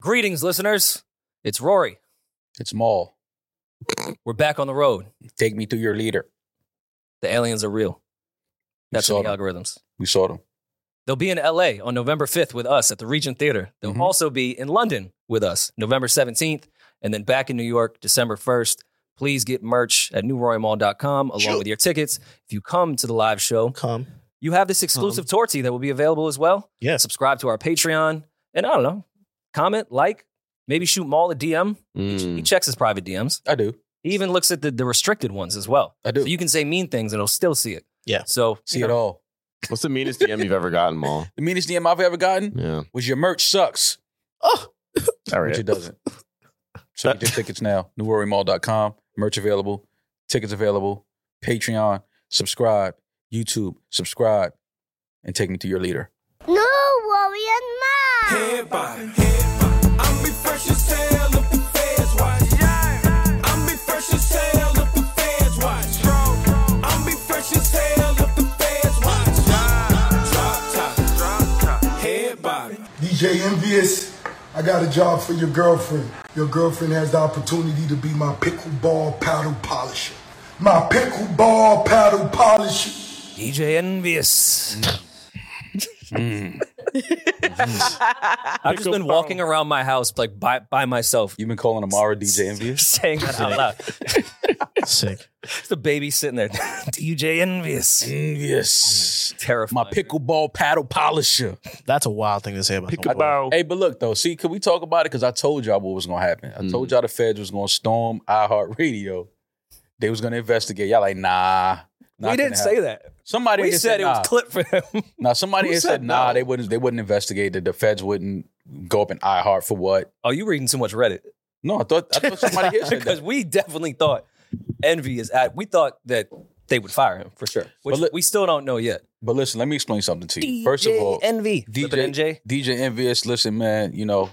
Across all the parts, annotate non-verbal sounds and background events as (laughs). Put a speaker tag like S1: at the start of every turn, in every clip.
S1: Greetings, listeners. It's Rory.
S2: It's Maul.
S1: We're back on the road.
S2: Take me to your leader.
S1: The aliens are real.
S2: We
S1: That's
S2: saw
S1: in the
S2: them.
S1: algorithms.
S2: We saw them.
S1: They'll be in LA on November 5th with us at the Regent Theater. They'll
S2: Mhm.
S1: also be in London with us November 17th and then back in New York December 1st. Please get merch at newroymall.com along
S2: Sure.
S1: with your tickets. If you come to the live show,
S3: Come.
S1: you have
S2: Uh-huh.
S1: this exclusive tour tee that will be available as well.
S3: Yes.
S1: Subscribe to our Patreon and I don't know, comment, like, maybe shoot Maul a DM.
S4: Mm.
S2: Hmm.
S1: He checks his private DMs.
S2: I do.
S1: He even looks at the, the restricted ones as well.
S2: I do.
S1: So you can say mean things and he'll still see it.
S3: Yeah.
S1: So
S2: See
S1: you
S2: it
S1: know,
S2: all.
S4: What's the meanest DM you've ever gotten, Maul?
S2: The meanest DM I've ever gotten
S4: Yeah.
S2: was your merch sucks,
S3: Oh,
S4: All
S2: which
S4: right.
S2: it doesn't. so get your tickets now. (laughs) NewRoryMall.com. Merch available. Tickets available. Patreon. Subscribe. YouTube. Subscribe. And take me to your leader.
S5: No worry and mom.
S6: Head by, head by. I'm be fresh as hell if the feds watch. I'm be fresh as hell if the feds watch. I'm be fresh as hell if the feds watch. Drop top, drop top. Head by.
S7: DJ Envious, I got a job for your girlfriend. Your girlfriend has the opportunity to be my pickleball paddle polisher. My pickleball paddle polisher.
S1: DJ Envious. Mm. I've just been walking around my house like by, by myself, (laughs)
S2: You've been calling Amara DJ Envious?
S1: saying that out loud.
S3: sick.
S1: It's the baby sitting there, (laughs) DJ Envious.
S2: Envious.
S1: Terrifying.
S2: My pickleball paddle polisher.
S3: That's a wild thing to say about someone.
S2: Hey, but look though, see, could we talk about it? Because I told y'all what was gonna happen. I told
S1: Mm-hmm.
S2: y'all the feds was gonna storm iHeartRadio. They was gonna investigate. Y'all like, nah.
S1: we didn't say that.
S2: Somebody
S1: We
S2: had
S1: said it
S2: nah.
S1: was clip for him.
S2: Now somebody
S4: Who
S2: had said,
S4: said
S2: nah,
S4: no?
S2: they wouldn't they wouldn't investigate that the feds wouldn't go up in iHeart for what?
S1: (laughs) oh, you reading too much Reddit.
S2: No, I thought I thought
S1: (laughs)
S2: somebody had said
S1: Because
S2: that.
S1: we definitely thought Envy is at, we thought that they would fire him for sure, which
S2: But look-
S1: we still don't know yet.
S2: But listen, let me explain something to you. First of all,
S1: Envy.
S2: DJ,
S1: NJ.
S2: DJ Envious, listen, man, you know,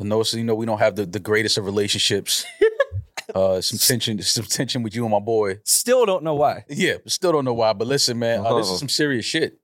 S2: I know, so you know, we don't have the, the greatest
S1: (laughs)
S2: of relationships. uh, some tension, some tension with you and my boy.
S1: Still don't know why.
S2: Yeah, but still don't know why. But listen, man, uh,
S4: Uh-huh.
S2: this is some serious shit.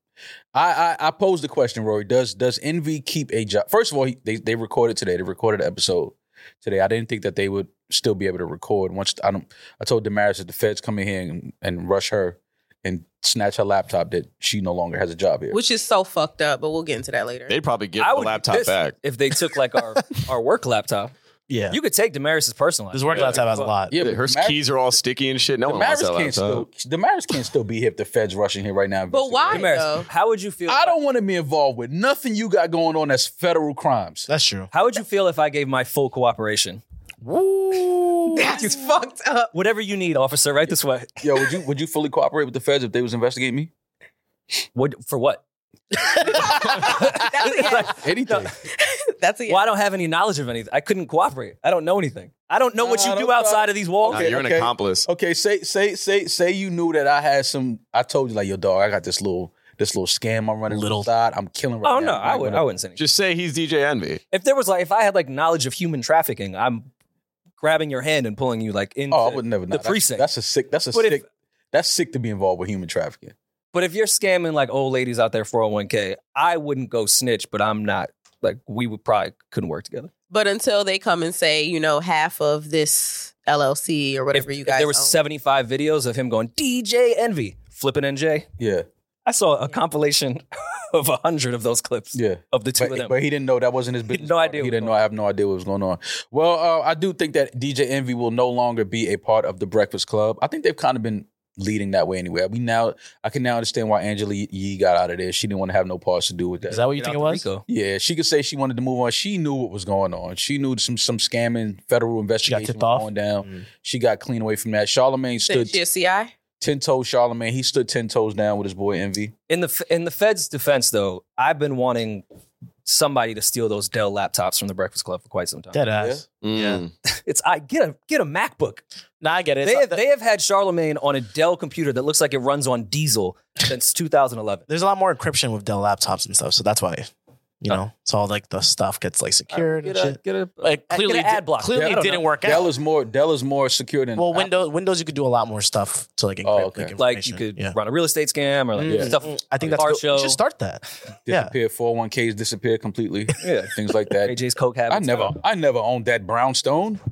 S2: I, I I posed the question, Rory. Does does Envy keep a job? First of all, he, they they recorded today. They recorded an episode today. I didn't think that they would still be able to record. Once I don't, I told Damaris that the feds come in here and, and rush her and snatch her laptop. That she no longer has a job here.
S8: which is so fucked up. But we'll get into that later.
S4: They'd probably give
S1: I
S4: the
S1: would be
S4: laptop
S1: pissed
S4: back.
S1: if they took like our, our work laptop.
S3: Yeah.
S1: You could take Damaris's personal.
S3: this work laptop has a lot.
S2: yeah,
S4: Her
S2: Damaris-
S4: keys are all sticky and shit. No one
S2: Damaris
S4: wants that
S2: can't
S4: laptop.
S2: still. Damaris can't still be here if the feds rushing here right now.
S8: But why
S2: investigating.
S1: (laughs)
S8: though?
S1: Damaris, how would you feel?
S2: I don't want to be involved with nothing you got going on. That's federal
S4: (laughs)
S2: crimes.
S3: That's true.
S1: How would you feel if I gave my full cooperation?
S8: That's fucked up.
S1: Whatever you need, officer, right this way.
S2: Yo, would you would you fully cooperate with the feds if they was investigating me?
S1: What for
S2: (laughs)
S1: what?
S8: That's a yes.
S2: Anything.
S8: That's a yes.
S1: Well, I don't have any knowledge of anything. I couldn't cooperate. I don't know anything. I don't know what
S2: No,
S1: you
S2: I
S1: do
S2: don't-
S1: outside of these walls.
S4: Nah,
S2: Okay,
S4: you're an
S2: okay.
S4: accomplice.
S2: Okay, say say say say you knew that I had some. I told you like, yo, dog, I got this little this little scam I'm running
S3: Little.
S2: little side. I'm killing right
S1: Oh no,
S2: now.
S1: I
S2: I'm
S1: would.
S2: gonna-
S1: I wouldn't say anything.
S4: Just say he's DJ Envy.
S1: If there was like, if I had like knowledge of human trafficking, I'm grabbing your hand and pulling you like into
S2: Oh, I would never.
S1: the
S2: nah, that's-
S1: precinct.
S2: That's, a sick. That's a
S1: But if-
S2: sick. that's sick to be involved with human trafficking.
S1: But if you're scamming like old ladies out there 401k, I wouldn't go snitch, but I'm not like we would probably couldn't work together.
S8: But until they come and say, you know, half of this LLC or whatever
S1: if,
S8: you
S1: if
S8: guys,
S1: there was
S8: own.
S1: 75 videos of him going DJ Envy, flipping NJ.
S2: Yeah,
S1: I saw a compilation (laughs) of a hundred of those clips
S2: yeah.
S1: of the (laughs) two of
S2: But,
S1: them.
S2: but he didn't know that wasn't his
S1: He had (laughs)
S2: business.
S1: no
S2: partner.
S1: idea
S2: He
S1: what was
S2: didn't know.
S1: going
S2: I have no idea what was going on. Well, uh, I do think that DJ Envy will no longer be a part of the Breakfast Club. I think they've kind of been leading that way anyway. We now, I can now understand why Angela Yee got out of there. She didn't want to have no parts to do with
S3: Is that what you
S1: Get
S3: think
S1: out
S3: it
S1: to
S3: was?
S1: Rico.
S2: Yeah, she could say she wanted to move on. She knew what was going on. She knew some some scamming federal investigation
S3: tipped
S2: was
S3: off?
S2: going down.
S3: Mm.
S2: She got clean away from that. Charlemagne stood
S8: Said she a CI.
S2: ten toes. Charlemagne he stood ten toes down with his boy Envy.
S1: In the f- in the Fed's defense, though, I've been wanting somebody to steal those Dell laptops from the Breakfast Club for quite some time.
S3: Dead ass.
S4: Mm.
S1: It's I get a get a MacBook.
S3: Nah, I get it.
S1: They
S3: It's-
S1: have, they have had Charlemagne on a Dell computer that looks like it runs on diesel since 2011.
S8: (laughs)
S3: There's a lot more encryption with Dell laptops and stuff, so that's why. You know, so all like the stuff gets like secured
S1: Get
S3: and
S1: a,
S3: shit.
S1: get a,
S3: Like
S1: get
S3: clearly,
S1: an ad block.
S3: clearly
S1: Yeah, I
S3: it
S1: don't
S3: didn't
S1: know.
S3: work
S2: Dell
S3: out.
S2: is more Dell is more secure than
S3: Well,
S2: Apple.
S3: Windows, Windows, you could do a lot more stuff to like encrypt
S2: Oh,
S3: like,
S2: okay.
S1: like you
S3: information.
S1: could
S3: yeah.
S1: run a real estate scam or like
S2: Mm.
S1: stuff.
S3: I
S1: like
S3: think that's
S1: our
S3: good.
S1: show.
S3: You should
S1: (laughs)
S3: start that. yeah,
S2: disappear. Four hundred one ks disappear completely.
S1: Yeah.
S2: things like that.
S1: AJ's coke
S2: I
S1: habits.
S2: never, I never owned that brownstone. (laughs)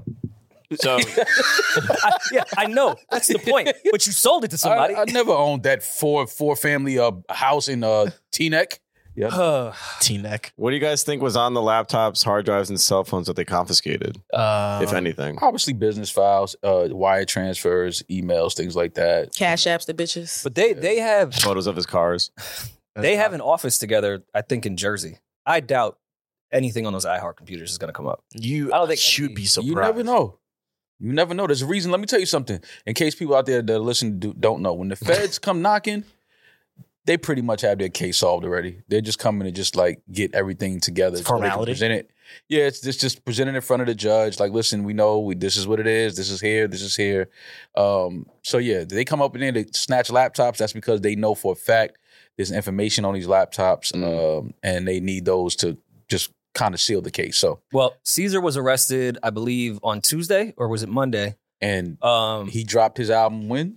S4: So
S1: (laughs) I, yeah, I know. That's the point. But you sold it to
S2: I,
S1: somebody.
S2: I never owned that four four family uh, house in uh, Teaneck.
S1: Uh,
S3: T neck.
S4: what do you guys think was on the laptops, hard drives, and cell phones that they confiscated,
S3: Uh,
S4: if anything?
S2: Obviously, business files, uh, wire transfers, emails, things like that.
S8: Cash apps the bitches.
S1: but they they have
S4: Photos of his cars.
S1: they have an office together. I think in Jersey. I doubt anything on those iHeart computers is going to come up. I
S3: You, I
S1: don't
S3: don't
S1: think-
S3: should be surprised.
S2: You never know. You never know. There's a reason. Let me tell you something. In case people out there that listen do, don't know, when
S3: (laughs)
S2: the feds come knocking, they pretty much have their case solved already. They're just coming to just like get everything together.
S3: It's
S2: so they can
S3: formality.
S2: present it. Yeah, it's just just presented in front of the judge. Like, listen, we know we, this is what it is. This is here. This is here. Um, so yeah, they come up in there to snatch laptops. That's because they know for a fact there's information on these laptops,
S4: Mm.
S2: um, and they need those to just kind of seal the case. So
S1: Well, Caesar was arrested, I believe, on Tuesday or was it Monday?
S2: and
S1: Um,
S2: he dropped his album when?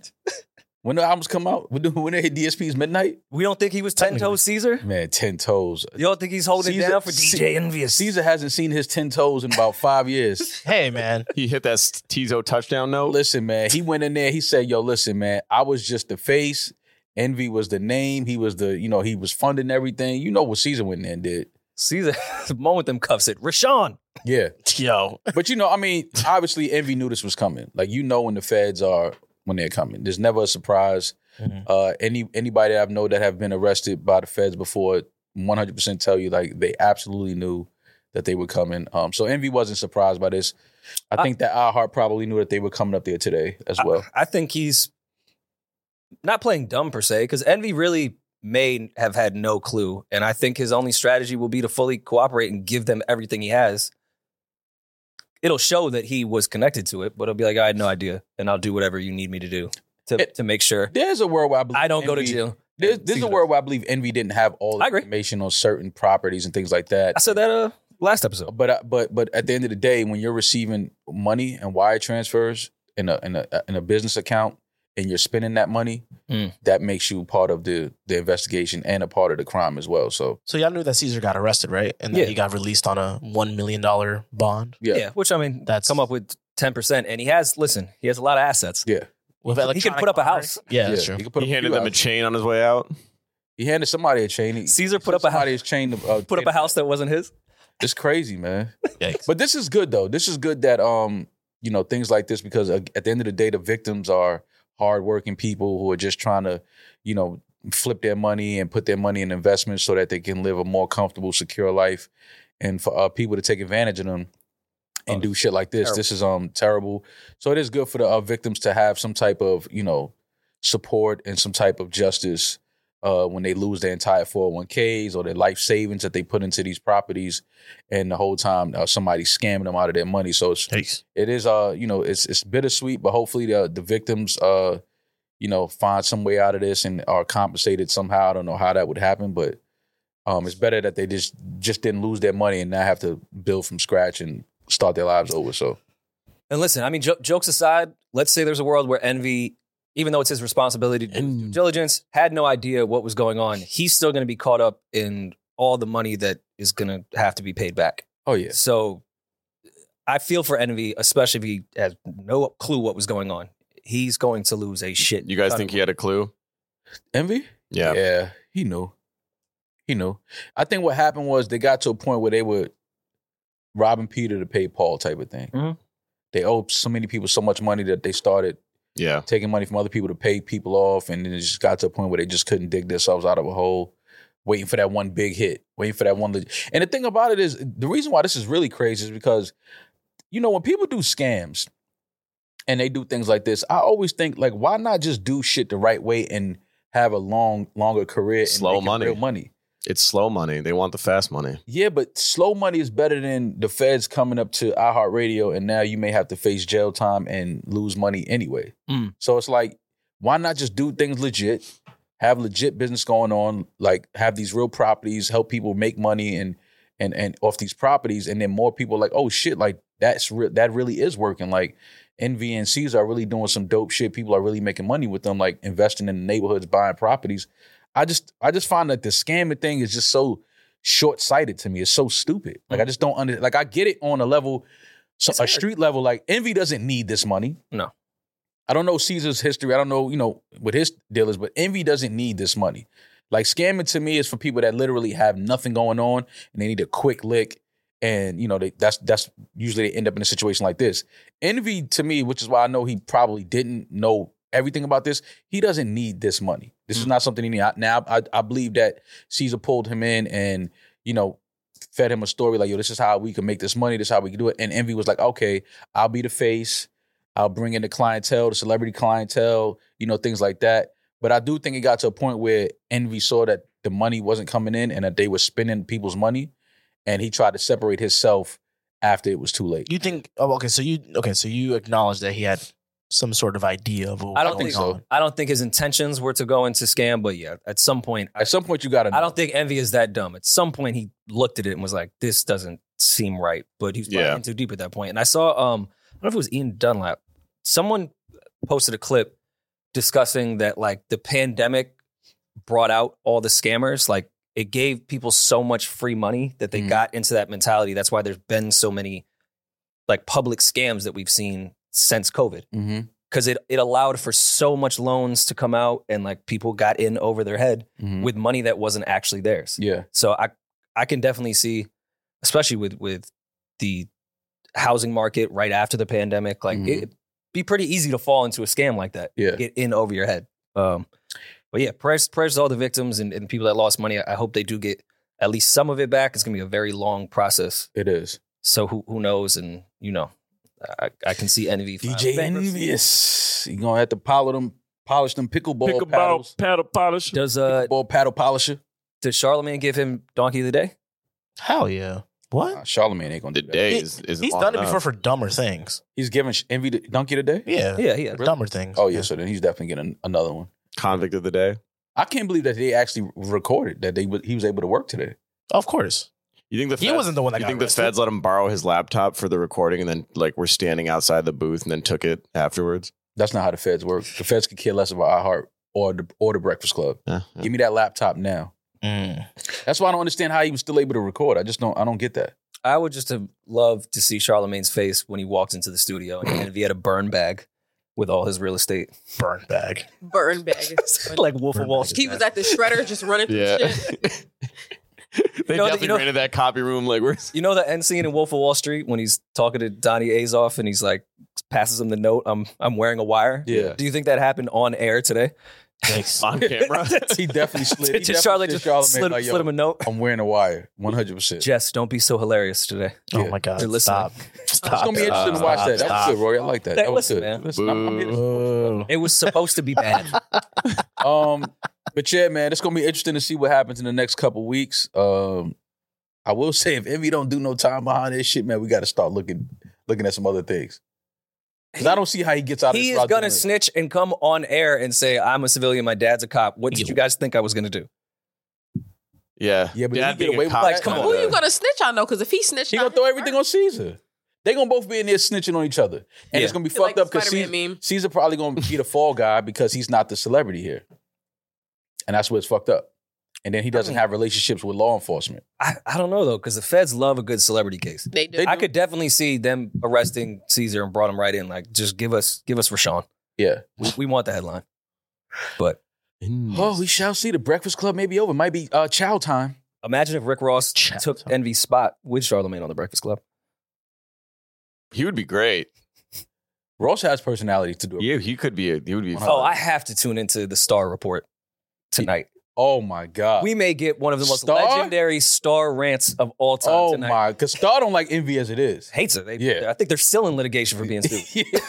S2: (laughs) when the albums come out? When, the- when they hit DSP's midnight?
S1: we don't think he was ten toes Caesar.
S2: Man, ten toes.
S1: You don't think he's holding it
S2: Mm. Caesar-
S1: down for
S2: Ce-
S1: DJ Envious?
S2: Caesar hasn't seen his ten toes in about five
S3: (laughs)
S2: years.
S3: Hey man,
S4: He hit that st- Tizo touchdown note.
S2: listen, man, he went in there. He said, "Yo, listen, man, I was just the face. Envy was the name. He was the, you know, he was funding everything. You know what Caesar went in there and did?
S1: Caesar, (laughs) the moment them cuffs it. Rashawn.
S2: Yeah,
S3: yo,
S2: but you know, I mean, obviously, Envy knew this was coming. Like, you know, when the feds are when they're coming, there's never a surprise.
S1: Mm-hmm.
S3: Mhm.
S2: Uh, any anybody that I've known that have been arrested by the feds before, 100 percent tell you like they absolutely knew that they were coming. Um, so Envy wasn't surprised by this. I,
S1: I-
S2: think that our heart probably knew that they were coming up there today as well.
S1: I, I think he's not playing dumb per se, because Envy really may have had no clue. And I think his only strategy will be to fully cooperate and give them everything he has. It'll show that he was connected to it, but it'll be like, I had no idea, and I'll do whatever you need me to do to,
S2: It-
S1: to make sure
S2: there's a world where I, believe
S1: I don't go to
S2: Envy-
S1: jail.
S2: There's, there's a
S1: Caesar
S2: world where I believe Envy didn't have all the
S1: I agree.
S2: information on certain properties and things like that.
S1: I said that uh, last episode.
S2: But I- but but at the end of the day, when you're receiving money and wire transfers in a uh, in a in a business account and you're spending that money,
S1: Mm.
S2: that makes you part of the the investigation and a part of the crime as well. So
S3: so y'all knew that Caesar got arrested, right? And then
S1: Yeah.
S3: he got released on a one million dollar bond.
S2: yeah,
S1: Yeah. which I mean, that's
S3: That's-
S1: come up with ten percent, and he has. Listen, he has a lot of assets.
S2: Yeah.
S3: With
S1: He can
S3: electronic
S1: put up a
S3: monitoring.
S1: house.
S3: Yeah, that's
S2: Yeah,
S3: true.
S2: He, could put
S4: he
S2: a
S4: handed
S2: few
S4: them a
S2: out.
S4: chain on his way out.
S2: He handed somebody a chain. He,
S1: Caesar put
S2: so
S1: up a house.
S2: somebody's chain. to, Uh,
S1: Put up a house that wasn't his.
S2: It's crazy, man.
S3: Yikes.
S2: But this is good though. This is good that um you know things like this because uh, at the end of the day, the victims are hardworking people who are just trying to you know flip their money and put their money in investments so that they can live a more comfortable, secure life, and for uh, people to take advantage of them and
S1: Oh,
S2: do shit like this.
S1: terrible.
S2: This is um terrible. So it is good for the uh, victims to have some type of you know support and some type of justice. Uh, when they lose their entire 401ks or their life savings that they put into these properties and the whole time uh, somebody's scamming them out of their money. So it's,
S3: Yikes.
S2: it is uh you know it's it's bittersweet, but hopefully the the victims uh you know find some way out of this and are compensated somehow. I don't know how that would happen, but um it's better that they just just didn't lose their money and not have to build from scratch and start their lives over. So
S1: And listen, I mean, jo- jokes aside, let's say there's a world where Envy, even though it's his responsibility to do his due diligence, had no idea what was going on. He's still going to be caught up in all the money that is going to have to be paid back.
S2: oh yeah,
S1: So I feel for Envy, especially if he has no clue what was going on. He's going to lose a shit.
S4: You guys
S1: ton
S4: think
S1: of-
S4: he had a clue?
S2: envy.
S4: Yeah.
S2: Yeah, he knew. He knew. I think what happened was they got to a point where they were robbing Peter to pay Paul type of thing.
S1: Mhm.
S2: They owed so many people so much money that they started
S4: Yeah.
S2: taking money from other people to pay people off, and then it just got to a point where they just couldn't dig themselves out of a hole, waiting for that one big hit, waiting for that one. leg- And the thing about it is, the reason why this is really crazy is because, you know, when people do scams and they do things like this, I always think like, why not just do shit the right way and have a long, longer career, and
S4: Slow
S2: making
S4: money.
S2: real money.
S4: It's slow money. They want the fast money.
S2: Yeah, but slow money is better than the feds coming up to iHeartRadio and now you may have to face jail time and lose money anyway.
S1: Mm.
S2: So it's like, why not just do things legit, have legit business going on, like have these real properties, help people make money and and and off these properties, and then more people like, oh shit, like that's re- that really is working. Like NVNCs are really doing some dope shit. People are really making money with them, like investing in the neighborhoods, buying properties. I just I just find that the scamming thing is just so short sighted to me. It's so stupid. Like I just don't under like I get it on a level,
S1: Mm.
S2: so,
S1: It's
S2: a
S1: hard.
S2: street level. Like Envy doesn't need this money.
S1: No.
S2: I don't know Caesar's history. I don't know you know what his deal is, but Envy doesn't need this money. Like scamming to me is for people that literally have nothing going on and they need a quick lick. And you know they, that's that's usually they end up in a situation like this. Envy to me, which is why I know he probably didn't know everything about this. He doesn't need this money. This is not something he need. I, now I, I believe that Caesar pulled him in and you know fed him a story like, yo, this is how we can make this money. This is how we can do it. And Envy was like, okay, I'll be the face. I'll bring in the clientele, the celebrity clientele, you know, things like that. But I do think it got to a point where Envy saw that the money wasn't coming in and that they were spending people's money, and he tried to separate himself after it was too late.
S3: You think? Oh, okay. So you okay? So you acknowledge that he had some sort of idea of what
S1: I don't
S3: was
S1: think
S3: going
S2: so.
S3: on.
S1: I don't think his intentions were to go into scam, but yeah, at some point, I,
S2: At some point, you got to.
S1: I don't think Envy is that dumb. At some point, he looked at it and was like, "This doesn't seem right," but he was probably
S4: Yeah.
S1: in too deep at that point. And I saw, um, I don't know if it was Ian Dunlap. Someone posted a clip discussing that, like, the pandemic brought out all the scammers. Like, it gave people so much free money that they
S2: Mhm.
S1: got into that mentality. That's why there's been so many like public scams that we've seen since COVID
S2: Mm-hmm,
S1: because it, it allowed for so much loans to come out and like people got in over their head with money that wasn't actually theirs.
S2: mm-hmm. yeah,
S1: So I I can definitely see, especially with with the housing market right after the pandemic, like
S2: Mhm.
S1: it'd be pretty easy to fall into a scam like that.
S2: yeah.
S1: Get in over your head. Um but yeah, prayers prayers to all the victims and, and people that lost money. I hope they do get at least some of it back. It's gonna be a very long process.
S2: It is
S1: So who who knows and you know. I, I can see envy. filing
S2: DJ
S1: bankruptcy.
S2: Envious. You gonna have to polish them, polish them pickleball paddles.
S6: paddle polish.
S1: Does uh
S2: (laughs) Pickleball paddle polisher.
S1: did Charlemagne give him donkey of the day?
S3: Hell yeah!
S2: Nah,
S4: Ah,
S3: What?
S2: Charlemagne ain't gonna
S4: The
S2: do that.
S4: day is, is
S3: He's
S4: long
S3: done it
S4: enough.
S3: before for dumber things.
S2: He's giving Sh- Envy the donkey today.
S3: Yeah,
S1: Yeah, yeah.
S3: for dumber things.
S2: Oh yeah, so then he's definitely getting another one.
S4: Convict of the day.
S2: I can't believe that they actually recorded that they was- he was able to work today.
S3: Of course.
S4: You think the
S3: He
S4: feds-
S3: wasn't the one that
S4: you
S3: got
S4: think the
S3: arrested.
S4: feds let him borrow his laptop for the recording and then like we're standing outside the booth and then took it afterwards?
S2: That's not how the feds work. The feds could care less about iHeart or the or the Breakfast Club.
S4: Yeah, yeah.
S2: Give me that laptop now.
S3: Mm.
S2: That's why I don't understand how he was still able to record. I just don't. I don't get that.
S1: I would just have loved to see Charlemagne's face when he walked into the studio and, and he had a burn bag with all his real estate.
S3: Burn bag.
S8: Burn bag.
S1: (laughs) like Wolf of Wall Street.
S8: he was at the shredder just running through
S4: Yeah. (laughs)
S8: shit.
S4: they
S1: You know,
S4: definitely
S1: you know-
S4: ran into that copy room like
S1: (laughs)
S4: we're
S1: You know the end scene in Wolf of Wall Street when he's talking to Donnie Azoff and he's like passes him the note, I'm I'm wearing a wire.
S2: Yeah.
S1: Do you think that happened on air today?
S3: Thanks.
S4: on camera.
S1: (laughs)
S2: He definitely slid. He
S1: Just
S2: definitely
S1: Charlemagne just
S2: Charlemagne
S1: slid,
S2: like, yo,
S1: slid him a note.
S2: I'm wearing a wire. One hundred percent.
S1: Jess, don't be so hilarious today.
S2: Yeah.
S3: Oh my god!
S1: You're listening.
S3: Stop.
S2: It's
S3: Stop.
S2: gonna be interesting to watch that. That was good, Rory. I like that.
S1: Hey,
S2: That was
S1: listen,
S2: good.
S1: man.
S2: Listen, I'm- I'm here to
S3: Boo.
S1: It was supposed to be
S2: (laughs)
S1: bad.
S2: um, but yeah, man, it's gonna be interesting to see what happens in the next couple weeks. Um, I will say, if Envy don't do no time behind this shit, man, we got to start looking looking at some other things. Because I don't see how he gets out of
S1: he
S2: this.
S1: is
S2: without
S1: gonna
S2: doing it.
S1: snitch and come on air and say, I'm a civilian, my dad's a cop. What did you guys think I was gonna do?
S4: Yeah.
S2: Yeah, but
S4: Dad
S2: he get
S4: being a
S2: away with
S4: cop
S1: that? Come on.
S4: kinda-
S8: Who you gonna snitch on though? Because if he snitched,
S2: He gonna
S8: on
S2: throw
S8: him
S2: everything
S8: first-
S2: on Caesar. They gonna both be in there snitching on each other, and it's
S1: Yeah.
S2: gonna be
S8: It's like
S2: fucked up
S8: the
S2: because
S8: Spider-Man
S2: Caesar,
S8: meme.
S2: Caesar probably gonna be the fall guy because he's not the celebrity here, and that's where it's fucked up. And then he doesn't
S1: mean-
S2: have relationships with law enforcement.
S1: I, I don't know though, because the feds love a good celebrity case.
S8: They do.
S2: They-
S1: I could definitely see them arresting Caesar and brought him right in. Like, just give us give us Rashawn.
S2: Yeah.
S1: We, we want the headline. But
S4: Hmm.
S2: Oh, we shall see. The Breakfast Club may be over. Might be uh, chow time.
S1: imagine if Rick Ross
S3: Chat.
S1: took Envy's spot with Charlemagne on the Breakfast Club.
S4: He would be great.
S2: Ross has personality to do it.
S4: Yeah, he could be. A, he would be.
S2: Oh,
S4: fun.
S1: Oh, I have to tune into the Star Report tonight.
S2: Oh my god.
S1: We may get one of the most
S2: Star?
S1: legendary star rants of all time
S2: oh
S1: tonight.
S2: my, because Star don't like envy as it is.
S1: Hates her. They,
S2: Yeah.
S1: I think they're still in litigation for being
S2: (laughs)
S1: stupid.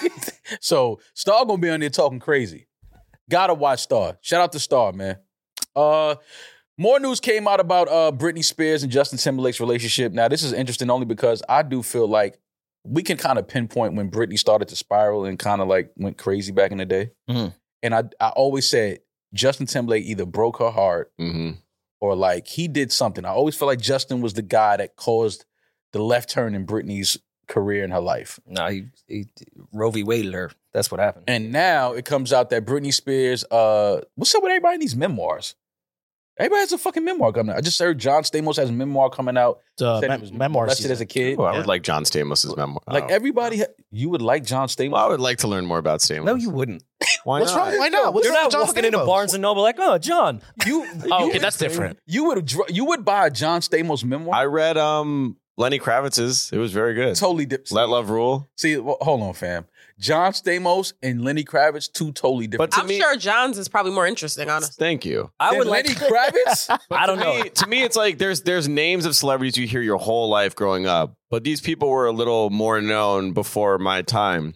S2: so Star gonna be on there talking crazy. Gotta watch Star. Shout out to Star, man. Uh, more news came out about uh Britney Spears and Justin Timberlake's relationship. Now this is interesting only because I do feel like we can kind of pinpoint when Britney started to spiral and kind of like went crazy back in the day.
S1: Mhm.
S2: And I I always said Justin Timberlake either broke her heart
S4: hmm
S2: or like he did something. I always felt like Justin was the guy that caused the left turn in Britney's career and her life.
S1: No, he, he Roe v. Wade her. That's what happened.
S2: And now it comes out that Britney Spears, uh, what's up with everybody in these memoirs? Everybody has a fucking memoir coming out. I just heard John Stamos has a memoir coming out.
S3: The
S2: Said he
S3: Uh, me-
S2: was
S3: memoir
S2: molested as a
S3: season.
S2: kid.
S4: Oh, I
S3: Yeah.
S4: would like John Stamos's memoir. Oh.
S2: like everybody, ha- you would like John Stamos.
S4: well, I would like to learn more about Stamos.
S1: no, you wouldn't.
S4: Why
S3: What's
S4: not?
S3: wrong? Why not? What's
S1: You're
S3: wrong
S1: not
S3: with John
S1: walking into
S3: Stamos?
S1: Barnes and Noble like, oh, John.
S2: You,
S3: Oh,
S2: you
S3: okay,
S2: would-
S3: that's different.
S2: You would dr- you would buy a John Stamos memoir.
S4: I read um Lenny Kravitz's. It was very good.
S2: totally different.
S4: Let Love Rule.
S2: See, well, hold on, fam. John Stamos and Lenny Kravitz, two totally different.
S4: But to
S8: I'm
S4: me,
S8: sure John's is probably more interesting, honestly.
S4: thank you.
S1: I would
S2: Than
S1: like.
S2: Lenny
S1: (laughs)
S2: Kravitz.
S1: I don't know.
S4: To me, it's like there's there's names of celebrities you hear your whole life growing up, but these people were a little more known before my time.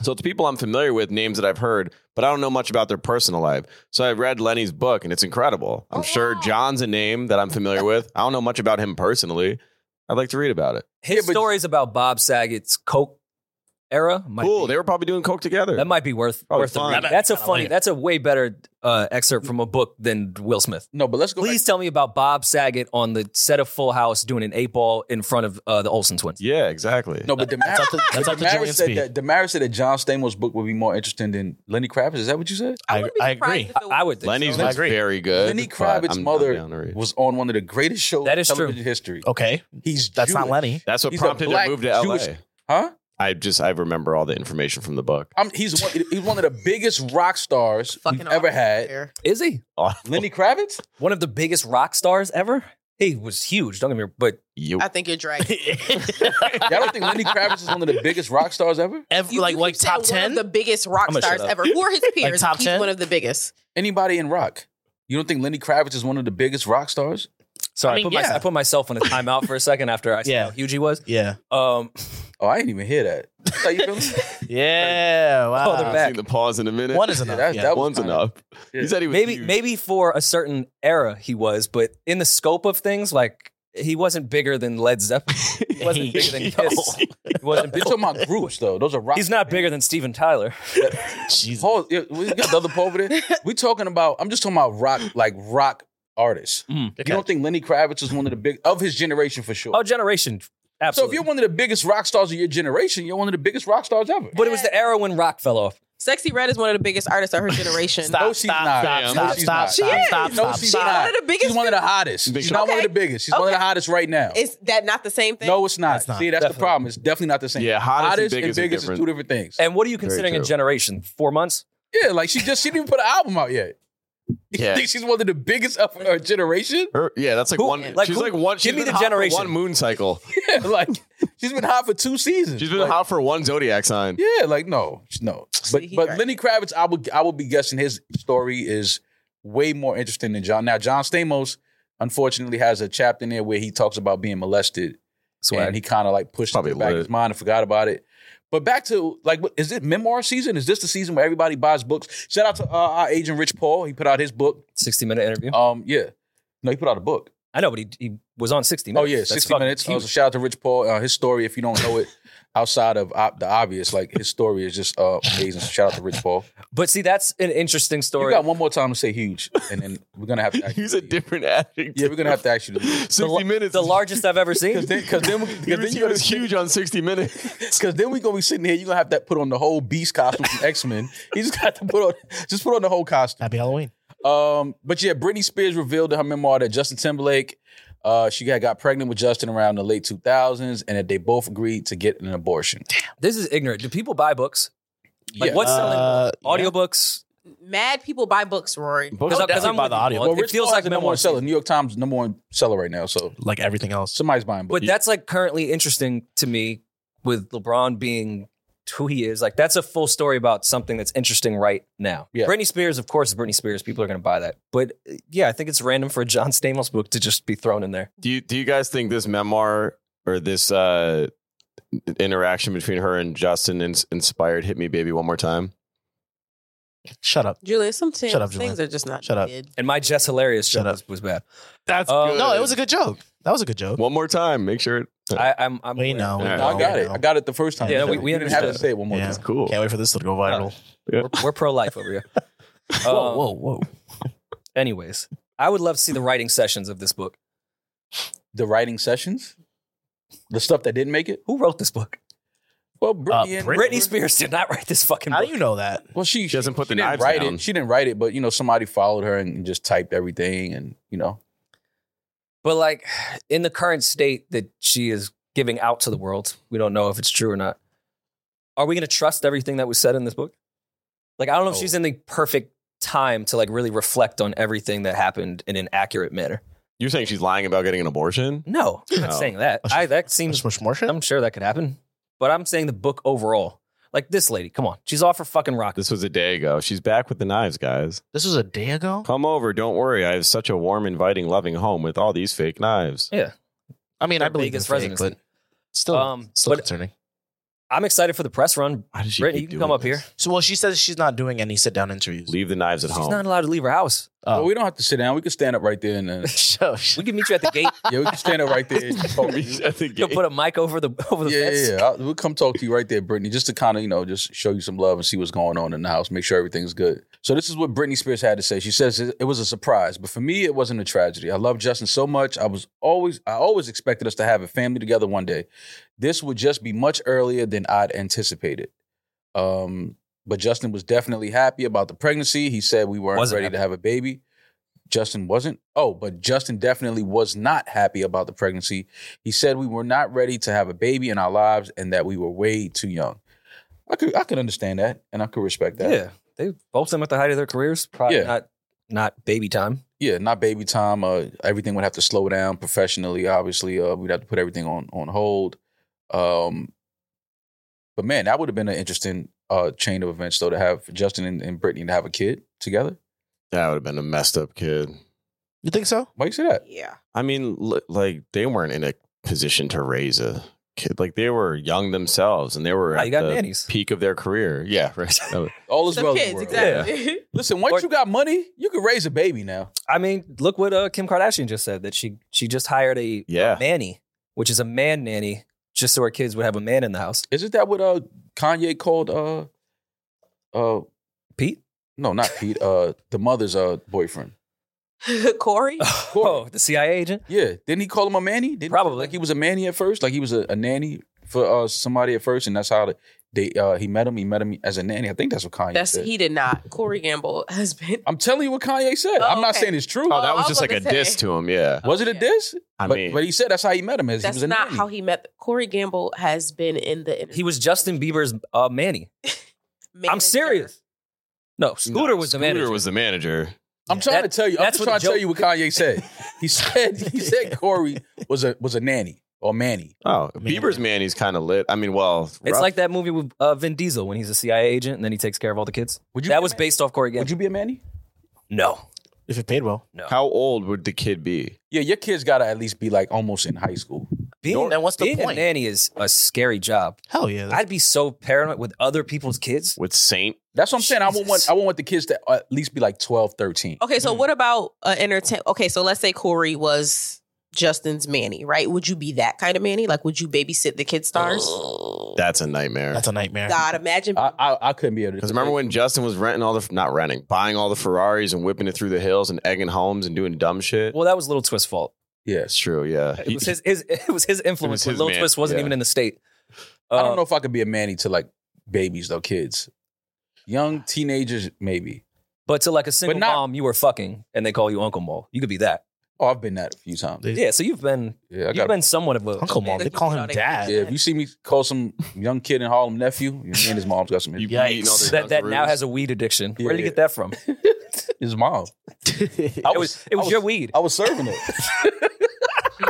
S4: So it's people I'm familiar with, names that I've heard, but I don't know much about their personal life. So I read Lenny's book, and it's incredible. I'm sure John's a name that I'm familiar with. I don't know much about him personally. I'd like to read about it.
S1: His
S2: but-
S1: stories about Bob Saget's Coke era. Might
S4: cool.
S1: be-
S4: They were probably doing coke together.
S1: that might be worth
S4: Probably
S1: worth the
S4: fun.
S1: read.
S3: Kinda-
S1: That's a
S3: kinda
S1: funny.
S3: like it.
S1: That's a way better uh, excerpt from a book than Will Smith.
S2: no, but let's go.
S1: Please tell me about Bob Saget on the set of Full House doing an eight ball in front of uh, the Olsen twins.
S4: yeah, exactly.
S2: Back. No, but Demar-
S3: That's up to, that's up to
S2: Damaris
S3: Julian
S2: said
S3: Speed.
S2: that Damaris said that John Stamos' book would be more interesting than Lenny Kravitz. Is that what you said?
S3: I,
S8: wouldn't be
S3: I
S8: surprised
S3: agree.
S8: if it was-
S1: I would think
S4: Lenny's
S1: so.
S3: I
S4: was
S3: agree.
S4: very good.
S2: Lenny
S4: but
S2: Kravitz's
S4: I'm- I'm
S2: mother
S4: down to read.
S2: was on one of the greatest shows
S1: That is
S2: in television history.
S3: Okay,
S2: He's
S3: that's not
S2: Jewish. (laughs)
S3: Lenny.
S4: That's what
S2: He's a
S4: prompted her
S2: black
S4: to move to LA.
S2: Jewish- huh?
S4: I just I remember all the information from the book. (laughs)
S2: I'm, Um, he's one, he's one of the biggest rock stars
S8: Fucking
S2: we've ever
S8: awful
S2: had.
S8: here.
S1: Is he
S2: Lenny Kravitz?
S1: one of the biggest rock stars ever? He was huge. Don't get me wrong, but
S4: You
S8: I think you're dragging.
S2: Y'all don't think Lenny Kravitz is one of the biggest rock stars ever?
S3: Every,
S8: You-
S3: like
S8: you
S3: like
S8: keep
S3: top
S8: saying one
S3: ten.
S8: of the biggest rock
S1: I'ma shut
S8: stars
S1: up.
S8: ever. Who are his peers?
S3: top
S8: He's
S3: 10?
S8: one of the biggest.
S2: Anybody in rock? You don't think Lenny Kravitz is one of the biggest rock stars?
S1: sorry, I,
S3: I mean,
S1: put my-
S3: yeah.
S1: I put myself on a timeout for a second after I said
S3: (laughs) Yeah.
S1: how huge he was.
S3: yeah,
S1: Um,
S2: Oh, I didn't even hear that. Is that you feeling?
S3: yeah.
S4: Ah,
S3: Wow.
S1: Oh, they're back.
S4: seen the pause in a minute.
S3: One is enough.
S2: That-
S3: yeah.
S2: that was
S4: One's
S2: kinda-
S4: enough.
S2: Yeah.
S4: He said he was
S1: maybe
S4: huge.
S1: maybe for a certain era he was, but in the scope of things, like he wasn't bigger than Led Zeppelin. He
S2: (laughs)
S1: wasn't bigger than Kiss. He wasn't big-
S2: You're talking about groups though. Those are rock.
S1: He's not bigger than Steven Tyler.
S3: Jesus.
S2: Paul, yeah, we got the other Paul over there. We're talking about. I'm just talking about rock, like rock artists.
S1: Mm.
S2: You
S3: Okay.
S2: don't think Lenny Kravitz is one of the big of his generation for sure.
S1: Oh, generation.
S2: so if
S1: Absolutely.
S2: you're one of the biggest rock stars of your generation, you're one of the biggest rock stars ever.
S1: but it was the era when rock fell off.
S8: Sexy Red is one of the biggest
S3: (laughs)
S8: artists of her generation.
S3: Stop,
S2: No, she's
S3: stop,
S2: not.
S3: stop,
S2: No,
S3: stop,
S2: she's
S3: stop,
S2: not. She
S3: stop,
S8: is.
S3: stop,
S2: no,
S3: stop,
S2: she's
S3: stop.
S2: not.
S8: One of the biggest
S2: She's one of the hottest. She's
S4: Okay.
S2: not one of the biggest. She's one of the hottest right now.
S8: Oh, Is that not the same thing?
S2: no, it's not.
S3: It's not.
S2: See, that's
S1: Definitely.
S2: the problem. It's definitely not the same.
S4: Yeah, hottest and
S2: hottest
S4: biggest are
S2: and biggest is
S4: different.
S2: two different things.
S1: And what are you considering a
S4: true.
S1: generation? Four months?
S2: yeah, like she just she didn't even put an album out yet. (laughs) You
S4: Yeah.
S2: think she's one of the biggest of her generation? (laughs)
S4: Her- yeah, that's like
S1: Who-
S4: one.
S1: like
S4: she's
S1: who-
S4: like one.
S1: give
S4: she's
S1: me
S4: been
S1: the
S4: hot for
S1: generation.
S4: One
S2: (laughs)
S4: moon cycle.
S2: Yeah, like she's been hot for two seasons.
S4: She's been
S2: like,
S4: hot for one zodiac sign.
S2: Yeah, like no, no. But
S8: he
S2: but
S8: right.
S2: Lenny Kravitz, I would I would be guessing his story is way more interesting than John. Now John Stamos unfortunately has a chapter in there where he talks about being molested and he kind of like pushed
S4: Probably
S2: it back in
S4: lit.
S2: his mind and forgot about it. But back to like, what, is it memoir season? Is this the season where everybody buys books? Shout out to uh, our agent Rich Paul. He put out his book.
S1: 60 minute interview.
S2: Um, yeah, no, he put out a book.
S1: I know, but he, he was on 60
S2: Oh
S1: minutes.
S2: yeah,
S1: That's
S2: sixty
S1: fucking
S2: minutes.
S1: huge.
S2: Also, shout out to Rich Paul. Uh, his story, if you don't know it, (laughs) outside of op- the obvious, like his story is just uh, amazing. So shout out to Rich Paul.
S1: But see, that's an interesting
S2: You
S1: story.
S2: got one more time to say huge, and then we're gonna have to. ask you
S4: (laughs) He's
S2: to
S4: a
S2: leave.
S4: different addict.
S2: Yeah, we're gonna
S4: (laughs)
S2: have to ask you to leave.
S1: The
S4: 60
S1: la-
S4: minutes.
S1: The largest I've ever seen.
S2: (laughs) Cause then, cause then, cause
S4: (laughs) He
S2: then you
S4: was, he
S2: gotta
S4: was
S2: sit-
S4: huge on 60 minutes.
S2: (laughs) Cause then we gonna be sitting here. You gonna have to put on the whole Beast costume from X Men. You just got to put on, just put on the whole costume.
S3: Happy Halloween.
S2: Um, but yeah, Britney Spears revealed in her memoir that Justin Timberlake, uh, she got, got pregnant with Justin around the late 2000s, and that they both agreed to get an abortion.
S1: This is ignorant. Do people buy books? Like,
S2: Yeah.
S1: what's
S3: Uh,
S1: selling? Audiobooks?
S8: Mad people buy books, Rory.
S1: Because
S3: definitely
S1: I'm
S3: buy
S1: with
S3: the
S1: you.
S3: audio.
S2: Well,
S1: It
S2: Rich
S1: feels
S2: Paul
S1: like
S2: is the number
S1: memoir
S2: one
S1: season.
S2: seller. New York Times number one seller right now. So
S3: Like everything else.
S2: somebody's buying books.
S1: But that's like currently interesting to me with LeBron being who he is. Like that's a full story about something that's interesting right now.
S2: Yeah.
S1: Britney Spears, of course, is Britney Spears. People are going to buy that. But uh, yeah, I think it's random for a John Stamos book to just be thrown in there.
S4: Do you do you guys think this memoir or this uh, interaction between her and Justin ins- inspired "Hit Me, Baby, One More Time"?
S3: Shut up.
S8: Julian, sometimes
S3: Shut up, Julian.
S8: things are just not
S3: Shut up.
S8: needed.
S1: And my Jess Hilarious
S3: Shut
S1: joke
S3: up.
S1: was, was bad.
S4: That's
S1: Um,
S3: No, it was a good joke. That was a good joke.
S4: one more time. Make sure it-
S1: I, I'm, I'm
S3: We
S1: aware.
S3: know. we
S4: All right.
S2: no, I
S3: know,
S2: got
S3: we
S2: it.
S3: know.
S2: I got it the first time.
S1: Yeah,
S2: So
S1: we- we
S2: you didn't have to
S1: understood.
S2: say it one more
S3: Yeah.
S2: time.
S4: it's cool.
S3: Can't wait for this to go viral. (laughs) Uh,
S1: We're, we're pro life over here. Um,
S3: whoa.
S1: Anyways, I would love to see the writing sessions of this book.
S2: The writing sessions, the stuff that didn't make it.
S1: Who wrote this book?
S2: Well, Britney,
S3: Uh,
S2: and-
S1: Britney Spears did not write this fucking
S3: How
S1: book.
S3: do you know that?
S2: Well, she,
S4: She doesn't put the
S2: didn't
S4: knives
S2: write
S4: down.
S2: It. She didn't write it, but you know, somebody followed her and just typed everything, and you know,
S1: But like in the current state that she is giving out to the world, we don't know if it's true or not. Are we going to trust everything that was said in this book? Like I don't know if
S2: No.
S1: she's in the perfect time to like really reflect on everything that happened in an accurate manner.
S4: You're saying she's lying about getting an abortion?
S1: No, I'm not
S4: No.
S1: saying that. I that seems
S3: Much, much more shit.
S1: I'm sure that could happen. But I'm saying the book overall. Like this lady, come on. She's off her fucking rock.
S4: This was a day ago. She's back with the knives, guys.
S3: This was a day ago.
S4: Come over. Don't worry. I have such a warm, inviting, loving home with all these fake knives.
S3: I mean, I
S1: Their
S3: believe
S1: biggest
S3: it's fake,
S1: residency.
S3: but still,
S1: Um,
S3: still
S1: but-
S3: concerning.
S1: I'm excited for the press run.
S4: Why does she
S1: Brittany,
S4: keep
S1: you can
S4: doing
S1: come up
S4: this?
S1: here.
S3: So, well, she says she's not doing any sit down interviews.
S4: Leave the knives at
S1: She's
S4: home. (laughs)
S1: not allowed to leave her house.
S2: well,
S3: Oh,
S2: we don't have to sit down. We can stand up right there, and uh,
S3: So-
S1: We can meet you at the gate.
S2: yeah, we can stand up right there. and
S4: (laughs)
S2: talk to you.
S1: (laughs)
S4: At the
S1: You'll
S4: gate.
S1: put a mic over the over the
S2: yeah,
S1: fence.
S2: yeah, yeah. I'll- We'll come talk to you right there, Brittany, just to kind of, you know, just show you some love and see what's going on in the house, make sure everything's good. So, this is what Britney Spears had to say. She says it it was a surprise, but for me, it wasn't a tragedy. I love Justin so much. I was always, I always expected us to have a family together one day. This would just be much earlier than I'd anticipated. Um, but Justin was definitely happy about the pregnancy. He said we weren't
S1: Wasn't
S2: ready
S1: happy.
S2: to have a baby. Justin wasn't. Oh, but Justin definitely was not happy about the pregnancy. He said we were not ready to have a baby in our lives and that we were way too young. I could I could understand that and I could respect that.
S1: Yeah, they both them at the height of their careers. Probably
S2: Yeah.
S1: not not baby time.
S2: Yeah, not baby time. Uh, everything would have to slow down professionally. Obviously, uh, we'd have to put everything on on hold. Um, but man, that would have been an interesting uh, chain of events, though, to have Justin and, and Brittany to have a kid together.
S4: that would have been a messed up kid.
S3: you think so?
S2: Why you say that?
S8: Yeah.
S4: I mean, l- like they weren't in a position to raise a kid. Like they were young themselves, and they were
S1: Nah,
S4: at
S1: you got
S4: the
S1: nannies.
S4: peak of their career. Yeah, (laughs)
S1: (laughs)
S4: right. That was-
S2: All is
S8: Some
S2: well. in the
S8: kids,
S2: world.
S8: exactly.
S2: Listen, once
S1: Or-
S2: you got money, you can raise a baby now.
S1: I mean, look what uh, Kim Kardashian just said that she she just hired a
S4: yeah,
S1: nanny, which is a man nanny, just so her kids would have a man in the house.
S2: Isn't that what uh, Kanye called? Uh, uh,
S1: Pete,
S2: no, not Pete. Uh, the mother's uh boyfriend.
S8: (laughs) Corey?
S1: (laughs) oh, the CIA agent.
S2: Yeah, didn't he call him a manny? Didn't he-
S1: Probably.
S2: like he was a manny at first, like he was a, a nanny for uh, somebody at first, and that's how they uh, he met him. He met him as a nanny. I think that's what Kanye
S8: That's
S2: said.
S8: he did not. Corey Gamble has been
S3: Oh,
S2: I'm telling you what Kanye said.
S8: Oh,
S2: I'm not
S8: okay.
S2: saying it's true.
S4: Oh, that
S8: Well,
S4: was
S8: I
S4: just
S8: was
S4: like a
S8: gonna
S4: diss
S8: say-
S4: to him. Yeah,
S2: was it a
S8: Yeah.
S2: diss?
S4: I
S2: but,
S4: mean,
S2: but he said that's how he met him. As he
S8: That's
S2: was a
S8: not
S2: nanny.
S8: how he met Corey Gamble has been in the
S1: He was Justin Bieber's uh, manny. I'm
S8: manager.
S1: serious. No, Scooter
S4: No,
S1: was the
S4: Scooter
S1: manager.
S4: was the manager.
S2: I'm trying
S1: That-
S2: to tell you. I'm
S1: that's
S2: just
S1: what the
S2: trying to tell
S1: joke-
S2: you what Kanye
S4: (laughs)
S2: said. He said he said Corey was a was a nanny or manny.
S4: Oh,
S3: Man.
S4: Bieber's man. He's kind of lit. I mean, well,
S1: it's
S4: rough.
S1: like that movie with uh, Vin Diesel when he's a CIA agent and then he takes care of all the kids.
S2: Would you be
S1: that
S2: a
S1: was
S2: man-
S1: based off Corey
S2: Would
S1: Gamble.
S2: you be a manny?
S1: no,
S3: If it paid well.
S4: How old would the kid be?
S2: Yeah, your kids gotta at least be like almost in high school.
S1: being,
S3: then what's the
S1: being a
S3: point?
S1: nanny is a scary job.
S3: Hell yeah. that's-
S1: I'd be so paranoid with other people's kids.
S4: With Saint?
S2: That's what I'm saying. I would
S1: Jesus.
S2: want I would want the kids to uh, at least be like 12, 13.
S8: Okay, so what about uh, entertain? Okay, so let's say Corey was Justin's Manny, right? Would you be that kind of Manny? Like, would you babysit the kid stars?
S4: That's a nightmare.
S3: that's a nightmare.
S8: God, imagine.
S2: I, I I couldn't be able to
S4: Because remember when Justin was renting all the not renting, buying all the Ferraris and whipping it through the hills and egging homes and doing dumb shit.
S1: Well, that was Little Twist's fault.
S2: Yes.
S4: That's true. Yeah,
S1: It was his, (laughs) his it was his influence. when
S4: his
S1: Lil
S4: man,
S1: Twist wasn't
S4: yeah.
S1: even in the state.
S2: I don't
S1: Uh,
S2: know if I could be a manny to like babies though, kids. Young teenagers, maybe.
S1: But to like a single
S2: not-
S1: mom, you were fucking, and they call you Uncle Mo. You could be that.
S2: Oh, I've been that a few times.
S3: They-
S1: Yeah. So you've been
S2: Yeah, I
S1: you've
S2: got
S1: been somewhat of a
S3: Uncle Mom. They call him dad.
S2: yeah, if you see me call some young kid in Harlem nephew, me and his mom's got some
S4: You
S2: issues.
S4: be
S3: Yikes.
S4: eating all their
S1: that that now
S4: Dunkaroos.
S1: has a weed addiction.
S2: Yeah,
S1: Where did you
S2: yeah.
S1: get that from? It
S2: his mom. I
S1: was, (laughs) it was,
S2: I
S1: your weed.
S2: I was serving
S1: (laughs)
S2: it.
S8: (laughs)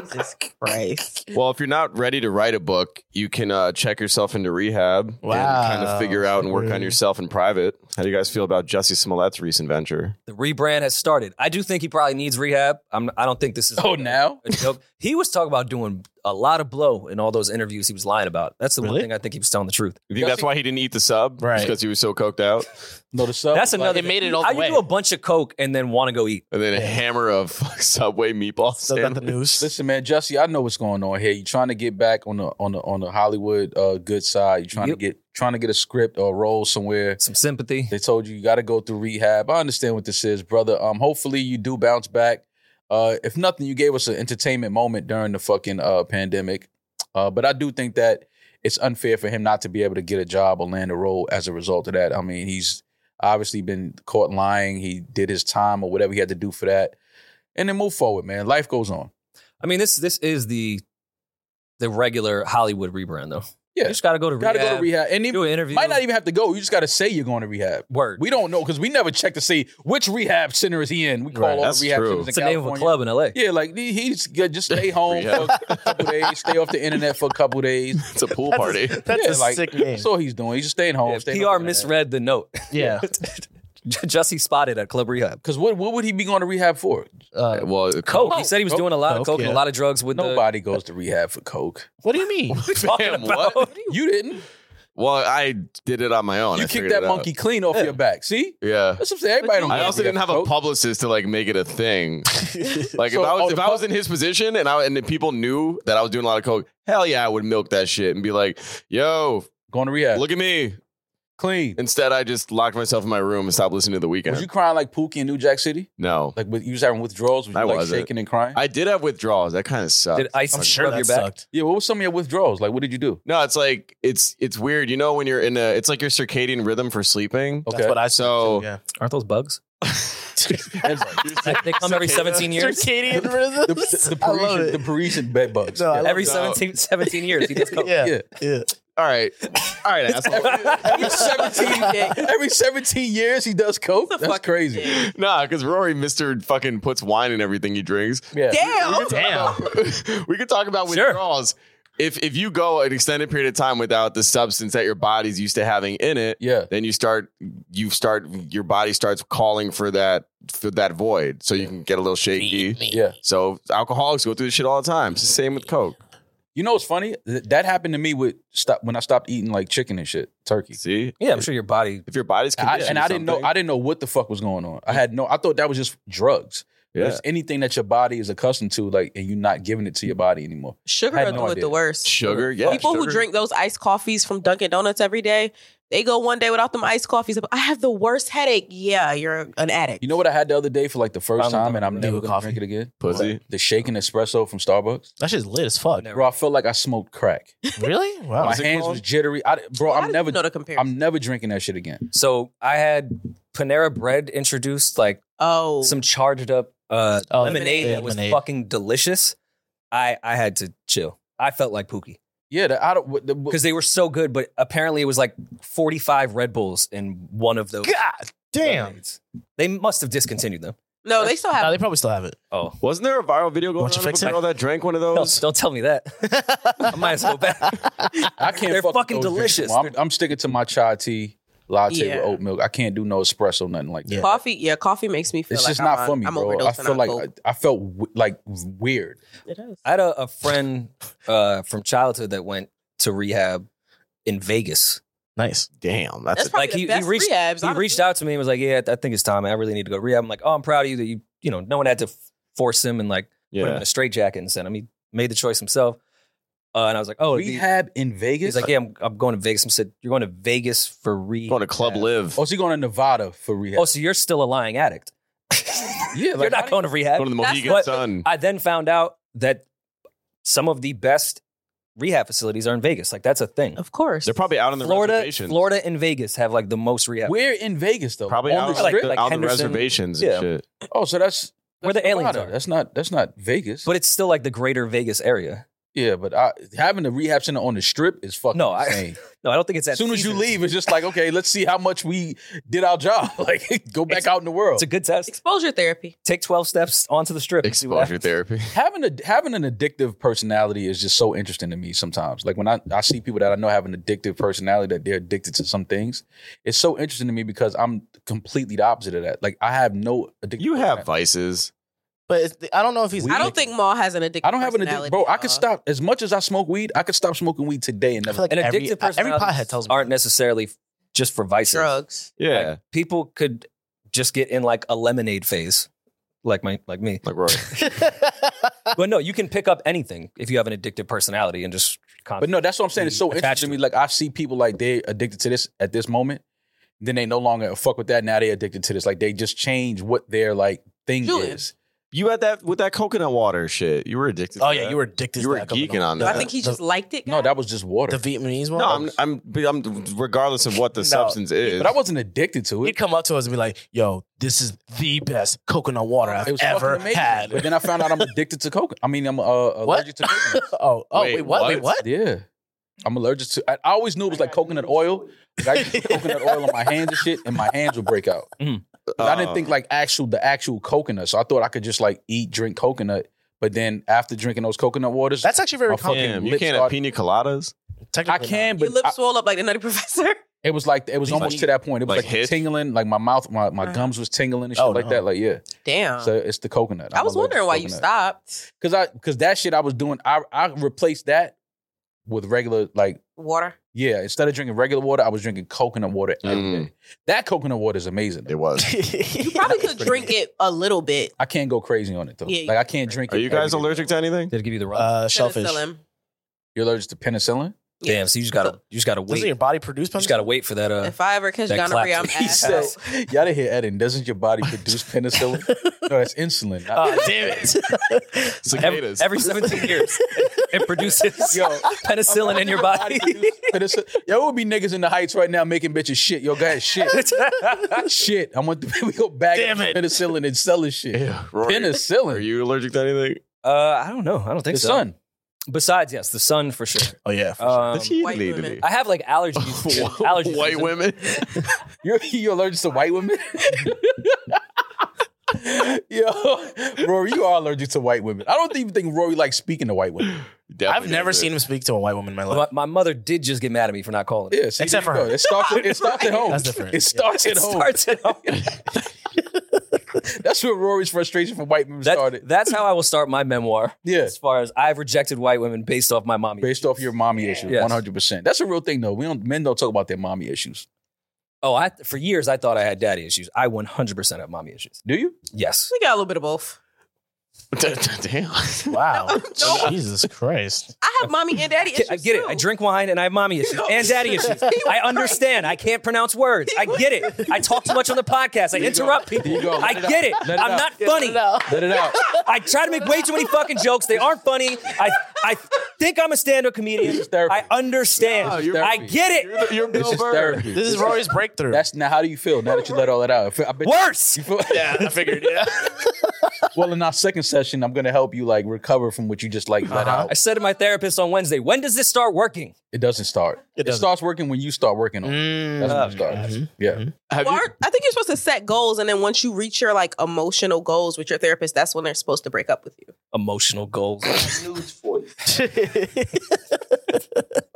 S8: Jesus Christ.
S4: Well, if you're not ready to write a book, you can uh, check yourself into rehab
S3: Wow.
S4: and kind of figure out and work on
S3: Rude.
S4: yourself in private. How do you guys feel about Jesse Smollett's recent venture?
S1: The rebrand has started. I do think he probably needs rehab. I'm, I don't think this is
S2: (laughs) oh, now
S1: a joke. He was talking about doing a lot of blow in all those interviews he was lying about. That's the one
S3: Really?
S1: thing I think he was telling the truth.
S4: You think that's why he didn't eat the sub?
S3: Right.
S4: Because he was so coked out?
S2: no, the sub.
S1: That's another.
S3: they made it all
S1: How
S3: the
S1: you
S3: way.
S1: do a bunch of coke and then want to go eat?
S4: And then a hammer of (laughs) Subway meatballs.
S3: Still got the news.
S2: Listen, man, Jesse, I know what's going on here. You're trying to get back on the on the on the Hollywood uh, good side. You're trying
S1: Yep.
S2: to get trying to get a script or a role somewhere.
S1: Some sympathy.
S2: They told you you got to go through rehab. I understand what this is, brother. Um, hopefully you do bounce back. Uh, if nothing, you gave us an entertainment moment during the fucking uh pandemic. Uh, but I do think that it's unfair for him not to be able to get a job or land a role as a result of that. I mean, he's obviously been caught lying. He did his time or whatever he had to do for that, and then move forward, man. Life goes on.
S1: I mean, this this is the the regular Hollywood rebrand though.
S2: Yeah.
S1: You just gotta go to
S2: Got to
S1: rehab.
S2: go to rehab, and
S1: Do
S2: you
S1: an interview.
S2: might not even have to go. You just got to say you're going to rehab.
S1: word.
S2: We don't know because we never check to see which rehab center is he in. We call
S3: Right.
S2: all
S4: That's
S2: the rehab
S4: true.
S2: centers in
S4: It's
S1: it's the name of a
S2: California.
S1: club in LA.
S2: Yeah, like he- he's good. Just
S4: (laughs)
S2: stay home for
S4: Rehab.
S2: a couple days. Stay off the internet for a
S1: (laughs)
S2: couple days.
S4: It's
S2: (laughs)
S4: a pool party. (laughs)
S3: That's
S2: Yeah,
S3: a
S2: like-
S3: sick name.
S2: That's all he's doing. He's just staying home.
S1: Yeah,
S2: staying
S1: PR misread the note. (laughs)
S3: yeah.
S1: Jussie spotted at Club Rehab.
S2: Because what what would he be going to rehab for?
S3: Uh,
S4: well,
S1: Coke. He said he was
S2: oh, Coke.
S1: doing a lot of
S3: Coke,
S1: coke and a
S3: yeah.
S1: lot of drugs with
S2: Nobody (laughs) goes to rehab for coke.
S3: what do you mean?
S1: the. What are you (laughs)
S4: Fam,
S1: talking about?
S4: what?
S2: You didn't.
S4: well, I did it on my own. I
S2: you kicked
S4: figured
S2: that
S4: it out.
S2: monkey clean off your back. See,
S4: Yeah.
S2: that's what I'm saying. Everybody don't.
S4: I
S2: go to
S4: also
S2: rehab
S4: didn't have
S2: for
S4: a
S2: coke.
S4: publicist to like make it
S2: (laughs)
S4: a thing. (laughs) Like
S2: So,
S4: if I was
S2: oh, the
S4: if I was
S2: pub-
S4: in his position and I and if people knew that I was doing a lot of coke, hell yeah, I would milk that shit and be like, "Yo,
S2: Going to rehab.
S4: look at me."
S2: clean.
S4: Instead, I just locked myself in my room and stopped listening to the weekend.
S2: Was you crying like Pookie in New Jack City?
S4: no,
S2: Like with, you was having withdrawals? Was you
S4: I
S2: like
S4: wasn't.
S2: shaking and crying?
S4: I did have withdrawals. That kind of sucked.
S1: (laughs) Did ice
S3: I'm
S1: rub
S3: sure
S1: your
S3: that
S1: back?
S3: sucked.
S2: yeah. What was some of your withdrawals? Like what did you do?
S4: no, it's like it's it's weird. You know when you're in a it's like your circadian rhythm for sleeping.
S2: Okay.
S3: That's what I said,
S4: So-
S3: too, yeah.
S1: Aren't those
S2: (laughs)
S1: bugs?
S2: That's like- (laughs)
S1: Like, they come every 17 years.
S3: Circadian
S2: the,
S3: rhythms.
S2: the
S3: I love
S2: Parisian,
S3: it.
S2: the Parisian bed bugs.
S3: No, I
S1: (laughs) Every
S4: No.
S1: 17, 17 years, he
S2: (laughs)
S1: does coke.
S3: yeah.
S2: yeah.
S3: yeah.
S4: All right, all right, asshole.
S2: Every
S3: (laughs)
S2: 17, every 17 years he does coke.
S8: What
S2: (laughs)
S8: the
S2: That's
S8: fuck?
S2: crazy.
S4: (laughs) nah, because Rory Mister fucking puts wine in everything he drinks.
S2: Yeah.
S8: Damn.
S4: Oh.
S3: Damn.
S4: (laughs) we could talk about
S1: Sure.
S4: withdrawals. If if you go an extended period of time without the substance that your body's used to having in it,
S2: Yeah.
S4: then you start you start your body starts calling for that for that void. So you can get a little shaky.
S2: Yeah.
S4: So alcoholics go through this shit all the time. It's the same with Coke.
S2: You know what's funny? Th- That happened to me with stop when I stopped eating like chicken and shit, turkey.
S4: See?
S1: (laughs) Yeah, I'm sure your body.
S4: If your body's
S2: I,
S4: conditioned.
S2: and I didn't know I didn't know what the fuck was going on. I had no I thought that was just drugs. But
S4: yeah.
S2: It's anything that your body is accustomed to, like and you're not giving it to your body anymore.
S8: Sugar
S2: Had
S8: are
S2: no
S8: doing it
S2: idea.
S8: the worst.
S4: sugar. Yeah.
S8: People who
S4: sugar.
S8: drink those iced coffees from Dunkin' Donuts every day, they go one day without them iced coffees. I have the worst headache. Yeah, you're an addict.
S2: You know what I had the other day for like the first
S1: I'm
S2: time, and I'm
S3: do
S2: never
S3: a
S2: gonna
S3: coffee.
S2: drink it again.
S4: Pussy.
S2: The shaken espresso from Starbucks,
S3: That shit's lit as fuck.
S1: Never.
S2: bro. I felt like I smoked crack.
S3: Really? Wow.
S2: My
S4: is it
S2: hands
S4: called?
S2: was jittery. I, bro,
S8: How
S2: I'm
S8: did
S2: never
S8: you know the comparison.
S2: I'm never drinking that shit again.
S1: So I had Panera Bread introduced like
S8: oh,
S1: some charged up uh,
S3: Oh,
S1: lemonade
S3: yeah,
S1: that was
S3: lemonade.
S1: fucking delicious. I I had to chill. I felt like Pookie
S2: Yeah, the, I don't. The, the,
S1: because they were so good, but apparently it was like 45 Red Bulls in one of those.
S3: God damn.
S1: lemonades. They must have discontinued them.
S8: no, they still have.
S3: No, they probably still have it.
S1: Oh,
S4: Wasn't there a viral video going
S3: Won't you
S4: on of
S3: fix
S4: a
S3: it?
S4: girl that drank one of
S1: No,
S4: those?
S1: don't tell me that. I might as well go back.
S2: I can't.
S1: They're
S2: fuck with
S1: fucking
S2: those drinks
S1: delicious.
S2: anymore. I'm, I'm sticking to my chai tea latte
S8: Yeah.
S2: with oat milk. I can't do no espresso, nothing like that.
S3: Yeah.
S8: Coffee, yeah, coffee makes me feel
S2: It's
S8: like
S2: just
S8: I'm
S2: not
S8: on-
S2: for me,
S8: I'm
S2: bro. I
S8: overdosing
S2: feel
S8: on
S2: like
S8: coke.
S2: I, I felt w- like weird.
S8: it is.
S1: (laughs) I had a, a friend uh, from childhood that went to rehab in Vegas.
S3: (laughs) Nice.
S4: Damn, that's,
S8: That's probably
S1: like,
S8: the
S1: he- he
S8: best
S1: reached-
S8: rehabs.
S1: He reached out to me and was like, "Yeah, I think it's time. I really need to go to rehab." I'm like, "Oh, I'm proud of you that you, you know, no one had to f- force him and like
S4: yeah.
S1: put him in a straitjacket and send him. He made the choice himself." Uh, and I was like, "Oh, the-
S2: Rehab in
S1: he's
S2: Vegas.
S1: like, yeah, I'm, I'm going to Vegas." I said, "You're going to Vegas for rehab?
S4: going to Club Live.
S2: Oh, so you going to Nevada for rehab?
S1: Oh, so you're still a lying addict?
S2: yeah,
S1: you're
S2: how
S1: not
S2: do
S1: going to rehab."
S4: Going to the
S8: That's
S4: Mohegan
S1: what-
S4: Sun.
S1: I then found out that some of the best rehab facilities are in Vegas. Like that's a thing.
S8: Of course.
S4: They're probably out on the
S1: Florida,
S4: reservations.
S1: Florida, and Vegas have like the most
S2: you-
S1: rehab.
S2: We're in Vegas though.
S4: Probably
S2: on
S4: out,
S2: the
S1: like-
S2: strip.
S1: like
S4: out on the
S1: Henderson.
S4: reservations
S1: Yeah.
S4: and shit.
S2: oh, so that's
S1: Where
S2: that's
S1: the aliens
S2: Nevada.
S1: are.
S2: That's not that's not Vegas.
S1: But it's still like the greater Vegas area.
S2: yeah, but I, having a rehab center on the strip is fucking
S1: No, I-
S2: insane.
S1: No, I don't think it's (laughs) that.
S2: as soon as you
S1: season.
S2: leave, it's just like okay, let's see how much we did our job. (laughs) Like go back out in the world.
S1: it's a good test.
S8: Exposure therapy.
S1: Take twelve steps onto the strip. See what
S4: Exposure
S1: happens.
S4: therapy.
S2: having a having an addictive personality is just so interesting to me sometimes. Like when I, I see people that I know have an addictive personality that they're addicted to some things, it's so interesting to me because I'm completely the opposite of that. Like I have no addictive.
S4: You have
S2: personality.
S4: vices.
S3: But it's, I don't know if he's.
S8: I don't think Maul has an addiction.
S2: I don't have an addiction, bro. I could stop as much as I smoke weed. I could stop smoking weed today and
S3: I
S2: never.
S3: feel like
S1: And
S3: every,
S1: addictive personalities
S3: every pothead tells me.
S1: aren't necessarily just for vices.
S8: drugs.
S4: Yeah.
S1: People could just get in like a lemonade phase like my like
S2: (laughs)
S1: me.
S4: Like Rory.
S1: But no, you can pick up anything if you have an addictive personality and just.
S2: But no, that's what I'm saying. It's so
S1: Attached
S2: interesting to
S1: to
S2: me.
S1: it.
S2: Like I see people like they addicted to this at this moment, then they no longer fuck with that. Now they addicted to this. Like they just change what their like thing
S8: Julian.
S2: is.
S4: You had that with that coconut water shit. You were
S3: (laughs)
S4: addicted.
S3: Oh
S4: to
S3: yeah,
S4: that.
S3: you were addicted.
S4: You
S3: to
S4: were
S3: that coming
S4: geeking on
S3: The-
S8: I
S4: that.
S8: think he
S3: the-
S8: just liked it.
S2: No,
S8: guys.
S2: that was just water.
S3: the Vietnamese one.
S4: No, I'm, I'm, but I'm, regardless of what the
S3: No.
S4: substance is.
S2: but I wasn't addicted to it.
S3: He'd come up to us and be like, "Yo, this is the best coconut water I've
S2: It was fucking
S3: ever
S2: amazing.
S3: had." (laughs)
S2: But then I found out I'm addicted to coke. I mean, I'm uh, allergic to coconut.
S3: oh, oh,
S4: Wait,
S3: wait, what? Wait,
S4: what?
S3: what?
S2: Yeah. I'm allergic to. I I always knew it was like coconut oil. Like I used to put coconut oil on my hands and shit, and my hands would break out.
S8: Mm-hmm.
S2: But I didn't
S4: Oh.
S2: think like actual the actual coconut. So I thought I could just like eat, drink coconut. But then after drinking those coconut waters,
S3: That's actually
S2: My
S3: very
S2: fucking-
S3: complicated.
S4: Damn, you
S2: lips
S4: can't
S2: start-
S4: have pina coladas.
S2: I
S3: Technically
S2: can,
S8: Your
S2: but
S8: lips
S2: I-
S8: swole up like the Nutty (laughs) Professor.
S2: it was like it was
S3: Like-
S2: almost to that point. It was
S4: like
S2: like,
S4: hit?
S2: tingling, like my mouth, my, my
S8: Right.
S2: gums was tingling and shit
S3: Oh,
S2: like
S3: no.
S2: that. Like yeah,
S8: Damn.
S2: so it's the coconut.
S8: I was wondering why you stopped.
S2: because I because that shit I was doing, I I replaced that with regular like
S8: Water.
S2: yeah. Instead of drinking regular water, I was drinking coconut water every day.
S4: Mm.
S2: That coconut water is amazing.
S3: (laughs)
S4: It was.
S3: not. Uh,
S8: You probably could drink it a little bit.
S2: I can't go crazy on it though.
S8: Yeah, you
S2: like I can't drink.
S4: Are
S2: it
S4: you guys
S2: every day.
S4: allergic to anything?
S1: Did it give you the wrong?
S3: uh, shellfish. Doesn't
S8: Penicillin.
S2: You're allergic to penicillin?
S1: Damn. So you just gotta you just gotta wait.
S3: your
S1: You
S3: body produce?
S1: just gotta wait for that. Uh,
S8: If I ever catch
S1: that
S8: gonorrhea, I'm
S1: clap. He
S2: (laughs)
S8: ass.
S1: said-
S8: out.
S2: Yes. Y'all didn't hear Eden. Doesn't your body produce penicillin? no, that's insulin. I-
S3: Oh, (laughs) damn it!
S1: every,
S4: Cicadas.
S1: every 17 years, it produces
S2: (laughs) Yo,
S1: penicillin in
S2: (laughs)
S1: your body.
S2: penicillin. Yo, it would be niggas in the heights right now making bitches shit. Yo, guys,
S1: (laughs)
S2: shit. shit. I want the (laughs) we go back
S3: Damn it.
S2: penicillin and selling
S4: (laughs)
S2: shit.
S4: Rory,
S2: Penicillin.
S4: Are you allergic to anything?
S1: uh, I don't know. I don't think
S2: the
S1: so.
S2: sun.
S1: Besides, yes, the sun for sure.
S3: oh yeah.
S1: Um,
S4: She
S8: white
S4: needed
S8: women.
S4: it.
S1: I have like
S2: (laughs)
S1: allergies. allergies.
S4: White women.
S2: You're, you're allergic to white women? (laughs) Yo, Rory, you are allergic to white women. I don't even think Rory likes speaking to white women.
S4: Definitely
S3: I've never
S4: does it.
S3: seen him speak to a white woman in my life.
S1: My, my mother did just get mad at me for not calling. It,
S2: Yeah, see,
S3: Except
S2: there
S3: for
S2: you
S3: her.
S2: go. It starts, it starts (laughs) at home.
S3: That's different.
S2: It starts
S1: it
S2: at home.
S1: starts
S2: (laughs)
S1: at home.
S2: That's where Rory's frustration for white women
S1: That,
S2: started.
S1: that's how I will start my memoir.
S2: Yeah.
S1: As far as I've rejected white women based off my mommy.
S2: Based off your mommy issues,
S1: Yes.
S2: one hundred percent. That's a real thing, though. We don't men don't talk about their mommy issues.
S1: Oh, I for years I thought I had daddy issues. I 100% have mommy issues.
S2: Do you?
S1: Yes.
S8: We got a little bit of both.
S4: Damn.
S3: Wow.
S8: No.
S3: Jesus Christ.
S8: I have mommy and daddy
S1: Ki-
S8: issues.
S1: I get it.
S8: too.
S1: I drink wine and I have mommy issues
S8: know-
S1: and daddy issues. I understand. I can't pronounce words. I get it. I talk too much on the podcast. I
S2: There you go.
S1: interrupt
S2: There you
S1: people.
S2: go.
S1: I
S2: Let it
S1: get
S2: out.
S1: it.
S2: Let it
S1: I'm
S2: out.
S1: not funny.
S2: Let it out.
S1: I try to make way too many fucking jokes. They aren't funny. I I think I'm a stand-up comedian.
S2: therapy.
S1: I understand.
S2: No, you're-
S1: I get it.
S4: You're
S2: This
S4: Bill
S2: is
S4: Burr.
S2: therapy.
S3: This is Rory's breakthrough.
S2: That's now. How do you feel now that you let all that out? I feel- I bet you-
S1: Worse.
S2: You feel, (laughs)
S3: yeah, I figured. (laughs) Yeah.
S2: Well, in our second session, I'm gonna help you like recover from what you just like let
S3: Uh-huh.
S1: I
S2: out.
S1: said to my therapist on Wednesday, when does this start working?
S2: It doesn't start. It,
S3: doesn't. Mm. Mm-hmm.
S2: starts working when you start working on. it. That's when it starts. Yeah.
S4: Have
S8: Well,
S4: you,
S8: aren't- I think you're supposed to set goals, and then once you reach your like emotional goals with your therapist, that's when they're supposed to break up with you.
S1: Emotional goals.
S4: (laughs)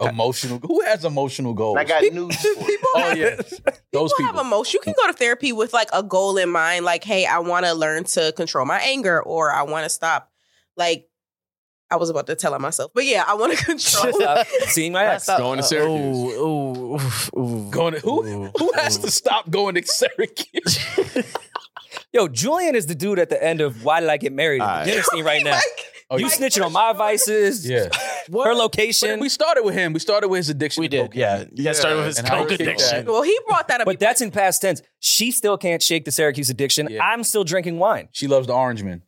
S2: Emotional. Who has emotional goals?
S3: (laughs)
S8: People,
S2: oh yeah. Those
S8: people
S2: people.
S8: have emotion. You can go to therapy with like a goal in mind, like, hey, I want to learn to control my anger, or I want to stop. Like, I was about to tell on myself, but yeah, I want
S3: (laughs)
S8: to (laughs) control.
S1: Stop seeing my ex.
S4: Going to Syracuse.
S3: Ooh, ooh, ooh,
S2: Going to, who who has to stop going to
S3: (laughs)
S2: Syracuse?
S1: Yo, Julian is the dude at the end of Why Did I Get Married?
S4: All
S1: at
S4: right.
S1: The dinner scene right
S8: (laughs)
S1: now.
S8: like,
S2: Oh,
S1: you
S2: yeah.
S1: snitching on my vices,
S2: (laughs) yeah.
S1: her
S2: But
S1: location.
S2: we started with him. We started with his addiction.
S3: We
S2: to
S3: did.
S2: cocaine.
S3: Yeah. You guys started with his
S2: and how
S3: coke
S2: he kicked
S3: addiction.
S2: that.
S8: well, he brought that up.
S1: but that's in past tense. She still can't shake the Syracuse addiction.
S2: Yeah.
S1: I'm still drinking wine.
S2: She loves the orange man.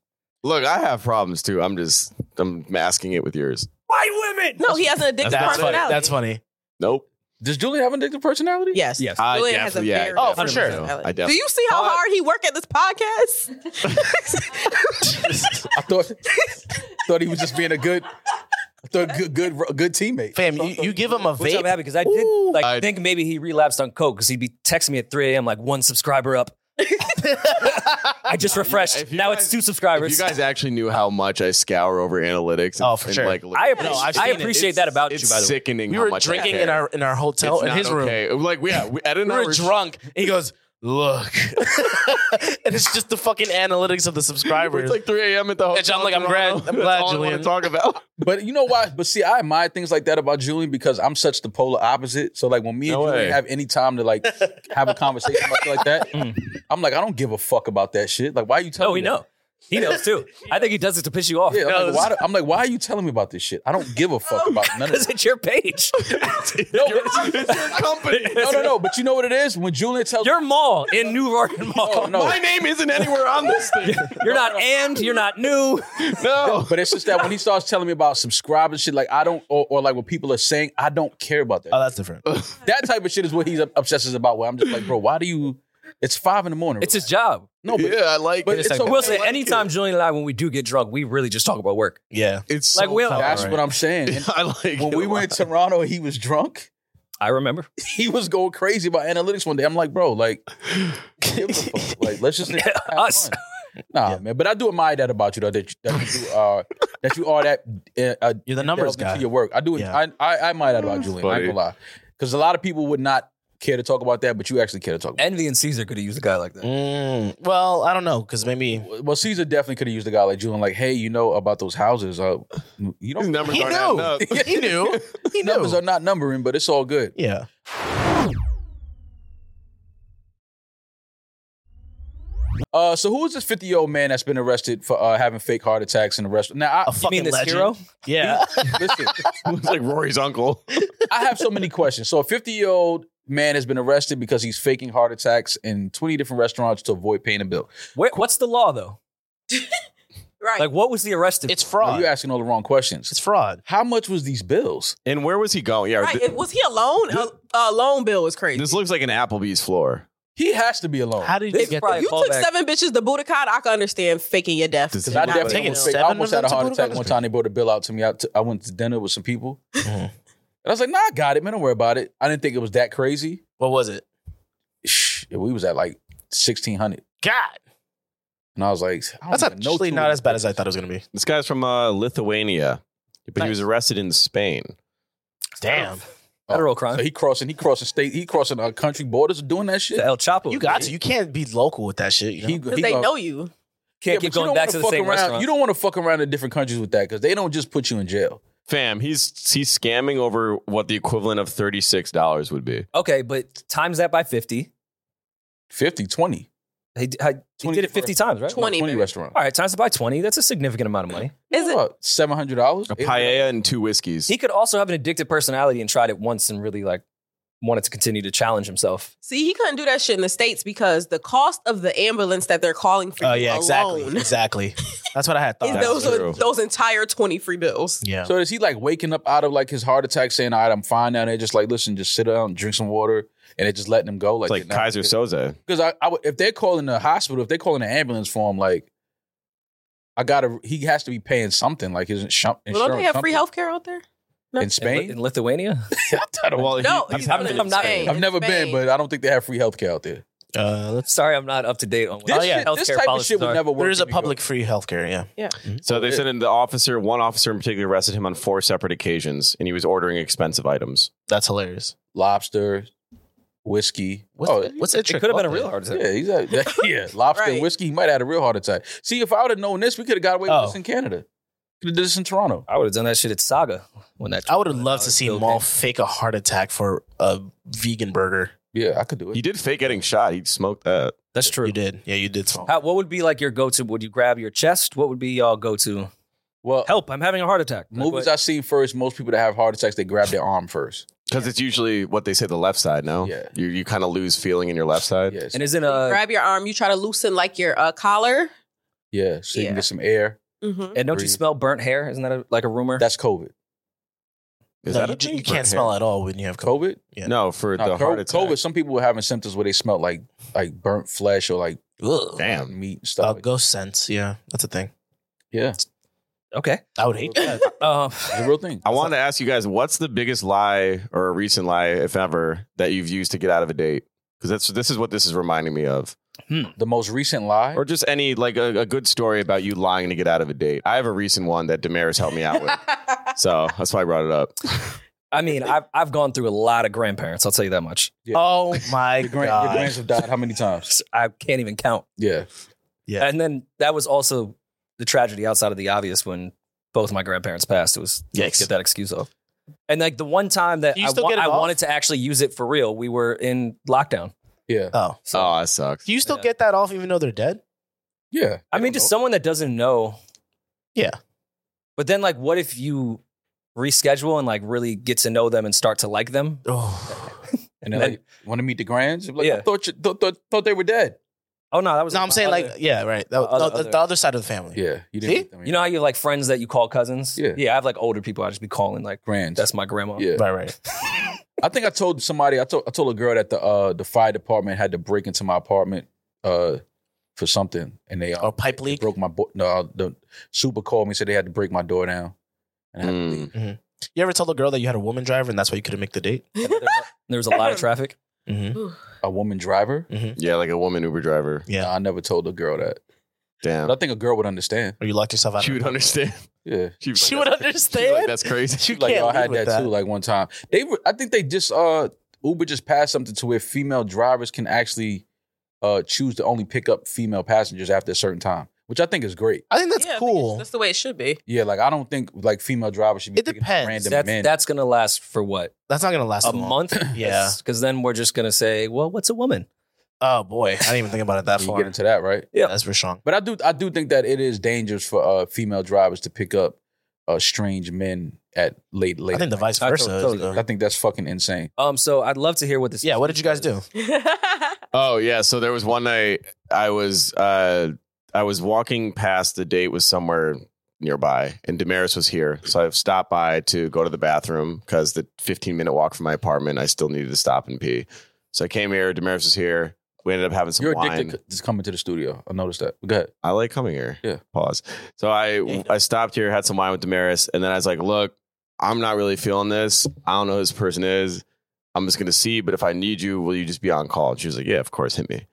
S4: Look, I have problems too. I'm just I'm masking it with yours.
S1: White women.
S8: no, he has an addictive
S3: That's funny.
S8: personality.
S3: That's funny.
S4: Nope.
S2: Does Julie have an addictive personality?
S8: Yes.
S1: Yes.
S4: I
S8: Julian has a
S4: definitely- yeah,
S8: very
S3: Oh, for
S8: different
S3: sure.
S8: personality.
S4: I def-
S8: Do you see how
S4: But-
S8: hard he worked at this podcast?
S2: I thought (laughs) thought he was just being a good, I thought good good good teammate.
S3: Fam, you, you give him a
S1: Which I'm
S3: vape.
S1: happy because I did like
S4: I-
S1: think maybe he relapsed on coke because he'd be texting me at 3 a.m. like one subscriber
S4: (laughs)
S1: up. I just refreshed.
S4: if you
S1: Now
S4: guys-
S1: it's two
S4: If you
S1: subscribers.
S4: guys actually knew how much I scour over analytics. And,
S3: Oh, for
S4: and,
S3: sure.
S4: Like, look-
S1: I appreciate,
S3: No, I've
S1: I
S3: seen it.
S1: appreciate that about
S4: it's
S1: you. By the way,
S4: sickening.
S3: We
S4: how
S3: were
S4: much I
S3: drinking
S4: care.
S3: in our in our hotel
S4: It's
S3: in
S4: not
S3: his room.
S4: okay. room. Like yeah, we, Ed and
S3: We
S4: I
S3: were
S4: were
S3: drunk. And he goes, look,
S2: (laughs)
S3: and it's just the fucking analytics of the subscribers.
S4: It's like 3 a.m. at the hotel.
S3: And John, like, I'm glad-
S4: Toronto.
S3: I'm glad,
S4: That's all I
S3: Julian.
S4: want to
S3: (laughs)
S4: talk about.
S2: But you know why? But see, I admire things like that about Julian because I'm such the polar opposite. So like when me and
S4: No
S2: Julian
S4: way.
S2: have any time to like have a conversation about shit like that,
S1: (laughs) Mm.
S2: I'm like, I don't give a fuck about that shit. Like, why are you telling
S1: oh, we
S2: me? that?
S1: know. He knows too. I think he does it to piss you off.
S2: Yeah, I'm,
S1: (laughs)
S3: No,
S2: like, why do- I'm like, why are you telling me about this shit? I don't give a fuck about none of
S1: Because
S2: this.
S1: it's your
S2: (laughs)
S1: page,
S2: No,
S4: It's your company.
S2: no, no, no. But you know what it is? When Julian tells
S1: your mall in New Rotten Mall.
S2: (laughs) no, no.
S4: My name isn't anywhere on this thing.
S1: You're not and, you're not
S2: (laughs)
S1: new.
S3: (laughs)
S4: No.
S2: But it's just that when he starts telling me about subscribe and shit, like I don't, or, or like what people are saying, I don't care about
S1: Uh,
S2: that.
S3: Oh, that's different.
S2: that type of shit is what he obsesses about. Where I'm just like, bro, why do you? It's five in the morning.
S1: It's his job.
S2: no, but
S4: Yeah, I like
S2: But
S4: it.
S2: it's
S1: I
S2: okay.
S1: will say,
S2: Like,
S1: anytime Julian and I, when we do get drunk, we really just talk about work.
S3: Yeah.
S4: It's
S1: Like, we'll-
S2: that's
S3: Alright.
S2: what I'm saying. And
S4: (laughs) I like
S2: when
S4: it
S2: we
S4: a
S2: went
S4: lot.
S2: to Toronto, he was drunk.
S1: I remember.
S2: He was going crazy about analytics one day. I'm like, bro, like, give a fuck. like let's just have
S1: Us.
S2: fun. Nah, man. But I do admire that about you, though. That you, that you are that you are that uh, uh,
S3: You're the (laughs) numbers
S2: delved into
S3: guy.
S2: your work. I do.
S3: Yeah.
S2: I, I I admire that about Julian. I ain't
S4: Funny.
S2: gonna lie, because a lot of people would not care to talk about that, but you actually care to talk. about
S1: Envy and Caesar could have used a guy like that.
S3: Mm, well, I don't know because maybe
S2: it. Well, Caesar definitely could have used a guy like Julian. Like, hey, you know about those houses? Uh, you
S4: These
S2: don't.
S4: numbers
S3: He
S4: aren't
S3: knew.
S4: adding
S3: (laughs)
S4: up. (laughs)
S2: (laughs)
S3: he knew. He
S2: Numbers are
S3: knew.
S2: not numbering, but it's all good.
S3: Yeah.
S2: Uh, so who is this fifty-year-old man that's been arrested for uh, having fake heart attacks in a restaurant? Now,
S3: A
S2: I,
S3: (laughs)
S1: You
S3: fucking
S1: mean this
S3: legend.
S1: hero?
S3: Yeah.
S2: listen,
S4: It's like Rory's uncle.
S2: I have so many questions. So a 50 year old man has been arrested because he's faking heart attacks in 20 different restaurants to avoid paying a bill.
S1: Where, what's the law though?
S8: Right.
S1: Like, what was the arrest? Of?
S3: it's
S2: Now,
S3: fraud.
S2: you're asking all the wrong questions.
S3: It's fraud.
S2: How much was these bills?
S4: And where was he going? Yeah,
S8: right.
S4: th-
S8: Was he alone? A, a loan bill was crazy.
S4: this looks like an Applebee's floor.
S2: He has to be alone.
S3: How did
S1: They
S3: you get
S1: probably-
S3: that?
S8: you
S1: Fall
S8: took
S1: back.
S8: seven bitches to Budokan. I can understand faking your death.
S4: Does
S2: Because I
S4: Wow.
S2: definitely
S3: Taking
S2: almost, faked- I
S3: seven
S2: almost
S3: of
S2: had a
S3: them to
S2: heart
S3: Budokan
S2: attack
S3: is
S2: one
S3: crazy.
S2: time. They brought a bill out to me. I, t- I went to dinner with some
S3: (laughs)
S2: people.
S3: Mm-hmm.
S2: And I was like, nah, I got it, man. Don't worry about it. I didn't think it was that crazy.
S3: What was it?
S2: Shh, We was at like 1600
S3: God,
S2: And I was like, I don't
S3: that's
S2: even know
S3: actually
S2: two
S3: not
S2: of
S3: as bad as I thought it was gonna be.
S4: This guy's from uh, Lithuania, but he
S3: Nice.
S4: was arrested in Spain.
S3: Damn,
S1: Federal crime.
S2: So Oh, he crossing, he crossing state, he crossing uh, country borders doing that shit.
S1: the El Chapo.
S3: you got to. You can't be local with that shit. You know?
S2: He-
S8: Because
S2: he
S8: they
S2: gonna-
S8: know you.
S1: Can't
S2: Yeah,
S1: keep
S2: but you
S1: going
S2: don't
S1: back
S2: wanna
S1: to the
S2: fuck
S1: same
S2: around,
S1: restaurant.
S2: You don't want to fuck around in different countries with that because they don't just put you in jail.
S4: Fam, he's he's scamming over what the equivalent of thirty six dollars would be.
S1: okay, but times that by fifty.
S2: 50, 20.
S1: He, d- I- he
S2: 20
S1: did it fifty times, right?
S8: 20, baby.
S2: restaurant.
S1: All right, times it by twenty. That's a significant amount of money.
S8: Is it?
S2: About $700?
S4: A paella and two whiskeys.
S1: He could also have an addicted personality and tried it once and really like wanted to continue to challenge himself.
S8: See, he couldn't do that shit in the states because the cost of the ambulance that they're calling for
S3: oh
S8: you
S3: yeah, exactly, (laughs)
S8: alone (laughs)
S3: exactly. That's what I had
S8: is
S3: thought.
S8: those
S4: true.
S8: are, those entire twenty free bills.
S3: yeah,
S2: So is he like waking up out of like his heart attack saying, all right, I'm fine now? They're just like, listen, just sit down, drink some water. And they're just letting him go. Like,
S4: it's like Kaiser Soze.
S2: Because I, I would, if they're calling the hospital, if they're calling an ambulance for him, like, I gotta, he has to be paying something. Like his insu- insurance.
S8: Well, don't they have free
S2: company.
S8: healthcare out there?
S2: in
S1: In,
S2: Spain?
S1: Li- in Lithuania? (laughs)
S2: I don't know.
S8: No,
S1: he's-
S8: it's
S1: I'm-
S8: not in
S1: I'm not-
S8: Spain.
S2: I've
S8: It's
S2: never
S8: Spain.
S2: been, but I don't think they have free healthcare out there.
S3: uh, let's,
S1: Sorry, I'm not up to date on what
S2: This,
S1: oh,
S2: yeah,
S1: yeah,
S2: shit, this
S1: healthcare
S2: type of
S1: policies
S2: shit would
S1: are.
S2: never work.
S3: there is a
S2: in New York.
S3: public free healthcare. Yeah,
S4: So they said in the officer, one officer in particular arrested him on four separate occasions, and he was ordering expensive items.
S3: that's hilarious.
S2: lobster, whiskey.
S3: What's,
S2: oh,
S3: what's that
S1: It
S3: trick?
S1: could have been a
S3: about
S1: real
S3: that?
S1: heart attack.
S2: yeah, he's a, (laughs) yeah, lobster and
S8: Right.
S2: whiskey. He might have had a real heart attack. See, if I would have known this, we could have got away with
S3: Oh.
S2: this in Canada. Could have did this in Toronto.
S1: I would have done that shit at Saga when that.
S3: I would have loved to see
S1: Okay.
S3: Maul fake a heart attack for a vegan burger.
S2: Yeah, I could do it.
S4: He did fake getting shot. He smoked that.
S1: That's true.
S3: You did. Yeah, you did. Smoke.
S1: How, what would be like your go to? Would you grab your chest? What would be y'all go to?
S2: Well,
S1: Help! I'm having a heart attack. Like,
S2: movies
S1: what-
S2: I've seen first, most people that have heart attacks, they grab their arm first.
S4: Because it's usually what they say the left side, no?
S2: Yeah.
S4: You, you kind of lose feeling in your left side.
S2: Yes.
S1: and isn't a
S8: grab your arm. You try to loosen like your uh, collar.
S2: yeah, so you can
S8: Yeah.
S2: get some air.
S8: hmm
S1: and don't you
S2: Breathe.
S1: smell burnt hair? Isn't that a, like a rumor?
S2: That's COVID.
S4: Is
S3: no,
S4: that
S3: you,
S4: a
S3: ju-
S4: thing
S3: you
S4: for
S3: can't
S4: hair?
S3: smell at all when you have COVID.
S2: COVID?
S3: Yeah.
S4: No, for
S2: No,
S4: the
S2: co-
S4: heart attack.
S2: COVID, some people will have symptoms where they smell like like burnt flesh or like
S3: Ugh.
S4: Damn.
S2: meat and
S3: Uh,
S2: stuff. like-
S3: ghost sense. Yeah, that's a thing.
S2: yeah, (laughs)
S1: okay.
S3: I would hate that.
S1: Um,
S2: it's a real thing.
S4: I wanted to ask you guys, what's the biggest lie or a recent lie, if ever, that you've used to get out of a date? Because that's this is what this is reminding me of,
S2: The most recent lie.
S4: or just any like a, a good story about you lying to get out of a date. I have a recent one that Damaris helped me out
S3: (laughs)
S8: (laughs)
S4: with, so that's why I brought it up.
S1: I mean, I've I've gone through a lot of grandparents. I'll tell you that much.
S3: Oh my
S2: Your, grand, your
S3: god!
S2: grands have died how many
S1: (laughs)
S2: times?
S1: I can't even count.
S2: Yeah.
S3: Yeah.
S1: And then that was also the tragedy outside of the obvious when both my grandparents passed. It was let's
S3: Yikes.
S1: get that excuse off. And like the one time that
S3: Do you
S1: I,
S3: still
S1: wa-
S3: get it
S1: I
S3: off?
S1: wanted to actually use it for real, we were in lockdown.
S2: Yeah.
S3: Oh,
S1: So
S4: Oh, that sucks.
S3: (laughs) do you still
S1: Yeah.
S3: get that off even though they're dead?
S2: Yeah.
S1: I mean, just someone that doesn't know.
S3: Yeah.
S1: But then, like, what if you reschedule and like really get to know them and start to like them?
S3: Oh.
S2: And then,
S1: then-
S2: like, want to meet the grands? Like, I
S1: Yeah.
S2: thought, you, th- th- thought they were dead.
S1: Oh no, that was
S3: No, I'm
S1: my
S3: saying like
S1: other-
S3: yeah, right. That-
S1: Other-
S3: no, the-
S1: other-
S3: the other side of the family.
S2: Yeah. You
S3: See?
S2: I mean,
S1: you know how you have, like friends that you call cousins.
S2: Yeah.
S1: yeah. I have like older people I just be calling like
S2: grands.
S1: that's my grandma.
S2: yeah.
S3: Right, right.
S2: I think I told somebody. I told I told a girl that the uh, the fire department had to break into my apartment uh, for something, and they uh,
S3: Or pipe
S2: they
S3: leak.
S2: broke my bo- no uh, the super called me said they had to break my door down. And I had to
S4: Mm.
S2: leave.
S3: You ever tell a girl that you had a woman driver and that's why you couldn't make the date?
S1: There was a
S3: (laughs)
S1: lot of traffic.
S3: Mm-hmm.
S2: a woman driver.
S4: Yeah, like a woman Uber driver.
S2: Yeah,
S3: Yeah.
S2: I never told a girl that. But
S4: Damn.
S2: I think a girl would understand.
S3: Or you locked yourself out.
S4: She
S3: of
S4: (laughs) would
S3: the-
S4: understand.
S2: Yeah,
S4: She,
S3: She
S4: like,
S3: would
S4: that's-
S3: understand.
S4: like, that's crazy.
S3: you
S2: like
S3: can't
S2: y'all
S3: lead
S2: had
S3: with
S2: that, too. Like one time, they were- I think they just uh Uber just passed something to where female drivers can actually uh choose to only pick up female passengers after a certain time, which I think is great.
S3: I think that's
S8: Yeah, I think it's-
S3: cool.
S8: That's the way it should be. (laughs)
S2: Yeah, like I don't think like female drivers should be
S3: It
S2: picking up
S3: depends.
S2: random
S1: That's
S2: men.
S1: that's gonna last for what
S3: That's not gonna last
S1: a
S3: long. (clears throat)
S1: month?
S3: Yeah.
S1: because then we're just gonna say, well, what's a woman?
S3: Oh boy, I didn't even think about it that
S2: you get
S3: far.
S2: into that, right?
S1: Yeah.
S3: That's for strong.
S2: But I do I do think that it is dangerous for uh female drivers to pick up uh strange men at late late.
S3: I think the vice
S1: I
S3: versa.
S1: totally
S3: is the-
S2: I think that's fucking insane.
S1: Um, so I'd love to hear what this.
S3: yeah. What did you guys do?
S4: Oh yeah, so there was one night I was uh I was walking past the date was somewhere nearby and Damaris was here. So I've stopped by to go to the bathroom because the 15 minute walk from my apartment, I still needed to stop and pee. So I came here, Damaris was here. We ended up having some
S2: You're
S4: wine.
S2: addicted to just coming to the studio. I noticed that. Go ahead.
S4: I like coming here.
S2: Yeah.
S4: Pause. So I
S3: you
S4: I stopped here, had some wine with Damaris, and then I was like, look, I'm not really feeling this. I don't know who this person is. I'm just gonna see, but if I need you, will you just be on call? And she was like, Yeah, of course, hit me.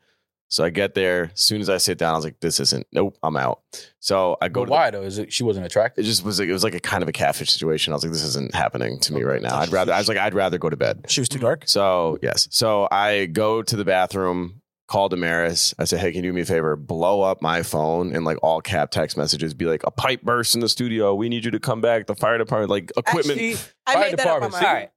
S4: So I get there. As soon as I sit down, I was like, this isn't nope, I'm out. So I go
S2: But
S4: to the-
S2: why though? Is it she wasn't
S4: it
S2: attractive?
S4: just was like it was like a kind of a catfish situation. I was like, this isn't happening to
S2: Oh,
S4: me right now. I'd rather I was like, I'd rather go to bed.
S3: She was
S8: Mm.
S3: too dark.
S4: So yes. So I go to the bathroom, call Damaris. I say, hey, can you do me a favor? Blow up my phone and like all cap text messages. Be like, a pipe burst in the studio. We need you to come back. The fire department, like equipment.
S8: I
S2: Fire
S8: made that up on
S2: department,
S8: my
S1: All right,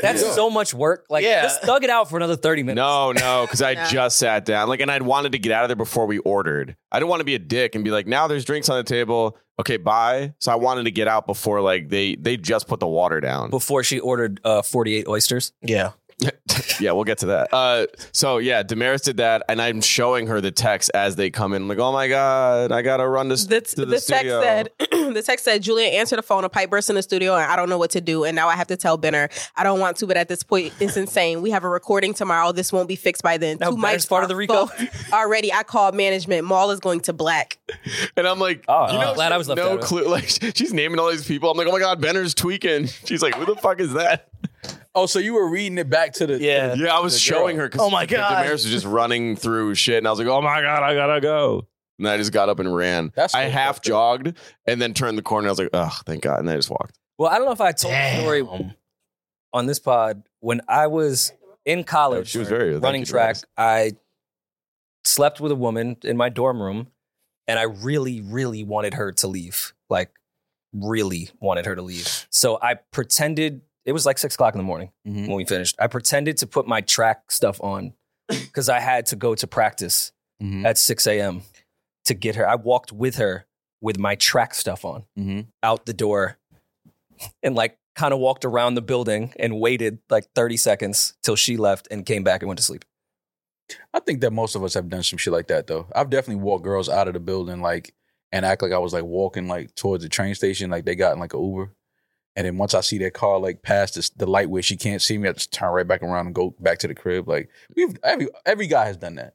S1: that's
S2: Yeah.
S1: so much work. Like,
S3: Yeah.
S1: just thug it out for another thirty minutes.
S4: no, no, because I
S8: Nah.
S4: just sat down. Like, and I'd wanted to get out of there before we ordered. I didn't want to be a dick and be like, now there's drinks on the table. Okay, bye. So I wanted to get out before like they they just put the water down.
S1: Before she ordered uh, forty-eight oysters.
S3: Yeah.
S4: (laughs) yeah, we'll get to that. Uh, so yeah, Damaris did that, and I'm showing her the text as they come in. Like, oh my god, I gotta run this.
S8: The,
S4: to the,
S8: the, text
S4: studio.
S8: said, (clears throat) the text said, Julian answered the phone, a pipe burst in the studio, and I don't know what to do. And now I have to tell Benner, I don't want to, but at this point, it's insane. We have a recording tomorrow. This won't be fixed by then.
S1: Now
S8: Two
S1: Benner's
S8: mics
S1: part of
S8: are
S1: the Rico.
S8: fucked Already, I called management. Mall is going to black. (laughs)
S4: and I'm like,
S1: Oh,
S4: you
S1: I'm
S4: know,
S1: glad
S4: she
S1: I was
S4: has
S1: left
S4: no
S1: out of it.
S4: clue. (laughs) Like, she's naming all these people. I'm like, oh my god, Benner's tweaking. (laughs) She's like, who the fuck is that?
S2: Oh, so you were reading it back to the
S3: Yeah.
S4: Yeah, I was showing her. 'cause
S3: Oh my God.
S4: Damaris was just running through shit, and I was like, oh my god, I gotta go. And I just got up and ran.
S2: That's
S4: I
S2: so
S4: half
S2: fucked up.
S4: jogged and then turned the corner. I was like, oh, thank God. And I just walked.
S1: Well, I don't know if I told the
S3: Damn.
S1: story on this pod when I was in college.
S4: Yeah, she was very- thank
S1: running
S4: you,
S1: track.
S4: Damaris.
S1: I slept with a woman in my dorm room, and I really, really wanted her to leave. Like, really wanted her to leave. So I pretended it was like six o'clock in the morning
S4: Mm-hmm.
S2: Mhm.
S1: when we finished. I pretended to put my track stuff on
S4: (laughs)
S1: because I had to go to practice
S4: Mm-hmm.
S2: Mhm.
S1: at six a.m. to get her. I walked with her with my track stuff on
S2: Mhm.
S1: out the door and like kind of walked around the building and waited like 30 seconds till she left and came back and went to sleep.
S2: I think that most of us have done some shit like that though. I've definitely walked girls out of the building like and act like I was like walking like towards the train station, like they got in like an Uber. And then once I see that car like past this, the light where she can't see me, I just turn right back around and go back to the crib. Like we've every every guy has done that.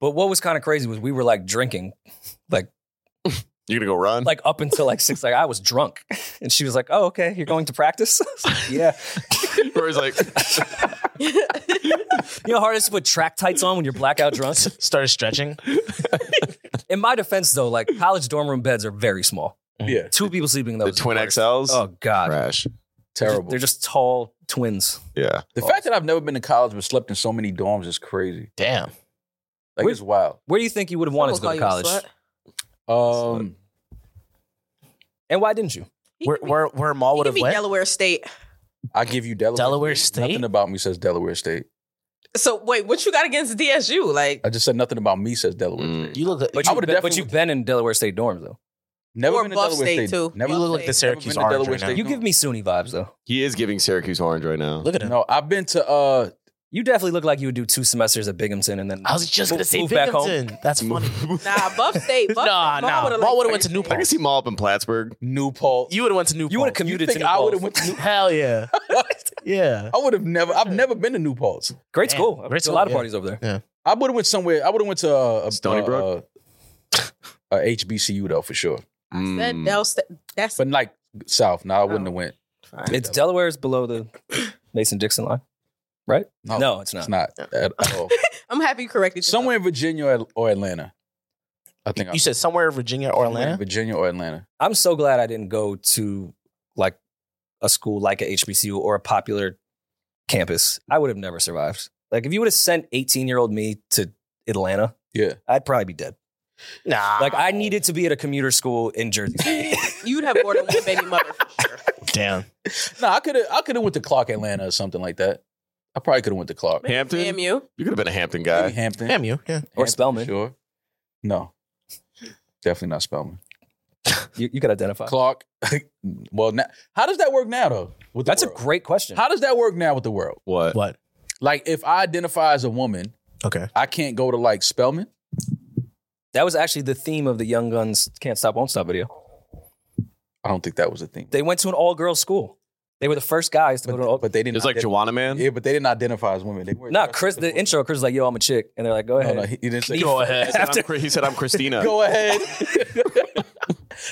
S1: But what was kind of crazy was we were like drinking,
S4: You're gonna go run?
S1: like up until like six. Like I was drunk, and she was like, "Oh, okay, you're going to practice." I was like, yeah,
S4: (laughs) Or it's like,
S1: you know, how hard it is to put track tights on when you're blackout drunk.
S3: Started stretching.
S1: In my defense, though, like college dorm room beds are very small.
S2: (laughs) Yeah.
S1: Two people sleeping in
S4: the
S1: those is
S4: twin
S1: worse.
S4: XLs?
S1: Oh God,
S4: Crash.
S2: Terrible.
S1: they're just tall twins.
S4: Yeah.
S2: the fact that I've never been to college but slept in so many dorms is crazy.
S3: Damn.
S2: Like
S1: Wait.
S2: it's wild.
S1: Where do you think you would have wanted to go to college,
S2: Um
S1: and why didn't you?
S3: Where where where Maul would
S8: Would
S3: have
S8: be
S3: went?
S8: Delaware State.
S2: I give you Delaware.
S3: Delaware State?
S2: Nothing about me says Delaware State.
S8: So wait, what you got against DSU? Like
S2: I just said nothing about me, says Delaware
S4: Mm.
S2: State.
S3: You look.
S1: But
S2: I
S1: you've
S2: would've
S1: been, but
S2: definitely-
S1: you've been in Delaware State dorms though.
S2: Never
S8: Or
S2: been to
S8: Buff
S2: Delaware
S8: State,
S2: State.
S8: too.
S2: Never
S8: You look like
S2: never
S8: the
S2: been
S3: Syracuse
S2: to
S3: Orange
S2: Delaware
S3: right now.
S2: State,
S1: You
S2: no.
S1: give me SUNY vibes though.
S4: He is giving Syracuse orange right now.
S3: Look at him.
S2: No, I've been to uh
S1: You definitely look like you would do two semesters at Binghamton and then
S3: I was just gonna say
S1: move back home.
S3: Binghamton. That's funny.
S8: nah, Buff State. Buff
S3: Nah,
S8: State.
S3: nah. Ball would've went to
S4: I
S3: Newport.
S4: can see Maul up in Plattsburgh.
S2: Newport.
S3: You would have went to Newport.
S1: You would have commuted
S2: think
S1: to New
S2: I
S1: Paltz.
S2: would have went to New
S3: Hell (laughs) yeah. yeah.
S2: I would have never I've never been to New Paltz.
S1: Great
S3: Damn,
S1: school.
S3: great
S1: There's a
S3: school,
S1: lot of
S3: yeah.
S1: parties over there.
S2: I would have went somewhere. I would have went to uh, a
S4: Stony Brook?
S2: uh, uh, HBCU though for sure.
S8: I said
S4: Mm.
S8: Del Sta- That's
S2: But like South, no, I wouldn't have went.
S1: It's Delaware's below the Mason Dixon line, right? No, it's not.
S2: It's not at
S8: (laughs)
S2: all.
S8: I'm happy you corrected yourself.
S2: Somewhere in Virginia or, or Atlanta. I think I-
S3: You said somewhere in Virginia
S2: somewhere
S3: or
S2: in
S3: Atlanta?
S2: Virginia or Atlanta.
S1: I'm so glad I didn't go to like a school like a HBCU or a popular campus. I would have never survived. Like if you would have sent 18 year old me to Atlanta,
S2: Yeah.
S1: I'd probably be dead.
S3: Nah.
S1: Like I needed to be at a commuter school in Jersey. City.
S8: You'd have more than one baby mother for sure.
S3: Damn.
S2: No, I could have. I could have went to Clark, Atlanta, or something like that. I probably could have went to Clark,
S4: Hampton?
S8: Damn you.
S4: You could have been a Hampton
S2: Maybe
S4: guy.
S2: Hampton,
S3: Damn you. Yeah.
S1: Or
S2: Hampton,
S1: Spelman.
S2: Sure. No, definitely not Spelman.
S1: you, you could identify.
S2: Clark. (laughs) well, now, how does that work now though? With the
S1: That's a
S2: world?
S1: great question.
S2: How does that work now with the world?
S4: What?
S3: What?
S2: Like, if I identify as a woman,
S3: Okay.
S2: I can't go to like Spelman.
S1: That was actually the theme of the Young Guns Can't Stop Won't Stop video.
S2: I don't think that was a thing.
S1: They went to an all girls school. They were the first guys to go to an all.
S2: But they didn't.
S4: It's like
S2: ident-
S4: Joanna Man.
S2: yeah, but they didn't identify as women. They weren't.
S1: Nah, Chris. The intro, Chris was like, "Yo, I'm a chick," and they're like, "Go
S2: No,
S1: ahead."
S2: no, he, he didn't say.
S3: Go ahead.
S4: He said, I'm, Chris-
S3: (laughs)
S4: he said, I'm Christina.
S2: Go ahead. (laughs)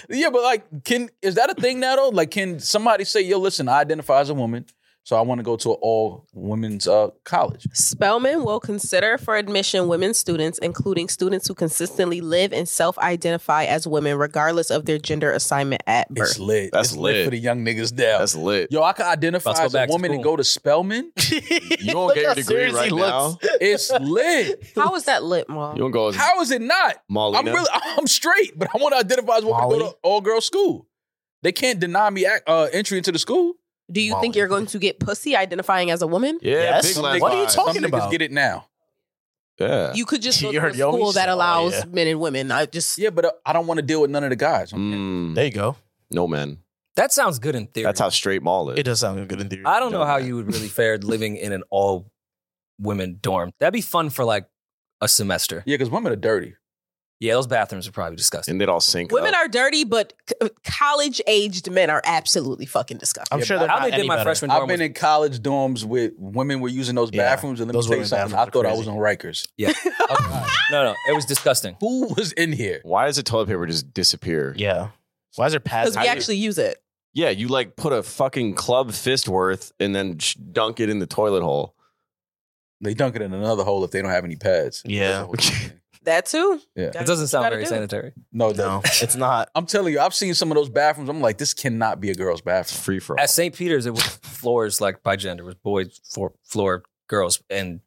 S2: yeah, but like, can is that a thing now though? Like, can somebody say, "Yo, listen, I identify as a woman, so I want to go to an all women's uh, college"?
S8: Spelman will consider for admission women students, including students who consistently live and self identify as women, regardless of their gender assignment at
S2: It's
S8: birth.
S2: lit.
S4: That's
S2: it's
S4: lit.
S2: for the young niggas now.
S4: That's lit.
S2: Yo, I can identify
S1: Let's go
S2: as a
S1: back to
S2: woman and
S1: school.
S2: go to
S4: (laughs)
S2: Spelman.
S4: You
S3: you
S4: gonna get your degree right now?
S2: It's lit.
S8: How is that lit, Mom?
S4: You gonna go as
S2: How is it not?
S4: Molly?
S2: I'm really, (laughs) I'm straight, but I want to identify as woman and go
S3: Molly?
S2: to all girl school. They can't deny me ac- uh, entry into the school.
S8: Do you think you're going to get pussy identifying as a woman?
S4: Yeah,
S3: Yes.
S4: big
S3: Some
S4: last
S3: niggas- What are you
S4: line.
S3: talking-
S2: Some niggas
S3: about?
S2: get it now.
S4: Yeah.
S8: You could just go
S3: You
S8: to a
S3: heard- yo,
S8: school
S3: you
S8: that
S3: said- oh,
S8: allows
S3: yeah.
S8: men and women. I just
S2: Yeah, but uh, I don't want to deal with none of the guys.
S4: Mm,
S3: There you go.
S4: no man.
S1: that sounds good in theory.
S4: That's how straight Maul is.
S3: It does sound good in theory.
S1: I don't know how you would really fare living in an all women dorm. That'd be fun for like a semester.
S2: Yeah, because women are dirty.
S1: Yeah, those bathrooms are probably disgusting.
S4: and they'd all sync.
S8: women
S4: up.
S8: are dirty, but college aged men are absolutely fucking disgusting.
S3: I'm sure they're
S1: How
S3: not
S1: they did
S3: any
S1: my
S3: better.
S1: freshman dorm?
S2: I've been
S1: was-
S2: in college dorms with women were using those
S3: Yeah,
S2: bathrooms, and let me
S3: those
S2: tell you
S3: women
S2: something. I
S3: bathrooms are
S2: thought I
S3: crazy.
S2: was on Rikers.
S8: (laughs)
S1: (laughs) no, no, it was disgusting.
S2: Who was in here?
S4: Why does the toilet paper just disappear?
S3: Yeah. Why is there pads?
S8: Because
S4: How
S8: we
S4: do-
S8: actually use it.
S4: Yeah, you like put a fucking club fist worth and then sh- dunk it in the toilet hole.
S2: They dunk it in another hole if they don't have any pads.
S3: Oh, Yeah.
S8: That too.
S2: Yeah.
S1: It doesn't sound
S8: Gotta
S1: very
S8: do it.
S1: sanitary.
S2: No, it
S3: No,
S1: (laughs)
S2: doesn't.
S3: it's not.
S2: I'm telling you, I've seen some of those bathrooms. I'm like, this cannot be a girl's
S4: (laughs) It's
S2: bathroom.
S4: free for all.
S1: At St. Peter's, it was floors like by gender, it was boys floor, floor, girls, and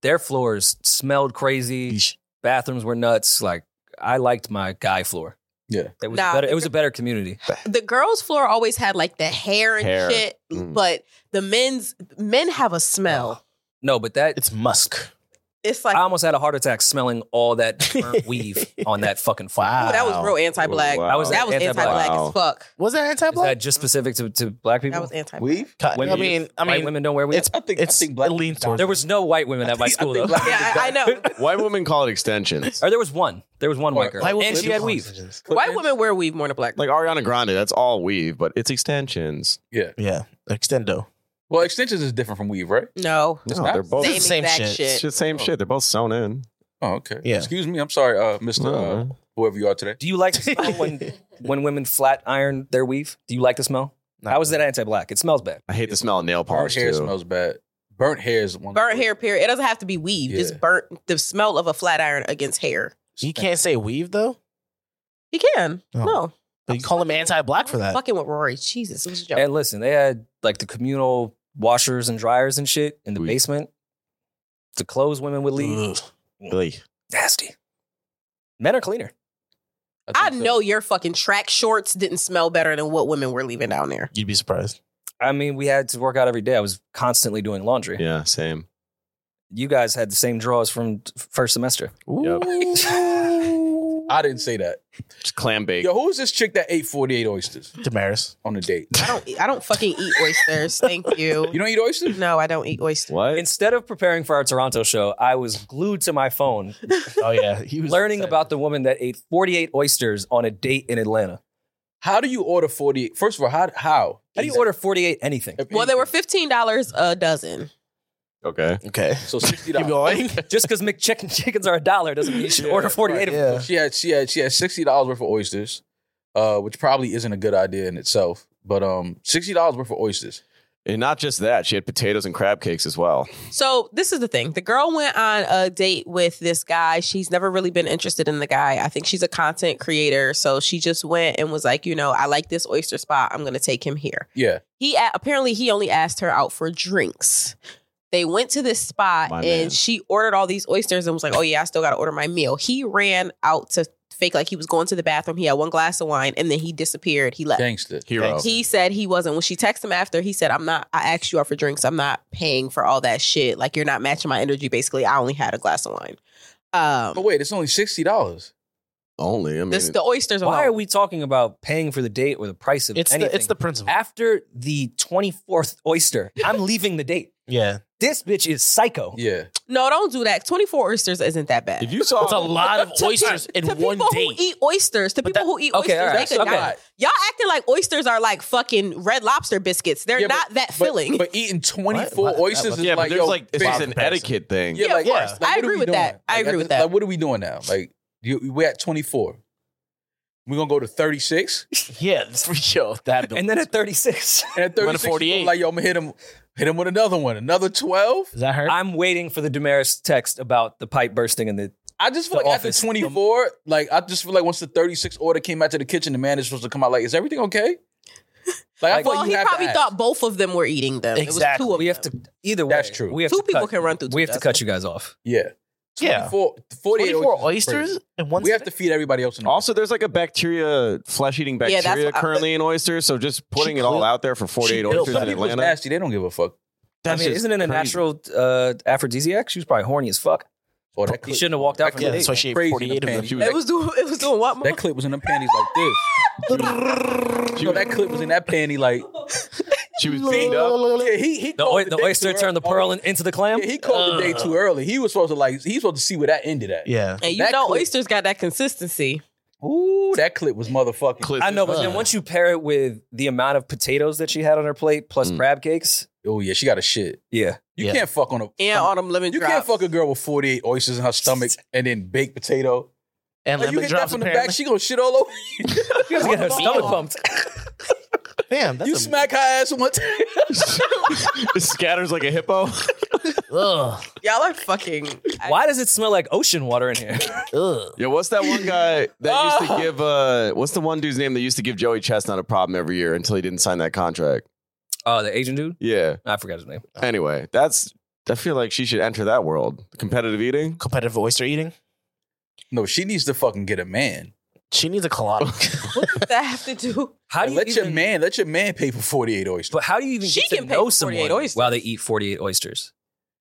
S1: their floors smelled crazy.
S3: Yeesh.
S1: Bathrooms were nuts. Like I liked my guy floor.
S2: Yeah.
S1: it was
S8: Nah,
S1: better.
S8: the
S1: It was a better community.
S8: the girls' floor always had like the hair and
S4: Hair.
S8: shit,
S4: Mm.
S8: but the men's men have a smell.
S1: No, but that
S3: It's musk.
S8: It's like
S1: I almost had a heart attack smelling all
S8: (laughs)
S1: that burnt weave on that fucking floor.
S3: Wow.
S8: ooh, that was real anti-black.
S4: Wow.
S1: I was
S8: That was
S1: Anti-black.
S8: anti-black,
S4: Wow.
S8: as fuck.
S3: Was that anti
S1: Is that
S3: black?
S1: just specific to, to black people?
S8: That was anti-black.
S2: Weave?
S3: I
S4: Women-
S3: mean, I
S1: white
S3: mean,
S1: women don't wear weave.
S3: it's
S2: I think- I
S3: it's
S2: think black
S3: it leans towards
S1: There was no white women at my school though,
S2: black-
S8: Yeah, I, I (laughs) know.
S4: White women call it extensions.
S1: or there was one. There was one white girl,
S3: White women
S1: and she
S3: do
S1: had
S3: call
S1: weave.
S3: decisions.
S8: White women wear weave more than black.
S4: Like Ariana Grande, that's all weave, but it's extensions.
S2: Yeah.
S3: Yeah,
S1: (laughs)
S3: extendo.
S2: Well, extensions is different from weave, right?
S8: no,
S4: No,
S2: not-
S4: they're both
S8: same,
S4: it's
S3: Same
S8: exact
S3: shit.
S8: shit.
S4: just the same shit. They're both sewn in.
S2: Oh, okay.
S3: Yeah.
S2: Excuse me. I'm sorry, uh, Mr. Uh,
S4: No.
S2: whoever you are today.
S1: Do you
S8: (laughs)
S1: like the smell when when women flat iron their weave? Do you like the smell? How is that anti-black? It smells bad.
S4: I hate the smell of nail
S2: Burnt
S4: polish
S2: hair
S4: too.
S2: smells bad. Burnt hair is one.
S8: Burnt hair. Period. It doesn't have to be weave.
S2: Yeah.
S8: Just burnt. The smell of a flat iron against hair.
S3: (laughs) You can't say weave though.
S8: You can.
S3: Oh.
S8: No,
S3: But you call them anti-black for that.
S8: fucking with Rory. Jesus, it was a joke.
S1: And listen, they had like the communal washers and dryers and shit in the
S4: Ooh.
S1: basement. The clothes women would leave.
S3: Ugh.
S4: Really?
S1: Nasty. Men are cleaner.
S8: I
S2: think so.
S8: know your fucking track shorts didn't smell better than what women were leaving down there.
S3: You'd be surprised.
S1: I mean, we had to work out every day. I was constantly doing laundry.
S4: Yeah, same.
S1: you guys had the same draws from t- first semester.
S2: I didn't say that.
S4: Just clam bake.
S2: Yo, who was this chick that ate 48 oysters
S3: (laughs)
S1: (laughs)
S3: Damaris.
S2: on a date?
S8: I don't. eat- I don't fucking eat oysters. Thank you. (laughs)
S2: You don't eat oysters?
S8: No, I don't eat oysters.
S4: What?
S1: Instead of preparing for our Toronto show, I was glued to my
S3: (laughs)
S1: phone
S3: Oh yeah, he was
S1: learning about the woman that ate 48 oysters on a date in Atlanta.
S2: How do you order 48? First of all, how? How,
S1: How do you order 48
S3: (laughs)
S1: anything?
S8: Well, they were fifteen dollars a dozen.
S4: Okay.
S3: Okay,
S2: So $60.
S3: (laughs) keep going.
S1: Just because McChicken chickens are a dollar doesn't mean you should
S2: Yeah,
S1: order 48 of them.
S3: yeah,
S2: She had she had she had sixty dollars worth of oysters, uh, which probably isn't a good idea in itself. But um, sixty dollars worth of oysters.
S4: And not just that, she had potatoes and crab cakes as well.
S8: So this is the thing. The girl went on a date with this guy. She's never really been interested in the guy. I think she's a content creator. So she just went and was like, you know, I like this oyster spot. I'm gonna take him here.
S2: Yeah,
S8: he a- apparently he only asked her out for drinks. They went to this spot
S4: My
S8: and
S4: man.
S8: she ordered all these oysters and was like, "Oh yeah, I still got to order my meal." He ran out to fake like he was going to the bathroom. He had one glass of wine and then he disappeared. He left.
S2: gangster.
S4: Hero.
S8: He said he wasn't. When she texted him after, he said, "I'm not. I asked you out for drinks. I'm not paying for all that shit. Like you're not matching my energy. Basically, I only had a glass of wine."
S2: But
S8: Um,
S2: wait, it's only sixty dollars.
S4: Only. I mean,
S8: this the oysters.
S1: Why
S8: alone.
S1: are we talking about paying for the date or the price of
S3: it's
S1: anything?
S3: the it's the principle.
S1: After the 24th oyster, I'm leaving the date.
S3: Yeah,
S1: This bitch is psycho.
S2: Yeah,
S8: No, don't do that. Twenty four oysters isn't that bad.
S4: if you saw
S3: it's a lot of oysters in
S8: to
S3: one
S8: people
S3: date.
S8: who eat oysters, to people who eat
S1: okay,
S8: oysters,
S1: all right,
S8: they could
S1: okay.
S8: not. Y'all acting like oysters are like fucking red lobster biscuits. They're
S2: Yeah, but-
S8: not that
S2: but,
S8: filling.
S2: But eating twenty
S3: What?
S2: four
S3: What?
S2: oysters is
S4: yeah, but
S2: like
S4: there's
S2: yo,
S4: like this
S2: big-
S4: is an etiquette thing.
S2: Yeah,
S8: Yeah,
S2: like,
S8: of
S2: yeah.
S8: course.
S2: Like,
S8: I
S2: what are
S8: agree
S2: we
S8: with
S2: doing?
S8: that. I
S2: Like,
S8: agree
S2: at this-
S8: with that.
S2: Like, what are we doing now? Like, you, we're at twenty four. We're gonna go to thirty six
S3: yeah, that's- yo, that
S1: And then at 36,
S2: and at
S3: We're
S2: thirty
S3: going to
S2: six.
S3: 48.
S2: Like, yo, I'm gonna hit him, hit him with another one, another twelve.
S3: is that her?
S1: I'm waiting for the Damaris text about the pipe bursting and the.
S2: I just feel
S1: The
S2: like
S1: office.
S2: after 24, like I just feel like once the 36 order came out to the kitchen, the man is supposed to come out like, "Is everything okay?" Like, I feel
S8: well,
S2: like you
S8: he
S2: have to
S8: probably
S2: ask.
S8: thought both of them were eating them.
S3: Exactly.
S8: It was two of
S1: We have
S8: them.
S1: to either way.
S2: That's true.
S1: We have
S8: Two
S1: to
S8: people
S1: cut-
S8: can run through two
S1: We have to cut
S8: dozen.
S1: you guys off.
S2: yeah,
S3: yeah,
S2: 4 48
S3: 24
S2: is
S3: oysters
S2: crazy.
S3: in one.
S2: We have to feed everybody else in the
S4: Also, there's like a bacteria, flesh-eating
S8: Yeah, that's
S4: bacteria
S8: what I-
S4: currently in oysters. So just putting it all
S3: clear-
S4: out there for 48
S3: built
S4: oysters
S2: Some
S4: in
S2: people's
S4: Atlanta.
S2: nasty. They don't give a fuck.
S4: That's
S1: I mean,
S4: just
S1: isn't it a
S4: crazy.
S1: natural uh, aphrodisiac? She was probably horny as fuck.
S2: Oh, that
S1: He
S2: clip,
S1: shouldn't have walked out
S2: That
S1: from
S3: yeah,
S1: the
S2: clip-
S1: date.
S3: that's why she ate
S2: Crazy
S3: 48
S2: in the
S3: of
S2: panties.
S3: them.
S2: She was
S8: It was doing. (laughs) It was doing what?
S2: that clip was in her panties like this. She was- that clip was in that panty like.
S4: She was beat
S2: (laughs)
S4: up.
S2: Yeah, he he
S1: The,
S2: called
S1: oy- the
S2: date
S1: oyster
S2: too
S1: turned the
S2: early.
S1: pearl in- into the clam.
S2: Yeah, he called the day too early. He was supposed to like. He was supposed to see where that ended at.
S3: yeah,
S8: and you
S2: that
S8: know,
S2: clip-
S8: oysters got that consistency.
S2: Ooh, that clip was motherfucking.
S4: Cliff
S1: Uh, I know,
S4: is-
S1: but then once you pair it with the amount of potatoes that she had on her plate plus
S4: Mm.
S1: crab cakes,
S2: Oh yeah, she got a shit.
S1: yeah,
S2: You
S3: Yeah.
S2: can't fuck on a.
S8: And all them lemon
S2: You
S8: drops.
S2: can't fuck a girl with 48 oysters in her stomach and then baked potato.
S3: and
S2: Like, you
S3: lemon
S2: hit that
S3: drops
S2: from the
S3: apparently.
S2: back, she gonna shit all over you.
S1: you guys get her
S3: Hold
S1: stomach
S3: on.
S1: pumped.
S3: Damn, that's
S2: you
S3: a,
S2: smack her ass one time.
S4: it scatters like a hippo.
S3: Ugh,
S8: Y'all are fucking.
S1: Why does it smell like ocean water in here? (laughs)
S3: ugh.
S4: Yo, what's that one guy that used to give? Uh, what's the one dude's name that used to give Joey Chestnut a problem every year until he didn't sign that contract?
S1: Oh, the Asian dude.
S4: Yeah.
S1: I forgot his name.
S4: Anyway, that's. I feel like she should enter that world. Competitive eating.
S3: Competitive oyster eating.
S2: no, she needs to fucking get a man.
S3: She needs a colada.
S8: What does (laughs) that have to do?
S1: How do you
S2: let your
S1: even-
S2: man, let your man pay for 48 oysters.
S1: But how do you even
S8: She
S1: get to
S8: can pay
S1: know
S8: for 48
S1: someone
S8: oysters.
S1: while they eat 48 oysters?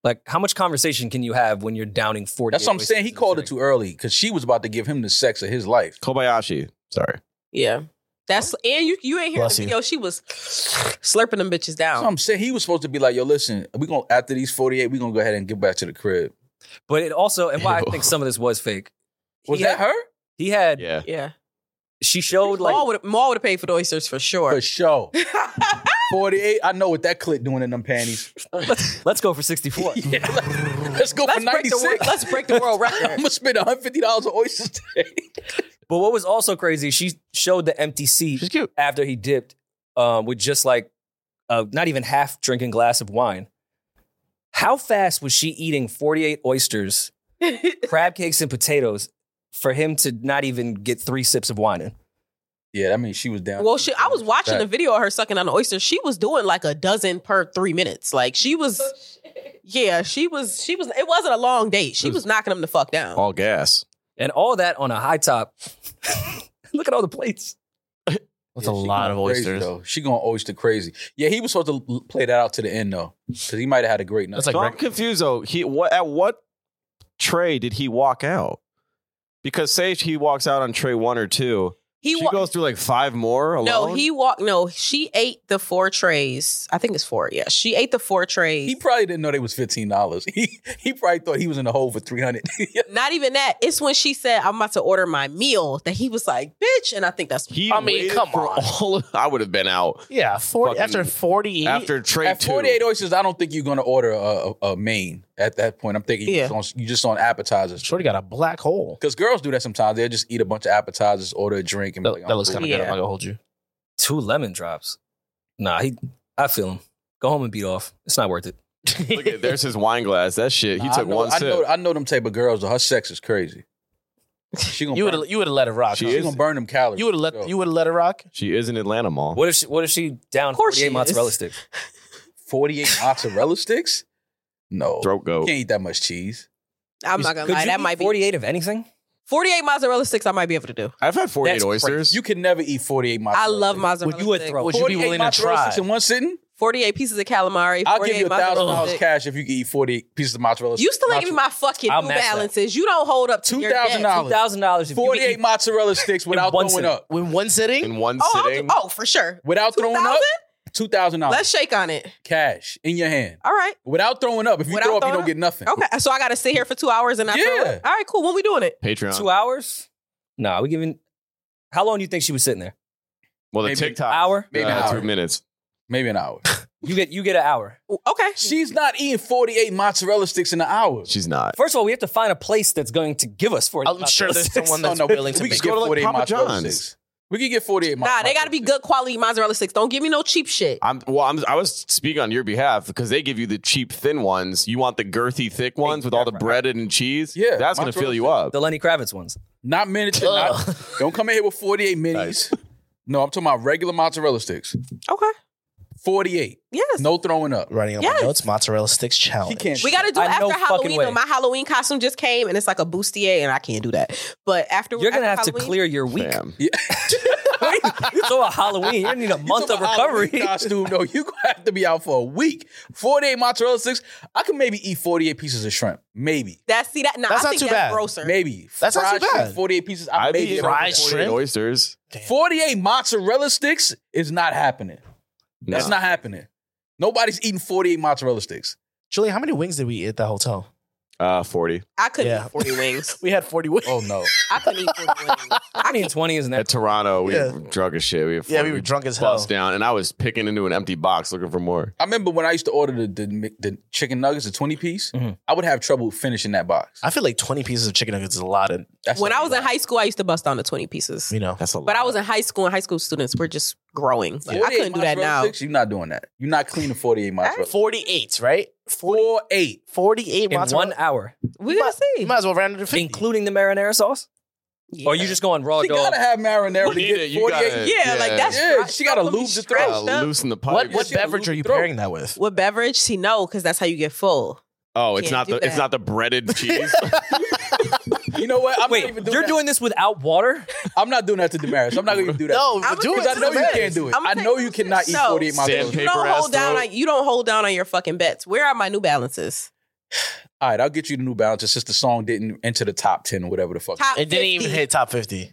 S1: Like, how much conversation can you have when you're downing 48
S2: That's what I'm saying. He
S1: oysters in
S2: called
S1: a
S2: it too early because she was about to give him the sex of his life.
S4: Kobayashi. Sorry.
S8: Yeah. That's and you you ain't hearing
S3: Bless
S8: the
S3: you.
S8: video. She was slurping them
S2: That's
S8: bitches down.
S2: what I'm saying. He was supposed to be like, yo, listen, we gonna after these 48, we gonna go ahead and get back to the crib.
S1: drink? But it also, and why I
S4: Ew.
S2: (laughs)
S1: think some of this was fake.
S2: Was
S1: he
S2: that
S1: had,
S2: her?
S1: He had,
S4: Yeah.
S8: yeah,
S1: she showed like,
S8: Maul would Maul would have paid for the oysters for sure.
S2: For (laughs) sure. 48. I know what that clip doing in them panties.
S1: let's, let's go for 64.
S2: (laughs) Yeah, let's go
S8: Let's
S2: for
S8: break the
S2: 96.
S8: wor- let's break the
S2: I'm
S8: world record.
S2: gonna spend 150 dollars on oysters today.
S1: But what was also crazy, she showed the empty seat
S3: She's cute.
S1: after he dipped um, with just like a not even half drinking glass of wine. How fast was she eating 48
S8: (laughs)
S1: oysters, crab cakes, and potatoes for him to not even get three sips of wine in?
S2: (laughs) Yeah, I mean she was down.
S8: Well, she, I was watching
S2: Back.
S8: the video of her sucking on the oyster. She was doing like a dozen per three minutes. Like she was, yeah, she was, she was. It wasn't a long date. She was knocking him the fuck down.
S4: All gas.
S1: (laughs) And all that on a high top. Look at all the plates.
S3: That's
S2: Yeah,
S3: a
S2: she
S3: lot of
S2: going crazy,
S3: oysters.
S2: though. She going oyster crazy. Yeah, he was supposed to l- play that out to the end though, because he might have had a great night.
S3: That's like
S4: so I'm
S3: rec-
S4: confused though. He what at what tray did he walk out? Because say he walks out on tray one or two,
S8: He
S4: she
S8: wa-
S4: goes through like five more alone.
S8: no, he walked. No, she ate the four trays. I think it's four. Yeah, she ate the four trays.
S2: he probably didn't know they was fifteen dollars. (laughs) He he probably thought he was in the hole for three hundred. (laughs)
S8: Not even that. It's when she said, "I'm about to order my meal." That he was like, "Bitch," and I think that's
S4: He
S3: I mean,
S4: waited
S3: come
S4: for
S3: on.
S4: All of- I would have been out
S3: yeah, 40,
S4: Fucking-
S3: after 48.
S4: after tray
S2: At
S4: two.
S2: forty
S4: (laughs)
S2: eight oysters, I don't think you're gonna order a, a, a main at that point. I'm thinking
S8: Yeah.
S2: you're, just on, you just on appetizers.
S3: Shorty got a black hole.
S2: Because girls do that sometimes. They'll just eat a bunch of appetizers, order a drink, and be
S3: That,
S2: like,
S3: that looks kind of good.
S8: Yeah.
S3: I'm not going to hold you.
S1: Two lemon drops. Nah, he. I feel him. Go home and beat off. It's not
S8: (laughs)
S1: worth it.
S4: Look at there's his wine glass. That shit. He
S2: Nah, I
S4: took
S2: know,
S4: one
S2: I
S4: sip.
S2: Know, I know them type of girls. though. Her sex is
S3: (laughs)
S2: crazy. She gonna
S3: You
S2: burn,
S3: would you would have let it rock.
S4: She
S3: huh?
S2: she
S4: is-
S2: gonna burn them calories.
S3: You would have
S2: So,
S3: let you would have let it rock.
S4: She is in Atlanta Mall.
S1: What if she? What if she down
S8: Of course
S1: forty eight
S8: she
S1: mozzarella
S8: is.
S1: sticks?
S2: forty
S3: (laughs)
S2: eight mozzarella sticks. No,
S4: Throat
S2: you
S4: goat.
S2: can't eat that much cheese.
S8: I'm not gonna
S1: Could
S8: lie.
S1: you
S8: That
S1: eat
S8: might be
S1: 48 of anything.
S8: 48 mozzarella sticks. I might be able to do.
S4: I've had 48
S1: That's
S4: oysters.
S2: You can never eat forty eight
S8: I
S2: mozzarella.
S8: love
S2: sticks.
S8: mozzarella.
S1: Well, you would
S8: sticks.
S1: throw-
S3: Would you be
S2: 48
S3: willing to
S2: mozzarella
S3: try?
S2: sticks in one sitting?
S8: 48 pieces of calamari.
S2: I'll
S8: 48
S2: give you a
S8: mozzarella
S2: thousand dollars
S8: sticks.
S2: cash if you can eat forty pieces of mozzarella.
S8: You still ain't
S2: mozzarella-
S8: giving me my fucking
S1: I'll
S8: New
S1: match that.
S8: Balances. You don't hold up to your debt.
S2: $2,000.
S1: Two thousand dollars.
S2: forty eight mozzarella sticks without
S1: one
S2: throwing
S1: sitting.
S2: up.
S3: In one sitting?
S4: in one
S8: Oh, I'll do-
S4: sitting.
S8: oh, for sure.
S2: Without throwing up,
S8: 2,000?
S2: two thousand
S8: Let's
S2: dollars
S8: shake on it.
S2: cash in your hand.
S8: All right.
S2: Without throwing up, if you
S8: Without
S2: throw up, you
S8: throwing
S2: don't
S8: up?
S2: get nothing.
S8: Okay. So I got to sit here for two hours and I throw
S2: Yeah.
S8: up? All right, cool. When we doing it?
S4: Patreon.
S1: Two hours? Nah, we giving. How long do you think she was sitting there?
S4: well, the
S2: Maybe-
S4: TikTok.
S1: Hour.
S2: Maybe
S4: uh,
S2: an hour.
S4: two minutes.
S2: Maybe an hour. (laughs)
S1: You get you get an hour.
S8: Okay.
S2: She's not eating 48 mozzarella sticks in an hour.
S4: She's not.
S1: First of all, we have to find a place that's going to give us forty.
S3: I'm sure
S1: mozzarella
S3: there's someone
S1: sticks.
S3: that's willing to
S2: we
S3: make
S2: could
S4: go
S2: get
S4: to, like,
S2: 48
S4: Papa
S2: mozzarella
S4: John's.
S2: sticks. We could get 48
S8: Nah, they got to be
S2: mozzarella
S8: good quality mozzarella sticks. Don't give me no cheap shit.
S4: I'm well. I'm, I was speaking on your behalf because they give you the cheap thin ones. You want the girthy thick ones with all the breaded and cheese.
S2: Yeah,
S4: that's gonna fill
S2: mozzarella
S4: you
S1: (laughs)
S4: up.
S1: the Lenny Kravitz ones.
S2: sticks. Not miniature. Not, (laughs) don't come in here with 48 minis.
S4: Nice.
S2: No, I'm talking about regular mozzarella sticks.
S8: Okay.
S2: 48.
S8: Yes.
S2: No throwing up.
S3: Running on
S8: Yes.
S3: my notes, mozzarella sticks
S2: She
S3: challenge.
S2: can't.
S8: We got to do it
S1: I
S8: after
S1: know fucking
S8: Halloween. though.
S1: way.
S8: My Halloween costume just came and it's like a bustier and I can't do that. But after
S1: You're gonna have
S8: after
S1: to
S8: Halloween-
S1: clear your week. (laughs)
S4: Damn.
S2: yeah.
S1: so a Halloween, you're gonna need a
S2: You
S1: month of
S2: talking about Halloween
S1: recovery.
S2: Costume, no, you gonna have to be out for a week. 48 mozzarella sticks. I could maybe eat 48 pieces of shrimp. Maybe.
S8: That's see that. Nah,
S3: That's
S8: I
S3: not
S8: think
S3: too
S8: that's
S3: bad.
S8: grosser.
S2: Maybe.
S3: That's not
S2: Fried
S3: too bad.
S2: shrimp, 48 ppieces. I
S4: I'd
S2: maybe
S4: be
S2: it.
S3: fried
S4: fried shrimp
S3: shrimp?
S4: oysters.
S2: 48 mozzarella sticks is not happening. That's
S4: Nah.
S2: not happening. Nobody's eating 48 mozzarella sticks.
S3: Julie, how many wings did we eat at the hotel?
S4: Uh, 40.
S8: I couldn't
S3: Yeah.
S8: eat 40 wings.
S3: We had 40 wings.
S2: Oh no.
S8: I couldn't eat 40 wings.
S1: (laughs) I mean, twenty isn't that?
S4: At Toronto, we
S3: Yeah.
S4: were drunk as shit. We had
S3: yeah,
S4: 40.
S3: we were drunk as hell.
S4: bust down, and I was picking into an empty box looking for more.
S2: I remember when I used to order the the, mi- the chicken nuggets, the 20 piece,
S8: Mm-hmm.
S1: Mhm.
S2: I would have trouble finishing that box.
S3: I feel like 20 pieces of chicken nuggets is a lot. And,
S2: That's
S8: when
S2: not
S8: I was
S2: a
S8: in
S2: lot.
S8: high school, I used to bust down to 20 pieces.
S3: you know,
S4: That's a lot.
S8: But I was in high school, and high school students were just growing. Like, I
S2: 48
S8: couldn't do that
S2: mozzarella
S8: now.
S2: sticks, you're not doing that. You're not cleaning 48 mozzarella.
S3: 48, right?
S2: 48.
S3: 48
S1: In
S3: mozzarella.
S1: one hour,
S8: We're gonna see.
S3: You might as well round it to 50.
S1: including the marinara sauce,
S8: yeah.
S1: or Oh, you just going raw
S2: She
S1: dog?
S2: gotta have marinara
S4: You
S2: to
S4: need
S2: get
S4: it, you
S2: 48.
S4: gotta-
S8: yeah, like
S4: Yeah.
S8: that's
S2: Yeah,
S8: stri-
S2: she gotta
S8: don't put me
S2: lose the
S8: stretched
S2: throat.
S4: uh,
S8: up.
S4: loosen the pipe.
S3: what what
S2: she had a
S3: beverage are you
S2: loose throat.
S3: pairing that with?
S8: What beverage? She know because that's how you get full.
S4: oh, it's
S8: Can't
S4: not
S8: do
S4: the it's
S8: that.
S4: not the breaded cheese.
S2: You know what? I'm not
S1: Wait,
S2: even doing
S1: you're
S2: that.
S1: doing this without water?
S2: I'm not doing that to Damaris. I'm not gonna even do that.
S3: No,
S8: I'ma
S3: do
S8: take
S2: because I
S3: it.
S8: to
S2: know
S8: the
S2: you
S8: best.
S2: can't do it.
S8: I'ma
S2: I
S8: take
S2: know
S8: it
S2: you
S8: to the
S2: cannot eat
S8: best.
S2: 48 mozzarella.
S4: Sandpaper.
S8: You don't
S4: ass
S8: hold down.
S4: throat.
S8: On, you don't hold down on your fucking bets. Where are my New Balances?
S2: All right, I'll get you the New Balance since the song didn't enter the top ten or whatever the fuck.
S8: Top
S3: It didn't even
S8: 50.
S3: hit top 50.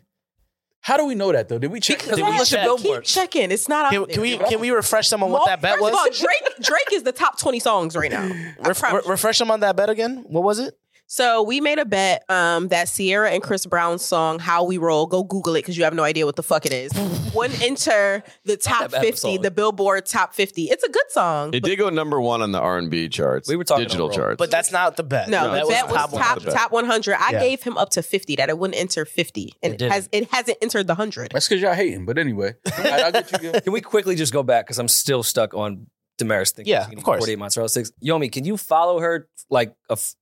S2: How do we know that though? Did we check?
S8: Because
S3: Did we
S8: I
S3: check?
S8: keep checking. It's not.
S3: Can,
S8: up
S3: can we
S8: there.
S3: can we refresh them on what
S8: Well,
S3: that bet
S8: first of all,
S3: was?
S8: Drake Drake is the top twenty songs right
S3: (laughs)
S8: now. I
S3: Ref-
S8: promise
S3: re- refresh them on that bet again. What was it?
S8: So we made a bet um, that Sierra and Chris Brown's song "How We Roll" go Google it because you have no idea what the fuck it is. Wouldn't enter the top
S1: bad of a
S8: fifty,
S1: song.
S8: the Billboard top fifty. It's a good song.
S4: it did go number one on the R and B charts.
S1: We were talking
S4: digital
S1: overall.
S4: charts.
S3: But that's not the bet.
S8: no,
S4: that
S8: the
S4: was
S8: bet was
S4: top one.
S8: top
S4: The bet.
S8: top one hundred. I
S3: Yeah.
S8: gave him up to fifty that it wouldn't enter fifty, and
S3: It
S8: it, has
S3: didn't.
S8: it hasn't entered the hundred.
S2: That's because y'all hating. But anyway, All right, I'll get you.
S1: Can we quickly just go back because I'm still stuck on Damaris thinking she's
S3: Yeah,
S1: gonna
S3: of
S1: eat
S3: course.
S1: 48 mozzarella sticks. Yomi, can you follow her like a f-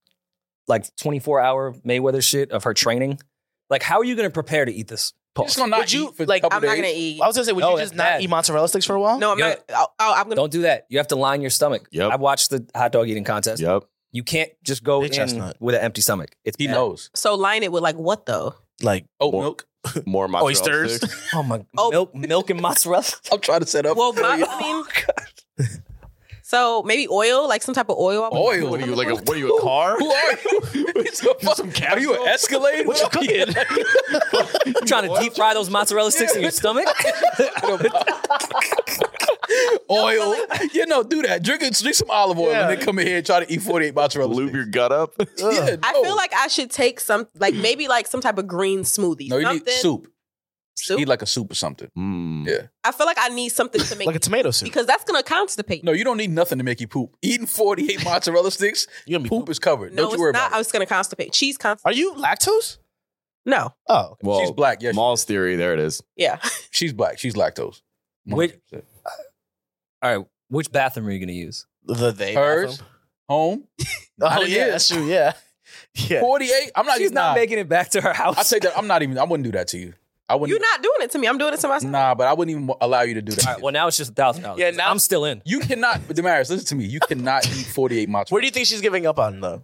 S1: like 24 hour Mayweather shit of her training? Like, how are you going to prepare to eat this?
S2: Just gonna not
S3: Would you-
S2: eat for
S3: like,
S2: a couple
S8: I'm not gonna
S2: days.
S8: eat.
S3: I was gonna say, would
S1: No,
S3: you
S1: that's
S3: just not
S1: bad.
S3: eat mozzarella sticks for a while?
S8: No, I'm
S1: Yo-
S8: not. Oh, oh, I'm gonna.
S1: Don't do that. You have to line your stomach.
S4: Yep.
S1: I watched the hot dog eating contest.
S4: yep.
S1: You can't just go
S3: Big
S1: in
S3: chestnut.
S1: with an empty stomach. It's
S2: He
S1: bad.
S2: knows
S8: So line it with like what though?
S3: Like
S2: oat milk.
S4: more mozzarella
S3: Oysters.
S4: sticks.
S3: (laughs)
S1: Oh my
S8: Oh.
S1: milk, milk and mozzarella. (laughs)
S2: I'm trying to set up. (laughs)
S8: Well,
S2: for
S8: my,
S2: you.
S8: I mean, so maybe oil, like some type of oil. I would-
S2: Oil.
S4: (laughs) What are you like? A, what are (laughs) you a car?
S2: Who are you? What the fuck? Are you an Escalade? What you (laughs)
S8: (laughs)
S2: cooking?
S1: You trying to deep fry those mozzarella sticks in
S3: (laughs)
S1: your stomach?
S2: oil? Yeah, no, do that. Drink it. Drink some olive oil and then come in here and try to eat 48 mozzarella.
S4: Lube your
S2: sticks.
S4: gut up. (laughs)
S2: Yeah,
S8: I
S2: no.
S8: feel like I should take some, like maybe like some type of green smoothie.
S2: no, you
S8: something,
S2: need soup.
S8: soup.
S2: Eat like a soup or something.
S4: Mm.
S2: Yeah.
S8: I feel like I need something to make
S3: like a tomato soup.
S8: because that's gonna constipate.
S2: No, you don't need nothing to make you poop. Eating
S8: (laughs)
S2: 48 mozzarella sticks,
S3: You gonna be
S2: poop is covered.
S8: No,
S2: don't you
S8: it's
S2: worry
S8: not. I
S2: about it.
S8: was gonna constipate. Cheese constipate.
S3: Are you lactose?
S8: No,
S3: Oh,
S4: Well,
S2: She's black. Yes,
S4: Mall's theory. There it is.
S8: yeah.
S2: she's black. She's lactose.
S1: Wait. All right, which bathroom are you gonna use?
S3: the they.
S2: Hers?
S3: bathroom.
S2: Home?
S3: Oh
S2: Not in
S3: yeah,
S2: here.
S3: that's
S2: (laughs)
S3: true. Yeah, yeah.
S2: 48? I'm not
S1: She's
S2: even.
S1: not
S2: nah.
S1: making it back to her house.
S2: (laughs) I take that. I'm not even. I wouldn't do that to you. I wouldn't.
S8: You're not doing it to me. I'm doing it to myself.
S2: Nah, but I wouldn't even allow you to do that.
S1: All right, well now it's just a thousand dollars.
S3: Yeah, now-
S1: I'm still in.
S2: you cannot, Damaris. Listen to me. You cannot eat 48
S3: Where
S2: mozzarella.
S3: do you think she's giving up on though?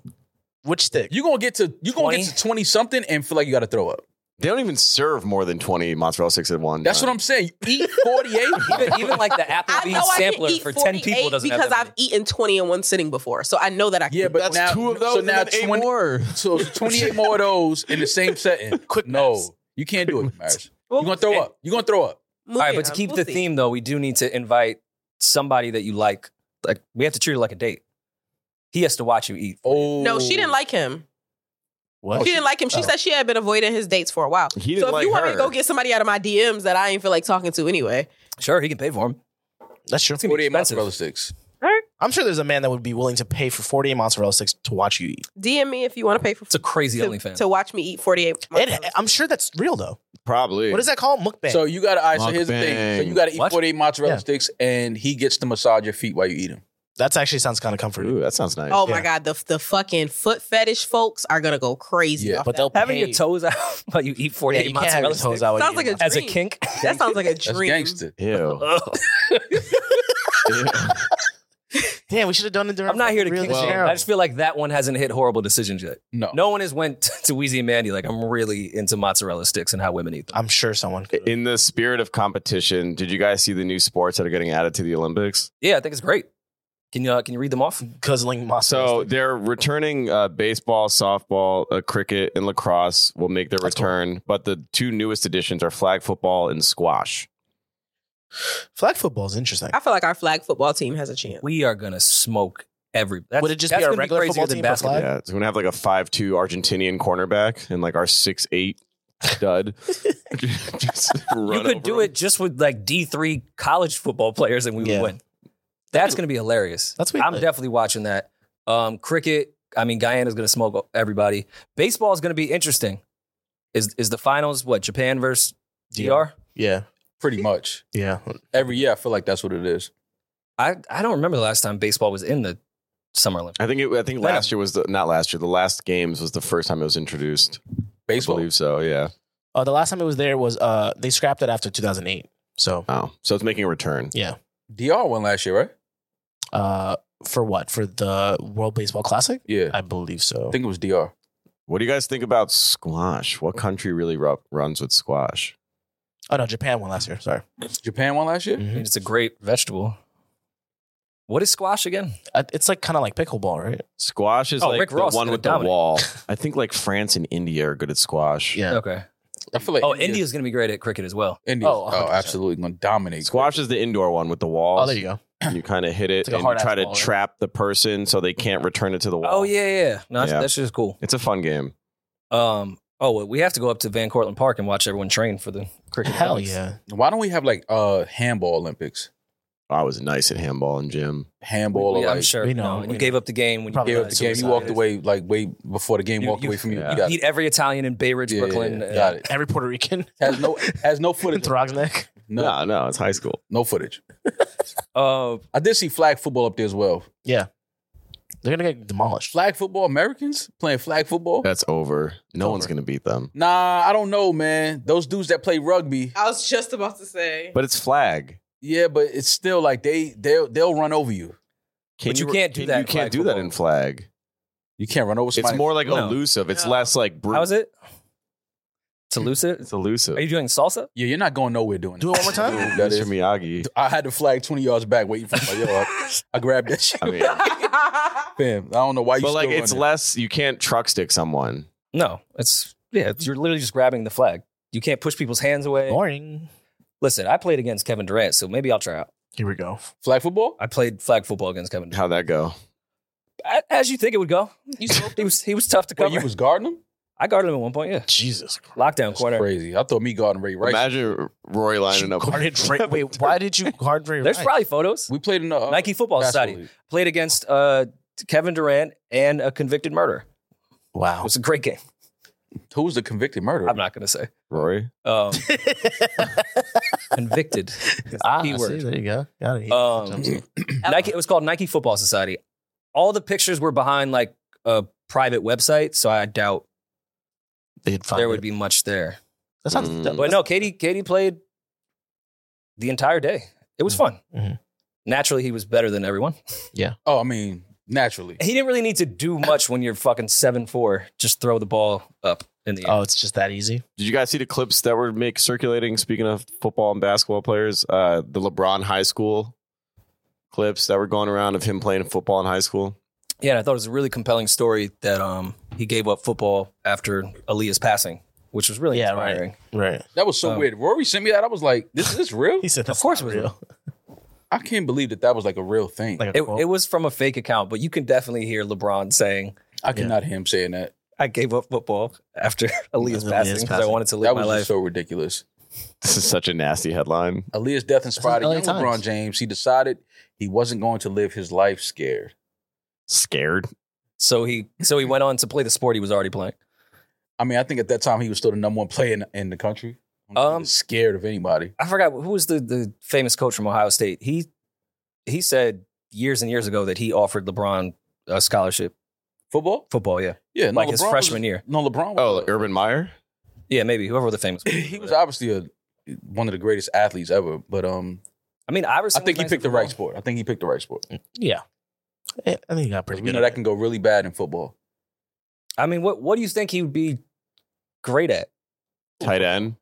S3: Which stick?
S2: You gonna get to you gonna
S1: 20?
S2: get to 20 something and feel like you got to throw up.
S4: They don't even serve more than twenty mozzarella sticks at one.
S2: That's
S4: time.
S2: what I'm saying. Eat 48.
S1: Even, even like the
S8: (laughs) I know
S1: Applebee's
S8: I can
S1: sampler
S8: eat
S1: for ten people
S8: 48
S1: doesn't have
S8: because
S1: that
S8: I've eaten 20 in one sitting before, so I know that I can.
S2: yeah, but
S4: That's
S2: now
S4: two of those
S2: So
S4: and
S2: now
S4: then eight
S2: 20
S4: more.
S2: So it's 28 more of those in the same setting.
S4: (laughs)
S3: Quick
S2: No,
S3: maths.
S2: you can't do it, Damaris.
S8: Well,
S2: You're gonna throw up. You're gonna throw up.
S1: All right, but to keep the theme though, we do need to invite somebody that you like. Like we have to treat it like a date. He has to watch you eat.
S2: Oh
S8: No, she didn't like him.
S3: What?
S8: she didn't like him. She said she had been avoiding his dates for a while.
S4: He
S8: so
S4: didn't
S8: if
S4: like
S8: you want me
S4: her.
S8: to go get somebody out of my DMs that I ain't feel like talking to anyway,
S1: Sure, he can pay for him.
S3: That's true.
S1: It's gonna be
S2: 48
S1: expensive.
S2: Oh, mozzarella sticks.
S3: I'm sure there's a man that would be willing to pay for 48 mozzarella sticks to watch you eat.
S8: DM me if you want to pay for
S1: It's a crazy OnlyFans.
S8: to, to watch me eat 48.
S3: It,
S8: mozzarella.
S3: I'm sure that's real though.
S4: Uh, Probably.
S3: What is that called? Mukbang.
S2: So you gotta all right, so here's the
S4: Mukbang.
S2: thing. So you gotta eat
S1: What?
S2: 48 mozzarella
S3: Yeah.
S2: sticks and he gets to massage your feet while you eat them.
S3: that actually sounds kind of comforting.
S4: Ooh, that sounds nice.
S8: Oh my
S3: Yeah.
S8: god, the the fucking foot fetish folks are gonna go crazy.
S2: Yeah,
S8: off
S3: But
S8: that.
S3: they'll
S1: Having
S3: pay.
S1: your toes
S8: (laughs)
S1: out while you eat
S3: Yeah,
S1: 48
S3: you can't
S1: mozzarella
S3: have your toes
S1: sticks
S3: out. while
S8: Sounds
S3: you
S8: like
S3: eat
S8: a
S3: them.
S1: as a
S8: Dream.
S1: kink.
S8: that
S1: (laughs)
S8: sounds like a
S2: That's
S4: (laughs)
S8: dream.
S2: gangster.
S4: Ew. Ew.
S3: Damn, we should have done it during.
S1: I'm not here to
S3: Rio
S1: kink
S3: de
S1: shame.
S3: Janeiro.
S1: I just feel like that one hasn't hit horrible decisions yet.
S2: No.
S1: No one has went (laughs) to Wheezy and Mandy like I'm really into mozzarella sticks and how women eat them.
S3: I'm sure someone. Could.
S4: In the spirit of competition, did you guys see the new sports that are getting added to the Olympics?
S1: Yeah, I think it's great. Can you uh, can you read them off?
S3: Guzzling mozzarella.
S4: So
S3: sticks.
S4: they're returning uh, baseball, softball, uh, cricket, and lacrosse will make their
S3: That's cool.
S4: return. But the two newest additions are flag football and squash.
S3: flag football is interesting.
S2: Ah.
S8: I feel like our flag football team has a chance.
S1: We are gonna smoke every. That's,
S3: Would it just
S1: that's
S3: be our
S1: gonna
S3: regular
S1: crazier
S3: football
S1: than
S3: team for
S1: basketball.
S3: flag?
S4: Yeah, so we're gonna have like a five-two Argentinian cornerback and like our six-eight
S1: (laughs)
S4: stud. Just
S1: You
S4: run
S1: could
S4: over
S1: do
S4: them.
S1: it just with like D three college football players, and we
S3: Yeah.
S1: would win. That's going to be hilarious.
S3: That's what we
S1: I'm
S3: did.
S1: definitely watching that. Um, cricket. I mean, Guyana's going to smoke everybody. Baseball is going to be interesting. Is is the finals what Japan versus DR?
S3: Yeah,
S2: Pretty much.
S3: yeah.
S2: Every year I feel like that's what it is.
S1: I I don't remember the last time baseball was in the Summer Olympics.
S4: I think it, I think last year was the, not last year. The last games was the first time it was introduced. I
S2: Baseball.
S4: believe so. Yeah.
S3: Oh, the last time it was there was uh they scrapped it after 2008. So
S4: Oh, so it's making a return.
S2: DR won last year, right?
S3: uh for what for the World Baseball Classic?
S2: Yeah.
S3: I believe so.
S2: I think it was DR.
S4: What do you guys think about squash? What country really ru- runs with squash?
S3: oh no, Japan won last year. Sorry.
S2: Japan won last year?
S4: Mm.
S1: I mean,
S3: Mhm.
S1: it's a great vegetable. What is squash again?
S3: Uh, It's like kind of like pickleball, right?
S4: Squash is
S1: Oh,
S4: like
S1: Rick
S4: the
S1: Ross
S4: one
S1: did
S4: with
S1: it
S4: the
S1: dominant. (laughs)
S4: wall. I think like France and India are good at squash.
S3: Yeah.
S1: Okay.
S2: I feel like
S1: Oh, India's going to be great at cricket as well.
S2: India's
S3: Oh,
S2: oh,
S3: 100%.
S2: absolutely gonna dominate.
S4: Squash is the indoor one with the walls.
S3: Oh, there you go.
S4: You kind of hit it
S3: It's like a
S4: and you
S3: hard-ass
S4: try to
S3: ball, right?
S4: trap the person so they can't return it to the wall.
S1: Oh yeah, yeah. No, that's,
S4: Yeah.
S1: that's just cool.
S4: It's a fun game.
S1: Um. Oh, well, we have to go up to Van Cortlandt Park and watch everyone train for the cricket.
S3: Hell
S1: Olympics.
S3: yeah.
S2: Why don't we have like uh handball Olympics?
S4: I was nice at handball and gym.
S2: Handball or
S1: Yeah, I'm
S2: like
S1: sure.
S3: We
S1: no,
S3: know,
S1: you
S3: we
S1: gave up the game when you
S3: Probably
S2: gave up the
S1: realized
S2: game.
S1: it
S2: You
S1: was-
S2: walked away like way before the game
S1: You-
S2: walked
S1: you-
S2: away from you.
S4: yeah.
S2: You got
S1: Beat
S2: it.
S1: every Italian in Bay Ridge,
S2: Yeah,
S1: Brooklyn.
S2: yeah, got it.
S3: Every Puerto
S1: (laughs)
S3: Rican
S2: Has no has no
S3: (laughs)
S2: footage.
S3: Throg's neck.
S4: No,
S2: No,
S4: no, it's high school.
S2: no footage.
S1: Uh,
S2: I did see flag football up there as well.
S3: They're gonna get demolished.
S2: Flag football Americans playing flag
S3: Oh.
S2: football?
S4: That's over. No
S2: It's
S4: one's
S2: over.
S4: going to beat them.
S2: Nah, I don't know, man. Those dudes that play rugby,
S8: I was just about to say. (laughs)
S4: But it's flag.
S2: yeah, but it's still like they they'll they'll run over you.
S4: Can
S1: But you can't do that
S4: You
S1: in
S4: can't
S1: flag
S4: do that
S1: football.
S4: in flag.
S2: You can't run over
S4: It's
S2: somebody.
S4: more like
S1: No.
S4: elusive. It's
S8: No.
S4: less like brute.
S1: how is it? It's elusive.
S4: It's elusive.
S1: Are you doing salsa?
S2: Yeah, you're not going nowhere doing
S3: Do
S2: that.
S3: it one more time.
S2: That
S4: Mr.
S2: is-
S4: Miyagi.
S2: I had the flag 20 yards back waiting for my yard. I grabbed that
S3: (laughs)
S2: shit.
S4: I mean,
S2: Fam, I don't know why you
S4: but
S2: still
S4: like,
S2: on
S4: it's
S2: it.
S4: less. You can't truck stick someone.
S1: No, it's yeah. You're literally just grabbing the flag. You can't push people's hands away.
S3: Boring.
S1: Listen, I played against Kevin Durant, so maybe I'll try out.
S3: Here we go.
S2: Flag football?
S1: I played flag football against Kevin Durant.
S4: How'd that go?
S1: A- As you think it would go. he was he was tough to
S2: Wait,
S1: cover.
S2: you was guarding him?
S1: I guarded him at one point. Yeah,
S3: Jesus.
S1: lockdown
S2: That's
S1: corner.
S2: crazy. I thought me guarding Ray Rice.
S4: Imagine Rory lining
S3: You
S4: up.
S1: (laughs)
S3: guarded Ray- Wait, why did you guard Ray
S1: There's
S3: Rice?
S1: probably photos.
S2: We played in the uh,
S1: Nike Football
S2: basketball
S1: Society
S2: league.
S1: played against uh, Kevin Durant and a convicted murderer. It
S3: wow.
S1: was a great game.
S2: Who was the convicted murderer?
S1: I'm not gonna say
S4: Rory.
S1: um, convicted.
S3: (laughs) Ah,
S1: Keyword.
S3: see, there you go. Got it.
S1: Um, Nike. It was called Nike Football Society. All the pictures were behind like a private website, so I doubt
S3: They'd find
S1: there
S3: it.
S1: would be much there.
S3: That's not.
S4: Mm.
S3: that-
S1: But no, Katie. Katie played the entire day. It was fun.
S3: Mhm.
S1: Naturally, he was better than everyone.
S2: Oh, I mean,
S1: (laughs)
S2: naturally.
S1: He didn't really need to do much when you're fucking seven four. Just throw the ball up in the air.
S3: Oh, it's just that easy.
S4: Did you guys see the clips that were make circulating? Speaking of football and basketball players, uh, the LeBron high school clips that were going around of him playing football in high school. (laughs)
S1: Yeah, and I thought it was a really compelling story that um he gave up football after Aaliyah's passing, which was really
S3: Yeah, right.
S1: inspiring.
S3: Right.
S2: That was so
S1: Um,
S2: weird. Rory sent me that. I was like, this
S1: (laughs)
S2: is this real?
S3: He said,
S1: Of course it was
S2: I can't believe that that was like a real thing.
S3: Like a
S1: It,
S3: quote.
S1: it was from a fake account, but you can definitely hear LeBron saying,
S2: I cannot hear him saying that.
S1: "I gave up football after (laughs) Aaliyah's
S3: Aaliyah's
S1: passing because I
S3: passing.
S1: wanted to live
S2: That
S1: my
S2: was
S1: life."
S2: just so ridiculous.
S4: This is such a nasty headline.
S2: Aaliyah's death inspired
S3: LA
S2: young
S3: Times.
S2: LeBron James. He decided he wasn't going to live his life scared.
S4: Scared.
S1: so he so he went on to play the sport he was already playing.
S2: I mean, I think at that time he was still the number one player in, in the country. I don't think he
S1: Um,
S2: was scared of anybody.
S1: I forgot who was the the famous coach from Ohio State. He he said years and years ago that he offered LeBron a scholarship
S2: Football?
S1: football. Yeah,
S2: Yeah,
S1: like his freshman year.
S2: No, LeBron.
S4: Oh,
S2: Was,
S4: like Urban Meyer.
S1: Yeah, maybe whoever the famous.
S2: (laughs) he was obviously a, one of the greatest athletes ever. But um,
S1: I mean, Iverson.
S2: I think
S1: was
S2: he
S1: nice
S2: picked the
S1: football.
S2: right sport. I think he picked the right sport.
S3: Yeah. Yeah, Eh, I think he got pretty
S2: Because we know
S3: good. at
S2: that can go really bad in football.
S1: I mean, what what do you think he would be great at?
S4: tight end.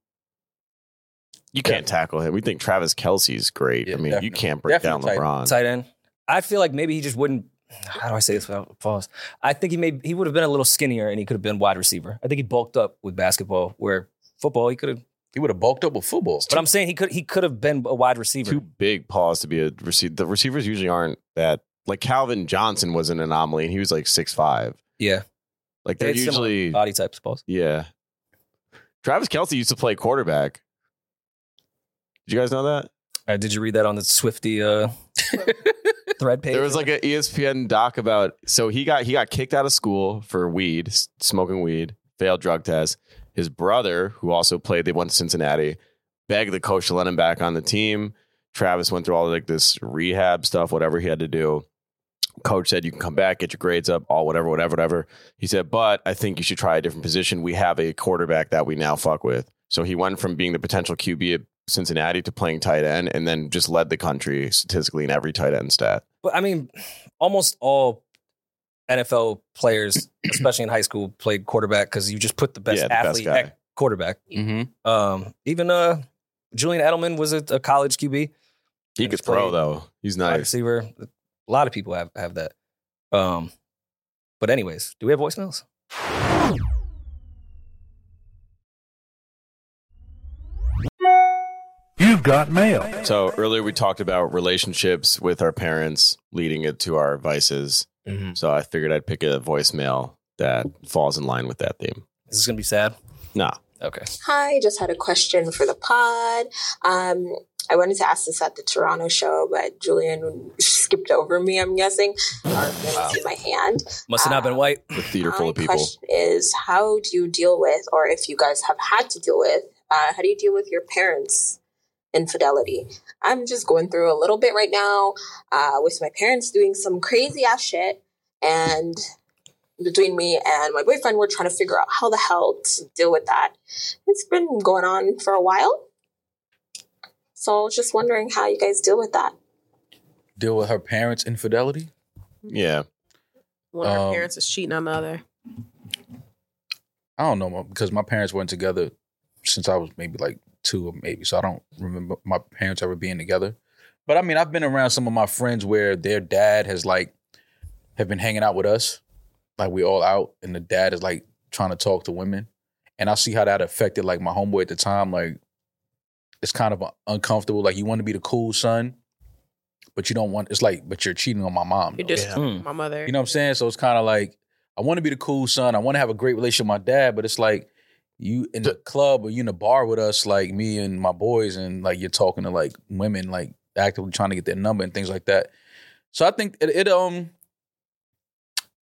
S4: You can't tackle him. We think Travis Kelsey's great.
S2: Yeah,
S4: I mean,
S2: definitely.
S4: you can't break
S2: Definitely tight-
S4: down LeBron.
S1: Tight end. I feel like maybe he just wouldn't. (sighs) How do I say this without pause? I think he may he would have been a little skinnier and he could have been wide receiver. I think he bulked up with basketball, where football he could have.
S2: He would have bulked up with football.
S1: But I'm saying he could he could have been a wide receiver.
S4: Too big paws to be a receiver. The receivers usually aren't that. Like Calvin Johnson was an anomaly, and he was like six five.
S1: Yeah,
S4: Like they're
S1: They had similar
S4: usually
S1: body types. Pause.
S4: yeah. Travis Kelsey used to play quarterback. Did you guys know that?
S1: Uh, did you read that on the Swifty
S4: (laughs)
S1: uh, thread page?
S4: There was like E an ESPN doc about so he got he got kicked out of school for weed, s- smoking weed, failed drug test. His brother, who also played, they went to Cincinnati, begged the coach to let him back on the team. Travis went through all like this rehab stuff, whatever he had to do. Coach said you can come back, get your grades up, all whatever, whatever, whatever. He said, but I think you should try a different position. We have a quarterback that we now fuck with. So he went from being the potential QB at Cincinnati to playing tight end, and then just led the country statistically in every tight end stat.
S1: But I mean, almost all NFL players, especially in high school, played quarterback because you just put the best
S4: Yeah, the best
S1: athlete
S4: guy.
S1: at quarterback.
S2: Mm-hmm.
S1: Um, even uh, Julian Edelman was a, a college QB,
S4: He
S1: and
S4: could
S1: just play
S4: throw though. He's
S1: wide
S4: nice.
S1: receiver. A lot of people have, have that. Um, but anyways, do we have voicemails?
S4: So earlier we talked about relationships with our parents leading it to our vices.
S3: Mhm.
S4: So I figured I'd pick a voicemail that falls in line with that theme.
S1: Is this gonna be sad?
S4: Nah.
S1: Okay.
S9: Hi, just had a question for the pod. Um, I wanted to ask this at the Toronto show, but Julian skipped over me, I'm guessing. Or didn't see my hand.
S1: Must have not been white.
S4: The theater full
S9: My
S4: of people.
S9: question is how do you deal with, or if you guys have had to deal with, uh, how do you deal with your parents' infidelity? I'm just going through a little bit right now uh, with my parents doing some crazy ass shit. And between me and my boyfriend, we're trying to figure out how the hell to deal with that. It's been going on for a while. So just wondering how you guys deal with that.
S2: Deal with her parents' infidelity.
S4: Yeah.
S8: One of our
S2: Um,
S8: parents is cheating on the other.
S2: I don't know, my- because my parents weren't together since I was maybe like two or maybe. So I don't remember my parents ever being together. But I mean, I've been around some of my friends where their dad has like have been hanging out with us, like we all out, and the dad is like trying to talk to women, and I see how that affected like my homeboy at the time. Like it's kind of uncomfortable. Like you want to be the cool son, but you don't want. It's like, but you're cheating on my mom.
S8: You're
S2: though.
S8: just
S1: Mm.
S8: my mother.
S2: You know what I'm saying? So it's kind of like I want to be the cool son. I want to have a great relationship with my dad, but it's like you in the club or you in the bar with us, like me and my boys, and like you're talking to like women, like actively trying to get their number and things like that. So I think it, it um,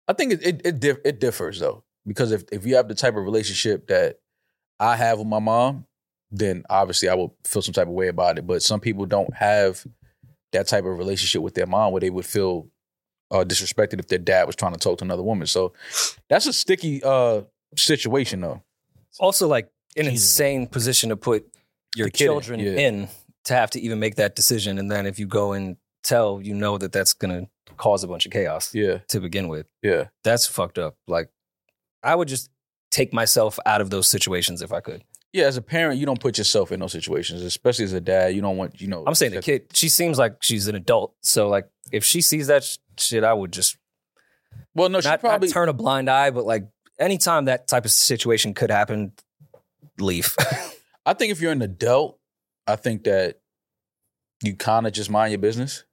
S2: I think it it it, diff- it differs though because if if you have the type of relationship that I have with my mom, then obviously I will feel some type of way about it. But some people don't have that type of relationship with their mom where they would feel uh, disrespected if their dad was trying to talk to another woman. So that's a sticky uh, situation, though.
S1: Also, like an
S3: Jesus.
S1: insane position to put your
S2: The kid in,
S1: children
S2: yeah.
S1: in to have to even make that decision, and then if you go and tell, you know that that's gonna cause a bunch of chaos
S2: Yeah,
S1: to begin with.
S2: yeah.
S1: That's fucked up. Like, I would just take myself out of those situations if I could.
S2: Yeah, as a parent, you don't put yourself in those situations, especially as a dad. You don't want, you know.
S1: I'm saying the
S2: that-
S1: kid. She seems like she's an adult, so like if she sees that sh- shit, I would just
S2: Well, no, Oh, she
S1: not,
S2: probably.
S1: not turn a blind eye, but like anytime that type of situation could happen,
S2: (laughs)
S1: leave.
S2: I think if you're an adult, I think that you kind of just mind your business.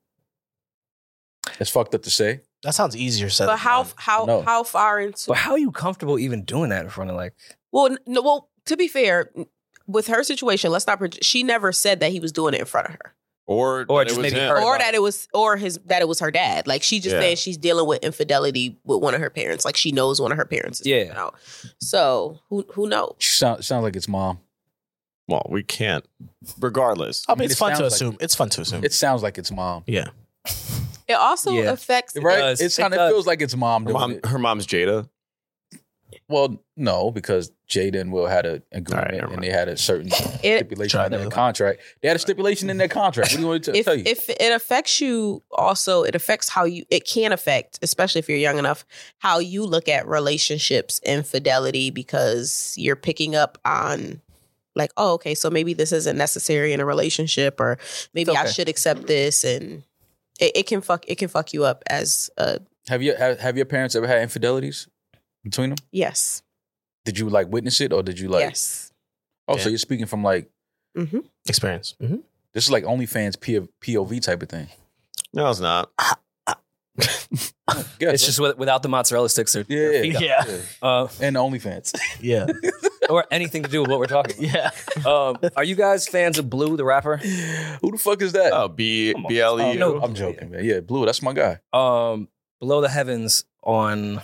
S2: It's fucked up to say.
S3: That sounds easier said.
S8: But
S3: than
S8: how
S3: done.
S8: how
S2: No.
S8: how far into
S1: but how are you comfortable even doing that in front of like?
S8: Well, n- no, well, to be fair, n- with her situation, let's not. Proje- she never said that he was doing it in front of her,
S4: Or,
S1: Or
S4: that it
S1: just
S4: was
S1: maybe
S4: him.
S1: hurt.
S8: or
S1: about
S8: that it was, or his that it was her dad. Like she just
S4: Yeah.
S8: saying she's dealing with infidelity with one of her parents. Like she knows one of her parents. Is
S1: Yeah.
S8: moving out. So who who knows?
S2: She sound, sounds like it's mom.
S4: Well, we can't. Regardless.
S3: I
S2: mean,
S3: mean, it's
S2: it
S3: fun to
S2: sounds like-
S3: assume. It's fun to assume.
S2: It sounds like it's mom.
S3: yeah.
S8: It also
S1: Yeah.
S8: affects
S2: Right?
S1: does.
S2: It's
S1: It
S2: kind of
S1: does.
S2: feels like it's mom.
S4: Her,
S2: Doing
S4: mom,
S2: it.
S4: her mom's Jada.
S2: Well, no, because Jada and Will had an agreement
S4: All right, never
S2: and they had a certain
S8: it.
S2: stipulation in
S3: Try another
S2: their
S3: one.
S2: contract. They had a stipulation in their contract. What do you want me to
S8: If,
S2: tell you?
S8: if it affects you, also it affects how you. It can affect, especially if you're young enough, how you look at relationships and fidelity because you're picking up on like, oh, okay, so maybe this isn't necessary in a relationship, or maybe I
S1: Okay.
S8: should accept this, and it, it can fuck it can fuck you up as a
S2: have you have, have your parents ever had infidelities between them?
S8: yes,
S2: Did you like witness it or did you like?
S8: yes,
S2: Oh, so
S3: Yeah.
S2: you're speaking from like
S8: hmm
S3: Experience.
S4: Mm-hmm.
S3: hmm
S2: this is like OnlyFans P- POV type of
S3: (laughs)
S2: thing.
S4: No, it's not.
S2: Guess.
S1: It's just with, without the mozzarella sticks or
S2: yeah, yeah.
S3: Yeah.
S1: uh,
S2: and OnlyFans. (laughs)
S3: Yeah.
S1: or anything to do with what we're talking.
S3: Yeah.
S1: About. Um, are you guys fans of Blue the rapper?
S2: Who the fuck is that?
S4: Oh, B B L
S2: Oh,
S4: E.
S1: no.
S2: I'm joking, man. Yeah, Blue, that's my guy.
S1: um, Below the Heavens on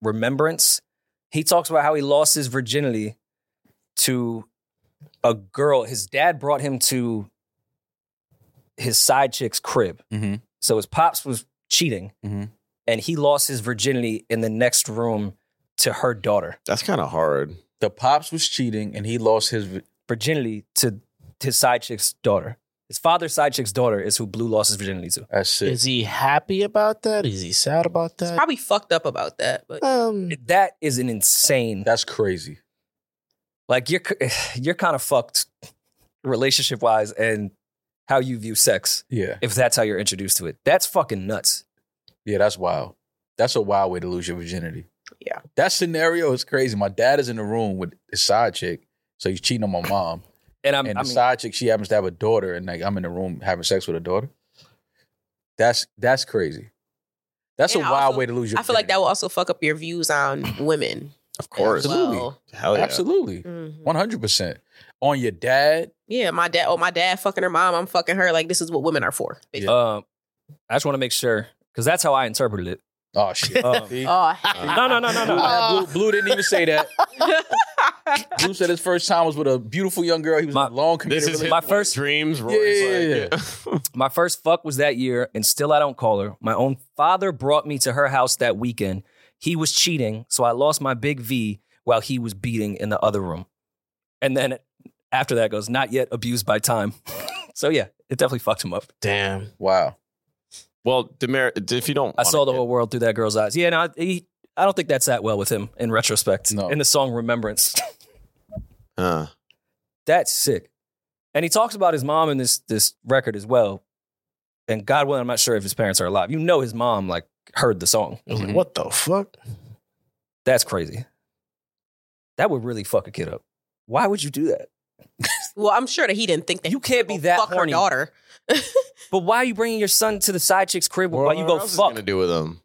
S1: Remembrance. He talks about how he lost his virginity to a girl. His dad brought him to his side chick's crib.
S2: Mm-hmm.
S1: So his pops was cheating,
S2: Mhm.
S1: and he lost his virginity in the next room to her daughter.
S4: That's kind of hard.
S2: The pops was cheating and he lost his. vi-
S1: Virginity to his side chick's daughter. His father's side chick's daughter is who Blue lost his virginity to.
S2: That's it.
S3: (laughs) Is he happy about that? Is he sad about
S8: It's
S3: that?
S8: probably fucked up about that, but
S3: Um,
S1: That is an insane
S2: That's crazy.
S1: like you're (sighs) you're kind of fucked relationship wise and how you view sex
S2: Yeah,
S1: if that's how you're introduced to it that's fucking nuts
S2: yeah. That's wild. That's a wild way to lose your virginity.
S8: Yeah.
S2: that scenario is crazy. My dad is in the room with his side chick, so he's cheating on my mom,
S1: and i'm
S2: and
S1: I
S2: the
S1: mean,
S2: side chick she happens to have a daughter, and like I'm in the room having sex with a daughter. That's that's crazy. That's
S8: And
S2: a
S8: I
S2: wild
S8: also-
S2: way to lose your.
S8: I feel like that
S2: virginity.
S8: will also fuck up your views on women.
S4: Of course.
S2: Absolutely.
S8: Well,
S4: Hell Oh, yeah.
S2: absolutely
S8: mhm.
S2: one hundred percent on your dad.
S8: Yeah, my dad. Oh, my dad fucking her mom. I'm fucking her. Like this is what women are for.
S2: Yeah.
S1: um, i just want to make sure because that's how i interpreted it
S4: (laughs)
S2: Oh shit!
S1: Um,
S2: See? (laughs)
S8: Oh
S1: no no no no no
S2: Blue, Blue didn't even say
S8: (laughs)
S2: that. Blue said his first time was with a beautiful young girl. He was
S1: My-
S2: in a long committed
S4: This is
S2: relationship.
S1: my
S4: my
S1: first-
S4: first dreams.
S2: yeah,
S4: Rory's like, yeah.
S1: my first fuck was that year and still i don't call her my own father brought me to her house that weekend he was cheating so i lost my big v while he was beating in the other room and then after that goes not yet abused by time (laughs) so yeah it definitely fucked him up
S3: damn.
S2: Wow.
S4: Well, Demer, if you don't,
S1: I saw
S4: wanna
S1: the
S4: get-
S1: whole world through that girl's eyes. Yeah, no, he, I don't think that's that well with him in retrospect.
S2: No.
S1: In the song Remembrance.
S4: Uh,
S1: (laughs) That's sick. And he talks about his mom in this this record as well. And God willing, I'm not sure if his parents are alive. You know, his mom like heard the song.
S3: I was
S4: Mm-hmm.
S3: like, what the fuck?
S1: That's crazy. That would really fuck a kid up. Why would you do that?
S8: Well, I'm sure that he didn't think that
S1: You
S8: he
S1: can't
S8: could
S1: be
S8: go
S1: that
S8: fuck
S1: horny.
S8: her daughter.
S1: But why are you bringing your son to the side chick's crib while you go fuck?
S4: Going to do with them?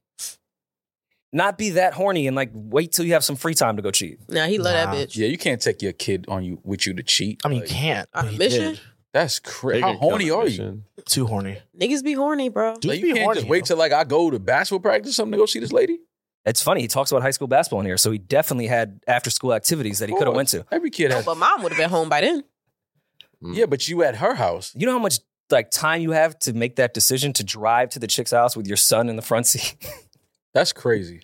S1: Not be that horny and like wait till you have some free time to go cheat.
S8: Nah, he love
S3: Nah.
S8: that bitch.
S2: Yeah, you can't take your kid on you with you to cheat.
S3: I mean, you
S2: Like,
S3: can't.
S8: On
S3: but
S8: a
S3: he
S8: mission?
S3: did.
S2: that's
S4: They
S2: crazy.
S4: could
S2: How
S4: kill
S2: horny
S4: the
S2: are you?
S4: mission.
S3: Too horny.
S8: Niggas be horny, bro.
S3: Dudes
S2: Like,
S3: be
S2: you can't
S3: horny,
S2: just wait
S3: yo.
S2: till like I go to basketball practice or something to go see this lady.
S1: It's funny. He talks about high school basketball in here, so he definitely had after school activities that he could have went to.
S2: Every kid
S8: No,
S2: has.
S8: Oh, but mom would have been home by then.
S2: Yeah, but you at her house.
S1: You know how much like time you have to make that decision to drive to the chick's house with your son in the front seat. (laughs)
S2: That's crazy.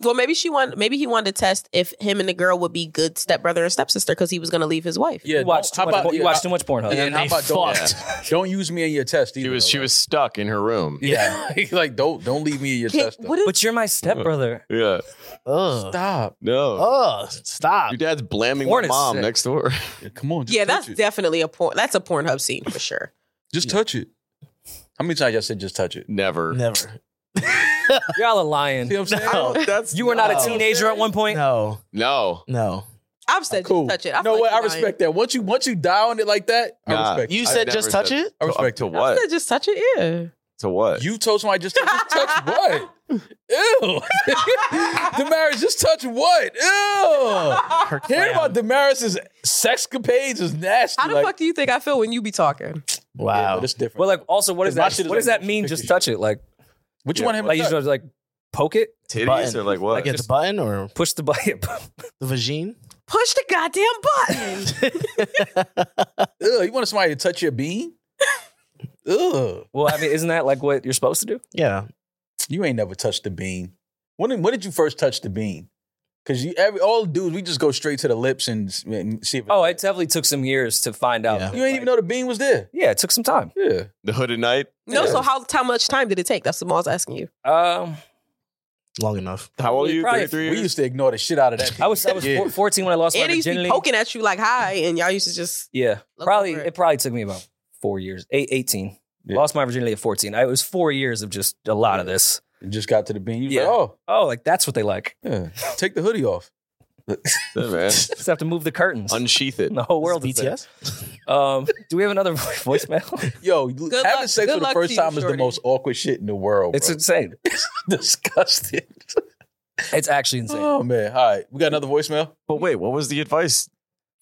S8: Well, maybe she wanted. Maybe he wanted to test if him and the girl would be good stepbrother and stepsister because he was going to leave his wife.
S2: Yeah,
S1: you watch too
S2: don't-
S1: much.
S2: how about-
S1: you
S2: yeah,
S1: watch
S2: I-
S1: too much Pornhub.
S2: Yeah,
S3: And
S2: how
S3: they
S2: about don't,
S3: fucked.
S2: don't use me in your test?
S4: She
S2: Either,
S4: was she
S2: though.
S4: was stuck in her room.
S2: yeah. (laughs) like don't don't leave me in your
S8: Can't-
S2: test. though.
S8: what is-
S1: But you're my
S2: (laughs)
S1: stepbrother.
S4: Yeah.
S3: Ugh.
S2: Stop.
S4: No.
S3: Ugh. Stop.
S4: Your dad's blamming
S1: Porn
S4: my
S1: is
S4: mom
S1: sick.
S4: next door. (laughs)
S2: Yeah, come on. Just
S8: yeah,
S2: touch
S8: that's
S2: it.
S8: definitely a porn. That's a Pornhub scene for sure.
S2: just touch it. How many times y'all said just touch it?
S4: Never.
S3: Never.
S1: Y'all are
S2: See
S1: lying.
S2: what
S1: (laughs)
S2: I'm saying?
S3: No.
S4: That's
S1: You were not
S3: No.
S1: a teenager at one point.
S3: No.
S4: no.
S3: No.
S8: I've said
S2: Cool.
S8: just touch it. I
S2: no
S8: feel
S2: way.
S8: like
S2: I
S8: you're lying.
S2: respect that. Once you once you die on it like that,
S4: Nah.
S2: I respect.
S3: You
S2: it.
S3: said
S4: I've
S3: just
S4: never
S3: touch
S4: said-
S3: it?
S2: I
S4: To,
S2: respect
S4: up to
S2: it.
S8: I
S4: what?
S8: said just touch it. Yeah.
S4: To what?
S2: You told somebody just touch, just touch what? Ew. (laughs) Damaris, just touch what? Ew.
S3: Her
S2: Hearing
S3: clown.
S2: about Damaris's sexcapades is nasty.
S8: How the
S2: like,
S8: fuck do you think I feel when you be talking?
S2: yeah,
S3: Wow.
S2: but it's different.
S1: But like, also, what is
S2: My
S1: that?
S2: shit is
S1: What does
S2: like-
S1: that mean? Just touch it, like,
S2: what you want him
S1: like you
S2: to
S1: just like poke it,
S4: Titties
S3: Button.
S4: or like what?
S3: like it's a button or
S1: push the button. (laughs)
S3: the vagine?
S8: Push the goddamn
S1: (laughs)
S8: button.
S2: touch? Ew, you want somebody to touch your bean?
S8: (laughs)
S2: Ew.
S1: well, I mean, isn't that like what you're supposed to do?
S3: Yeah.
S2: You ain't never touched the bean. When did, when did you first touch the bean? Because you every all dudes, we just go straight to the lips and, s- and see if it-
S1: Oh, it definitely took some years to find out.
S3: Yeah.
S2: you ain't even know the bean was there.
S1: Yeah, it took some time.
S2: Yeah.
S4: the hooded night?
S8: no,
S2: Yeah.
S8: so how how much time did it take? That's what Mom's asking you.
S1: Um,
S3: Long enough.
S4: How old are you?
S1: Probably-
S4: 33
S2: We
S4: years?
S2: used to ignore the shit out of
S8: (laughs)
S2: that.
S1: I was I was
S2: Yeah.
S1: four- 14 when I lost
S8: And
S1: my
S8: he used to be
S1: virginity.
S8: poking at you like hi, and y'all used to just
S1: Yeah,
S8: Look
S1: probably
S8: over
S1: it.
S8: it.
S1: probably took me about four years, eight, 18.
S2: Yeah.
S1: Lost my virginity at 14. I, it was four years of just a lot of this.
S2: You just got to the bean. You was
S1: Yeah.
S2: like, oh,
S1: Oh, like that's what they like. (laughs)
S2: yeah. take the hoodie off.
S4: Yeah, man. (laughs)
S1: Just have to move the curtains.
S4: Unsheath it.
S1: (laughs) the whole world is there.
S3: BTS?
S1: Um, do we have another (laughs) vo-
S3: (laughs) Oh,
S1: voicemail?
S2: Yo,
S8: Good
S2: having
S8: luck-
S2: sex
S8: good
S2: for the
S8: luck
S2: first
S8: to you,
S2: time is the
S8: shorty.
S2: most awkward shit in the world.
S1: It's
S2: It's
S1: insane.
S2: (laughs) disgusting.
S1: It's actually insane.
S2: Oh man! All right, we got another voicemail.
S4: But wait, what was the advice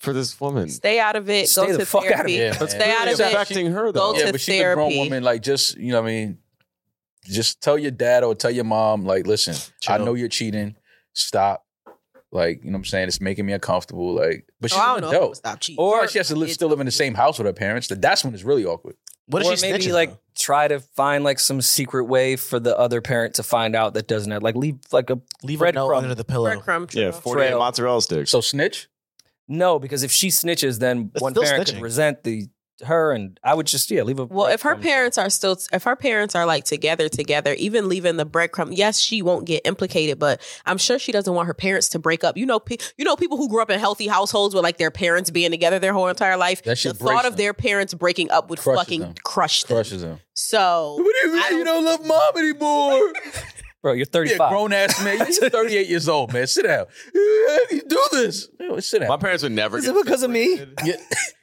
S4: for this woman?
S8: stay out of it.
S1: Stay
S8: go
S1: the
S8: to
S1: fuck out of
S8: therapy.
S1: it.
S2: man.
S8: Stay out
S4: It's
S8: of it.
S4: affecting her
S8: Go
S4: though.
S8: to
S2: yeah, but she's a grown
S8: therapy.
S2: woman. Like, just you know, what I mean, just tell your dad or tell your mom. Like, listen, I
S3: Chill.
S2: know you're cheating. Stop. Like, you know, what I'm saying it's making me uncomfortable. Like, but she's
S8: Oh, I
S2: an
S8: don't know. if I would
S2: adult.
S8: Stop cheating.
S2: Or
S1: Or
S2: she has to live, still live in the same house with her parents. That that's when it's really awkward.
S3: (gasps) What
S1: or
S3: is she
S1: maybe
S3: snitching,
S1: like
S3: though?
S1: try to find like some secret way for the other parent to find out that doesn't have like leave like a
S3: Leave a
S1: bread
S3: note
S1: crumb.
S3: under the pillow.
S8: Breadcrumb
S4: Yeah,
S8: trail.
S4: 48
S1: Trail.
S4: mozzarella sticks.
S2: So snitch.
S1: no because if she snitches then
S3: That's
S1: one
S3: still
S1: parent could
S3: snitching.
S1: resent the her and I would just yeah leave a
S8: Well, if her
S1: breadcrumb.
S8: parents are still, if her parents are like together, together, even leaving the breadcrumb, yes, she won't get implicated, but I'm sure she doesn't want her parents to break up. You know, pe- you know, people who grew up in healthy households with like their parents being together their whole entire life.
S2: That shit
S8: the thought
S2: breaks
S8: of
S2: them.
S8: their parents breaking up would
S2: Crushes
S8: fucking
S2: them.
S8: crush them.
S2: Crushes him.
S8: So
S2: What do you mean
S8: I
S2: you don't love mom anymore?
S1: bro you're
S2: Be a
S1: 35
S2: grown ass man. You're 38 years old, man. Sit down. You do this. Yo, Sit
S4: my
S2: down.
S4: parents would never
S1: is
S4: get
S1: it because of me
S2: You,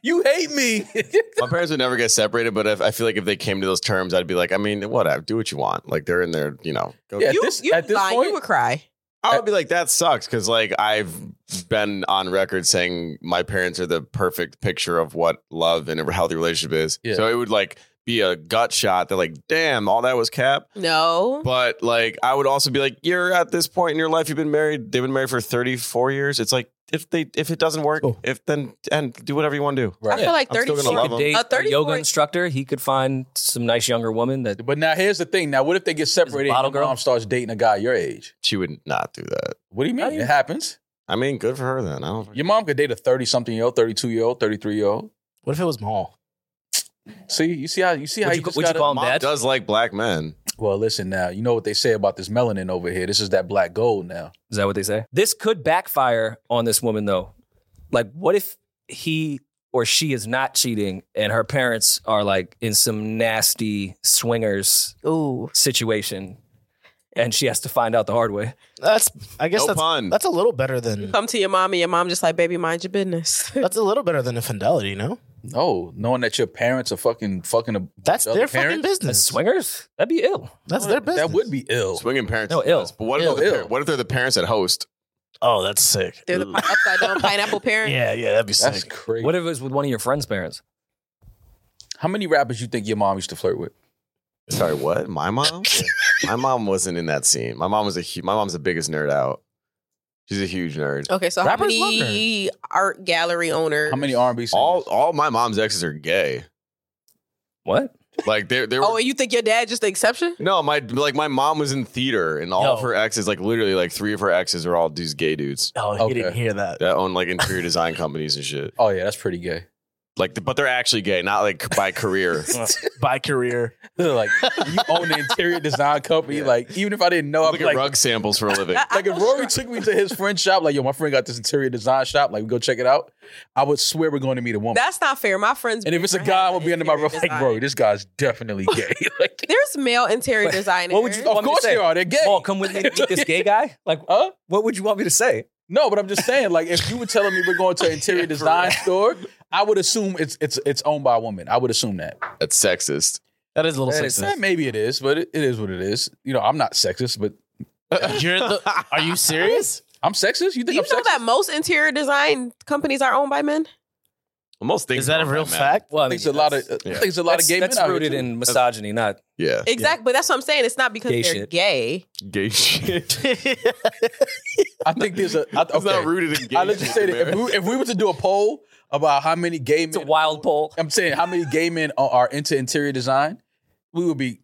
S2: you hate me. (laughs)
S4: my parents would never get separated, but if, I feel like if they came to those terms, I'd be like, I mean, whatever, do what you want. Like they're in there, you know. Go.
S2: Yeah. At
S8: you,
S2: this-
S8: you
S2: at this
S8: lying,
S2: point-
S8: you would cry.
S4: I would be like, that sucks because like I've been on record saying my parents are the perfect picture of what love and a healthy relationship is.
S2: Yeah.
S4: So it would like be a gut shot. They're like, damn, all that was cap.
S8: No,
S4: But like, I would also be like, you're at this point in your life. You've been married. They've been married for 34 years. It's like if they if it doesn't work,
S2: Cool.
S4: if then and do whatever you want to do.
S8: I feel like
S4: I'm still
S8: 34.
S4: gonna
S1: He
S4: love
S1: could
S4: 'em.
S1: date
S8: A
S1: a
S8: 34
S1: yoga instructor he could find some nice younger woman that
S2: But now here's the thing. Now what if they get separated and
S1: bottle
S2: your
S1: girl?
S2: mom starts dating a guy your age?
S4: She would not do that.
S2: What do you mean?
S1: do you-
S2: It happens.
S4: I mean, good for her then. I don't.
S2: Your mom could date a 30 something year old, 32 year old, 33 year old.
S3: What if it was Maul?
S2: See, you see how you see how
S1: would
S2: you,
S1: you,
S2: just
S1: would you
S2: gotta-
S1: call him
S4: Mom
S1: dad
S4: does like black men.
S2: (laughs) Well, listen now. You know what they say about this melanin over here. This is that black gold now.
S1: Is that what they say? This could backfire on this woman though. Like, what if he or she is not cheating and her parents are like in some nasty swingers
S8: Ooh.
S1: situation and she has to find out the hard way.
S3: That's I guess
S4: No
S3: that's
S4: pun.
S3: that's a little better than
S8: Come to your mom and your mom just like, baby, mind your business. (laughs)
S3: that's a little better than infidelity. No,
S2: No, knowing that your parents are fucking fucking a
S3: that's
S2: Other
S3: their fucking
S2: parents?
S1: As
S3: business.
S1: swingers? That'd be ill.
S3: That's their business.
S2: that would be ill.
S4: Swinging parents.
S1: No,
S4: is
S1: ill.
S4: best. But what,
S2: Ill,
S4: if they're the par-
S2: ill.
S4: what if they're the parents that host?
S3: Oh, that's sick.
S8: They're the upside
S4: (laughs)
S8: down pineapple parent.
S3: Yeah, yeah, that'd be
S2: That's
S3: sick.
S2: crazy.
S1: What if it was with one of your friend's parents?
S2: How many rappers you think your mom used to flirt with?
S4: Sorry, what? My mom? my mom wasn't in that scene. My mom was a hu- my mom's the biggest nerd out. She's a huge nerd.
S8: Okay, so
S3: Rappers
S8: how many art gallery owners?
S2: How many R&B singers?
S4: All all my mom's exes are gay.
S1: What?
S4: Like they they were
S8: Oh, and you think your dad just the exception?
S4: No, my like my mom was in theater and all of
S3: Yo.
S4: her exes, like literally like three of her exes are all these gay dudes
S3: Oh,
S2: Okay.
S3: you didn't hear
S2: (laughs)
S3: that.
S4: that own like interior design companies and shit.
S2: Oh yeah, that's pretty gay. (laughs)
S4: Like but they're actually gay, not like by career.
S3: By career,
S2: They're like you own an interior design company.
S4: Yeah.
S2: Like even if I didn't know,
S4: I
S2: I'd
S4: look
S2: be
S4: at
S2: like,
S4: rug samples for a
S8: (laughs)
S4: living.
S2: like if Rory took me to his friend's shop, like yo, my friend got this interior design shop. Like we go check it out. I would swear we're going to meet a woman.
S8: That's not fair. My friends.
S2: and if it's a guy, I'm gonna be under my
S8: interior
S2: roof. Like
S8: design.
S2: Rory, this guy's
S8: (laughs)
S2: definitely gay. (laughs) like
S8: There's male
S2: (laughs)
S8: interior designers.
S2: what would you? Of
S1: Want me to
S2: course
S1: say?
S2: they are. They're gay.
S1: Oh, come with me to meet this gay
S3: (laughs)
S1: guy? Like,
S2: huh?
S1: what would you want me to say?
S2: No, but I'm just saying, like, if you were telling me we're going to an interior design store, I would assume it's it's it's owned by a woman. I would assume that.
S4: That's sexist.
S3: that is a little
S2: That is- eh,
S3: sexist.
S2: maybe it is, but it, it is what it is. You know, I'm not sexist, but
S3: You're the, are you serious?
S2: I'm sexist. You think
S8: You know
S2: I'm sexist?
S8: that most interior design companies are owned by men.
S4: Most
S3: (laughs)
S4: things
S3: Is that a
S4: are
S3: real
S4: man.
S3: (laughs) fact?
S1: Well, I
S2: I
S1: mean,
S2: think there's a lot of uh, I
S4: Yeah.
S2: think there's a lot
S1: that's,
S2: of gay
S1: that's
S2: men out here,
S1: rooted
S2: too.
S1: in misogyny, not
S4: Yeah.
S8: Exactly, but that's what I'm saying. It's not because
S1: Gay
S8: they're
S1: shit.
S8: gay.
S4: (laughs)
S3: (laughs)
S4: Gay shit.
S2: I think there's a (laughs) I, okay.
S4: It's not rooted in gay
S2: I let's just say that if we, if we were to do a poll about how many gay
S1: it's a
S2: men,
S1: wild poll.
S2: I'm saying how many gay men are, are into interior design, we would be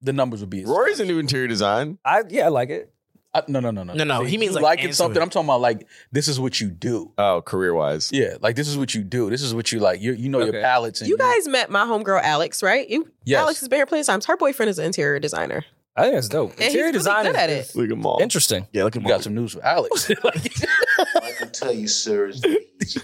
S2: the numbers would be.
S4: Rory's into interior design.
S1: I yeah, I like it.
S2: I, no, no, no, no,
S3: No, no, he
S2: You
S3: means, like,
S2: liking
S3: into
S2: something.
S3: it.
S2: I'm talking about like this is what you do.
S4: Oh, career wise.
S2: Yeah, like this is what you do. This is what you like. You you know
S1: Okay.
S2: your palettes. And
S8: You guys met my homegirl Alex, right? You
S2: Yes.
S8: Alex has been here plenty of times. Her boyfriend is an interior designer.
S1: I think that's dope.
S8: And he's
S1: Interior
S8: really
S1: design
S8: good
S1: is
S8: at it.
S4: Look at mom.
S1: interesting.
S3: Yeah, look
S2: You got some news for Alex.
S10: I can tell you, sir, is that he's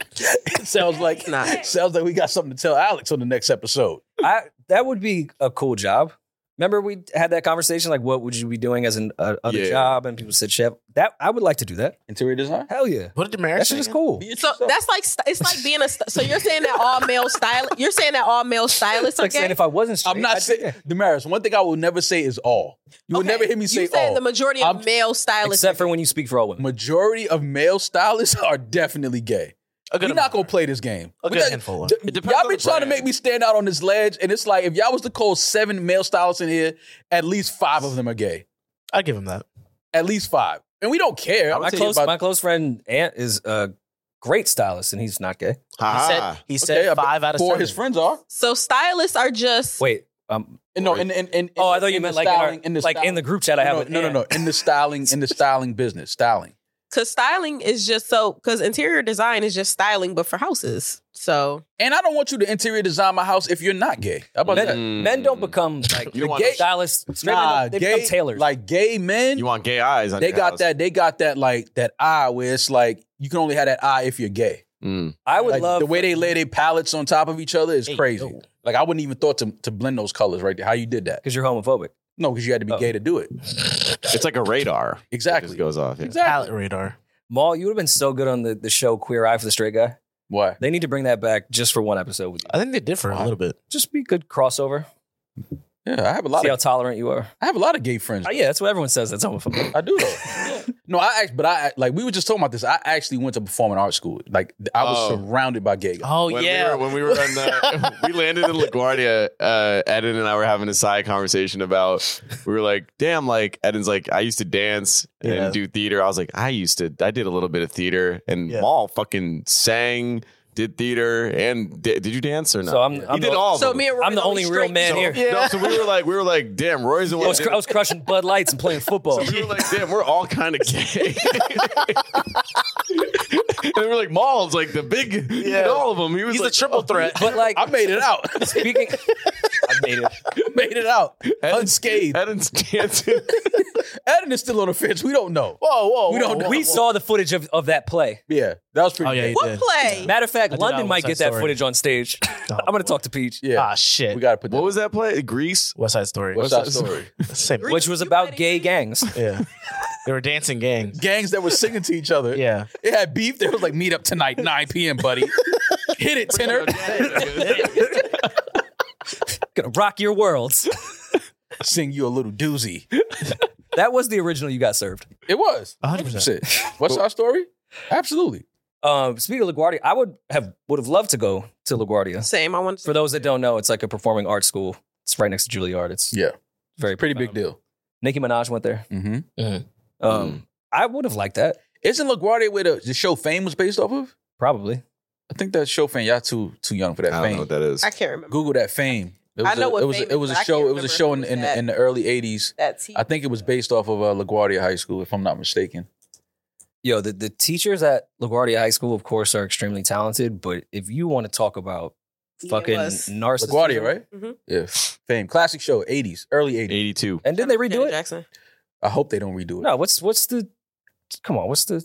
S2: it sounds like (laughs)
S8: Not.
S2: sounds like we got something to tell Alex on the next episode.
S1: I that would be a cool job. Remember we had that conversation like what would you be doing as an uh, other
S4: Yeah.
S1: job and people said chef. That I would like to do that.
S2: Interior design.
S1: Hell yeah.
S3: What did marriage?
S1: That shit is cool.
S8: So that's like st- it's like being a st- so you're saying that all male style you're saying that all male stylists
S1: It's
S8: are
S1: like saying
S8: gay.
S1: if I wasn't straight,
S2: I'm not
S1: I'd-
S2: saying (laughs) Damaris. One thing I will never say is all. You will
S8: Okay,
S2: never hear me say
S8: you said
S2: all.
S8: the majority of
S2: I'm-
S8: male stylists.
S1: except for when you speak for all women.
S2: majority of male stylists (laughs) are definitely gay. We're not gonna play this game.
S3: A
S2: We
S3: good
S2: got-
S3: handful.
S2: D-
S4: It depends
S2: y'all
S4: on
S2: been
S4: the
S2: trying to
S4: brand.
S2: make me stand out on this ledge, and it's like if y'all was to call seven male stylists in here, at least five of them are gay.
S3: I give him that.
S2: At least five, and we don't care.
S1: My
S2: I'm
S1: close
S2: about-
S1: my close friend Ant is a great stylist and he's not gay.
S3: He
S4: Ha
S3: said he said
S2: Okay,
S3: five out of
S2: four
S3: seven.
S2: of his friends are.
S8: so stylists are just
S1: Wait, um
S2: And no, in, in, in,
S1: oh, I thought you
S2: in
S1: meant
S2: the
S1: like in, our,
S2: styling- the
S1: like in the
S2: styling-
S1: group chat I have
S2: no,
S1: with
S2: no, no,
S1: Ant.
S2: no, in the styling,
S1: (laughs)
S2: in the styling business, styling.
S8: because styling is just so because interior design is just styling, but for houses. So
S2: And I don't want you to interior design my house if you're not gay. How about
S1: Men,
S2: that?
S4: Mm.
S1: men don't become like
S2: (laughs)
S4: You don't
S1: the
S4: want
S1: gay
S4: to-
S1: stylists. Straight men
S2: Nah,
S1: don't- they
S2: Ah, gay,
S1: become tailors.
S2: like gay men.
S4: You want gay eyes on
S2: they
S4: your
S2: got
S4: house.
S2: that. They got that like that eye where it's like you can only have that eye if you're gay.
S4: Mm.
S1: I would
S2: Like,
S1: love
S2: the way they lay their palettes on top of each other is
S3: Hey,
S2: crazy.
S3: yo.
S2: Like I wouldn't even thought to to blend those colors right there. How you did that?
S1: because you're homophobic.
S2: No, because you had to be
S1: Oh.
S2: gay to do it.
S4: It's like a radar. It
S2: Exactly.
S4: just goes off. yeah.
S3: Palette radar.
S1: Maul, you would have been so good on the, the show Queer Eye for the Straight Guy.
S2: Why?
S1: They need to bring that back just for one episode with you.
S3: I think they differ a little bit.
S1: Just be good crossover.
S2: Yeah, I have a lot.
S1: See how
S2: Of,
S1: tolerant you are.
S2: I have a lot of gay friends.
S1: Oh, yeah, that's what everyone says. That's homophobic.
S2: I do though. no, I act- but I like we were just talking about this. I actually went to performing arts school. Like I was
S4: Oh.
S2: surrounded by gay
S1: (laughs)
S2: guys.
S3: Oh
S4: when
S3: yeah.
S4: we were, when we were on
S8: (laughs)
S4: the, we landed in LaGuardia, uh, Eden and I were having a side conversation about, we were like, damn, like Eden's like, I used to dance and
S3: Yeah.
S4: do theater. I was like, I used to, I did a little bit of theater and
S3: Yeah.
S4: Maul fucking sang, did theater and di- did you dance or not?
S1: So I'm,
S4: you
S1: I'm
S4: did
S1: the,
S4: all of
S8: so
S4: them.
S8: me and Rory
S1: I'm the
S8: don't
S1: only
S8: be
S1: real
S8: straight.
S1: man
S4: So-
S1: here.
S4: No, so we were like, we were like, damn, Roy's the
S1: I
S4: one.
S1: was,
S4: that did
S1: cr- I was crushing Bud Lights and playing
S4: (laughs) so
S1: football.
S4: we were like, damn, we're all kind of gay. (laughs) and we were like, Maul's like the big, he did all of them. He was
S3: He's
S4: like,
S3: a triple
S4: oh,
S3: threat.
S1: but like
S2: (laughs) I made it out.
S1: speaking
S4: I made it.
S2: Made it out unscathed.
S4: Eden's dancing.
S2: Eden is still on the fence. We don't know.
S3: Whoa, whoa,
S2: We
S3: whoa,
S2: don't-
S3: whoa,
S1: We
S3: whoa.
S1: saw the footage of, of that play.
S2: Yeah, that was pretty.
S3: Oh, yeah,
S2: bad.
S3: he
S8: What
S3: did.
S8: play?
S1: Matter of fact,
S3: I did
S1: London
S3: not
S1: might
S3: watch
S1: get
S3: that
S1: that
S3: story.
S1: footage on stage. (laughs)
S3: Oh,
S1: I'm gonna talk to Peach,
S2: yeah.
S3: Ah, shit.
S2: we gotta put that.
S4: What was that play? Greece?
S3: West Side Story.
S2: What's
S3: (laughs)
S2: that story?
S3: Same.
S1: which was about gay
S3: (laughs)
S1: gangs.
S3: Yeah. They were
S2: (laughs)
S3: dancing
S2: (laughs)
S3: gangs.
S2: Gangs that were singing to each other.
S3: Yeah.
S2: It had beef. There was like meet up
S4: (laughs)
S2: tonight, 9 p.m. Buddy. Hit it, tenor.
S1: (laughs) Gonna rock your worlds.
S2: (laughs) Sing you a little doozy.
S1: That was the original you got served.
S2: It was.
S3: 100%.
S2: Shit. What's our story? Absolutely.
S1: Um, speaking of LaGuardia, I would have would have loved to go to LaGuardia.
S8: Same. I want
S1: For
S8: to.
S1: those that don't know, it's like a performing arts school. It's right next to Juilliard. It's
S2: Yeah.
S1: very
S2: Pretty big
S1: profound.
S2: deal. Mm.
S1: Nicki Minaj went there.
S2: Mm-hmm.
S1: Um, I would have liked that
S2: Isn't LaGuardia where the, the show Fame was based off of?
S1: probably.
S2: I think that show Fame. Y'all too too young for that
S4: I don't know
S2: Fame.
S4: what that is.
S8: I can't remember.
S2: Google that Fame. It
S8: I know
S2: a,
S8: what
S2: it was.
S8: Fame
S2: a, it was
S8: is,
S2: a
S8: but I
S2: show.
S8: can't
S2: It was a
S8: remember
S2: show in,
S8: who
S2: in, the,
S8: that-
S2: in the early '80s.
S8: That's he.
S2: I think it was based off of uh, LaGuardia High School, if I'm not mistaken.
S1: Yo, the, the teachers at LaGuardia High School, of course, are extremely talented. But if you want to talk about
S8: Yeah, it
S1: fucking
S8: was.
S1: narcissism,
S2: LaGuardia, right?
S8: Mhm.
S2: Yeah. Fame. Classic show. '80s. Early '80s.
S4: 82.
S1: And didn't they
S8: Janet
S1: redo it?
S8: Jackson.
S2: I hope they don't redo it.
S1: No. What's what's the? Come on. What's the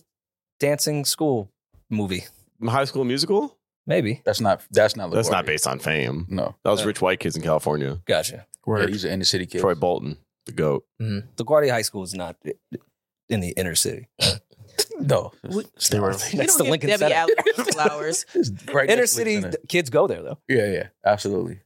S1: dancing school movie?
S4: High School Musical?
S1: Maybe.
S2: That's not. That's not. LaGuardia.
S4: That's not based on fame.
S2: No.
S4: That was
S1: Yeah.
S4: rich white kids in California.
S1: Gotcha.
S2: Yeah,
S3: Word.
S2: these are inner city kids.
S4: Troy Bolton, the goat.
S1: LaGuardia High School is not in the inner city.
S2: No,
S3: They were.
S8: We
S1: Next
S8: don't
S1: to
S8: give
S1: Lincoln
S8: Debbie
S1: Center.
S8: Allen
S1: (laughs)
S8: enough flowers.
S2: it's right
S1: Inner
S2: next to
S1: city
S2: Lincoln
S1: th- kids go there though.
S2: Center. Yeah, yeah, absolutely.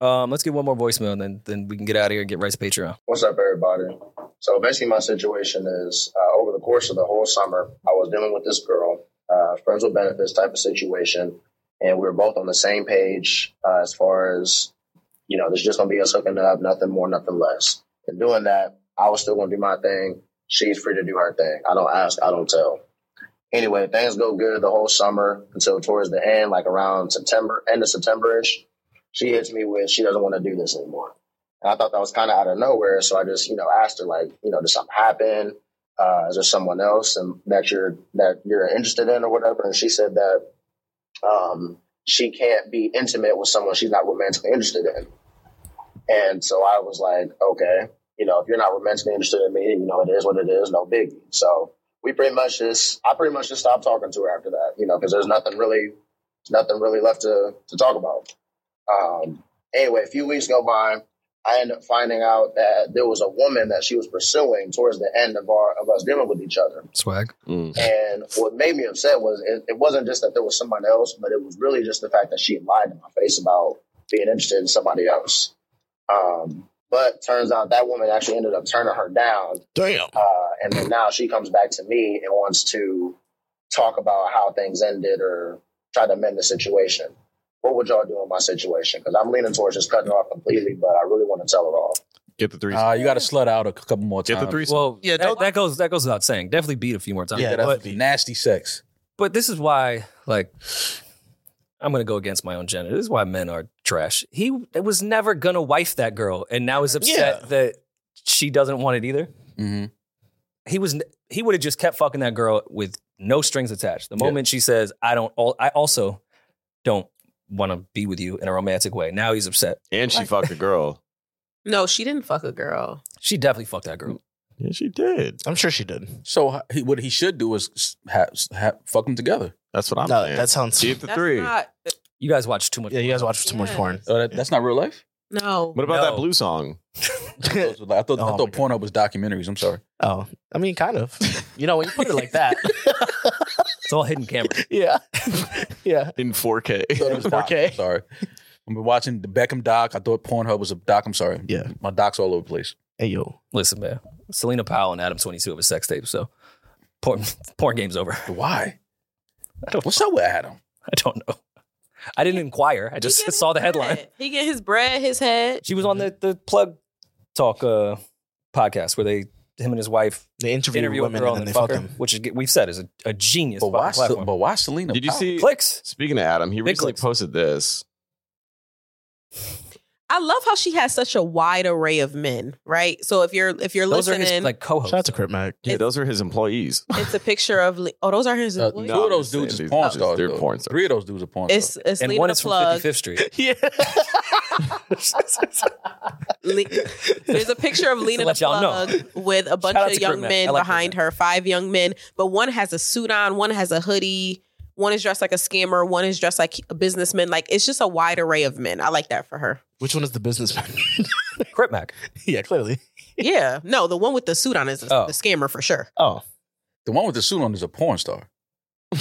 S1: Um, let's get one more voicemail and then then we can get out of here and get right to Patreon.
S11: What's up, everybody? So basically, my situation is uh, over the course of the whole summer, I was dealing with this girl, uh, friends with benefits type of situation, and we were both on the same page uh, as far as you know, there's just gonna be us hooking up, nothing more, nothing less. And doing that, I was still gonna do my thing. She's free to do her thing. I don't ask, I don't tell. Anyway, things go good the whole summer until towards the end, like around September, end of September ish. She hits me with she doesn't want to do this anymore. And I thought that was kind of out of nowhere. So I just, you know, asked her like, you know, did something happen? Uh, is there someone else and that you're that you're interested in or whatever? And she said that um, she can't be intimate with someone she's not romantically interested in. And so I was like, okay, you know, if you're not romantically interested in me, you know, it is what it is, no biggie. So we pretty much just, I pretty much just stopped talking to her after that, you know, because there's nothing really, nothing really left to to talk about. Um, anyway, a few weeks go by. I ended up finding out that there was a woman that she was pursuing towards the end of our of us dealing with each other.
S1: Swag.
S4: Mm.
S11: And what made me upset was it, it wasn't just that there was someone else, but it was really just the fact that she lied in my face about being interested in somebody else. Um, but turns out that woman actually ended up turning her down.
S3: Damn.
S11: Uh, and then now she comes back to me and wants to talk about how things ended or try to amend the situation. What would y'all do in my situation? Because I'm leaning towards just cutting her off completely, but I really want to tell her off.
S4: Get the three.
S2: Uh, you got to slut out a c- couple more
S4: Get
S2: times.
S4: the three.
S1: Well,
S3: Yeah,
S1: yeah,
S3: don't-
S1: that, that goes that goes without saying. Definitely beat a few more times.
S3: Yeah,
S2: Yeah,
S1: but,
S2: that's nasty sex.
S1: but this is why, like, I'm gonna go against my own gender. This is why men are trash. He was never gonna wife that girl, and now is upset
S3: Yeah.
S1: that she doesn't want it either.
S2: Mm-hmm.
S1: He was n- he would have just kept fucking that girl with no strings attached. The
S2: Yeah.
S1: moment she says, "I don't," al- I also don't want to be with you in a romantic way. Now he's upset.
S4: And she fucked a girl.
S8: No, she didn't fuck a girl.
S1: She definitely fucked that girl.
S4: Yeah, she did.
S3: I'm sure she did.
S2: So h- he, what he should do is s- ha, s- ha, fuck them together.
S4: That's what I'm
S3: no,
S4: saying.
S3: that sounds.
S4: Get the
S8: That's
S4: three.
S8: not.
S1: You guys watch too much.
S3: Yeah, you guys watch too much
S8: Yeah.
S3: porn. (laughs)
S2: Uh, that, that's not real life.
S8: No.
S4: What about
S1: No.
S4: that blue song?
S2: Those were like- I thought,
S3: Oh,
S2: I
S3: my
S2: thought
S3: God.
S2: porno was documentaries. I'm sorry.
S3: oh, I mean, kind of. (laughs) You know, when you put it like that.
S1: It's all hidden camera.
S3: (laughs)
S1: (laughs)
S3: yeah. (laughs) yeah.
S4: In 4K.
S2: I thought it was doc.
S3: 4K.
S2: I'm sorry. I've been watching the Beckham doc. I thought Pornhub was a doc. I'm sorry.
S3: Yeah.
S2: My doc's all over the place.
S3: Hey, yo.
S1: Listen, man, Selena Powell and Adam 22 have a sex tape, so porn, (laughs) porn game's over.
S2: But why?
S1: I don't,
S2: What's up with Adam?
S1: I don't know. I didn't inquire. I
S8: He
S1: just
S8: get his
S1: saw the headline.
S8: bread. He get his bread, his head.
S1: She was on the, the Plug Talk uh, podcast where they, him and his wife,
S3: They interview,
S1: interview a
S3: women
S1: girl
S3: and
S1: and
S3: then
S1: they
S3: they fuck
S1: fuck her,
S3: them.
S1: which is, we've said is a, a genius
S2: But why?
S1: fucking
S2: Se-
S1: platform.
S2: But why Selena?
S4: Did you
S2: Powell?
S4: see?
S1: Clicks.
S4: (laughs) Speaking of Adam, he
S1: Big
S4: recently
S1: clicks.
S4: posted this.
S8: I love how she has such a wide array of men, right? So if you're if you're
S1: Those are
S8: listening,
S1: his like
S3: Shout out
S1: co-hosts.
S3: to Crip Mac.
S4: Yeah, those are his employees.
S8: it's a picture of Le- oh, those are his.
S2: Uh,
S8: employees?
S2: two
S4: no.
S2: of those
S4: I'm
S2: dudes
S4: just
S2: is
S4: saying
S2: porn
S4: these-
S2: stars.
S4: they're
S2: though.
S4: porn stars.
S2: Three of those dudes are porn stars.
S8: It's it's
S1: and
S8: Lena
S1: one
S8: the
S1: is from
S8: plug.
S1: 55th Street.
S3: Yeah.
S8: Le- There's a
S1: (laughs)
S8: picture of Lena the
S1: let y'all know.
S8: plug with a bunch
S1: Shout out
S8: of
S1: to
S8: young
S1: Crip Man. I
S8: men
S1: like Crip
S8: behind her, five young men, but one has a suit on, one has a hoodie, one is dressed like a scammer, one is dressed like a businessman. Like it's just a wide array of men. I like that
S1: (laughs)
S8: for her.
S3: Which one is the businessman?
S1: (laughs)
S3: (laughs)
S1: Crip Mac.
S3: yeah, clearly.
S8: yeah. No, the one with the suit on is the,
S2: Oh.
S8: the scammer for sure.
S3: Oh.
S2: The one with the suit on is a porn star. (laughs)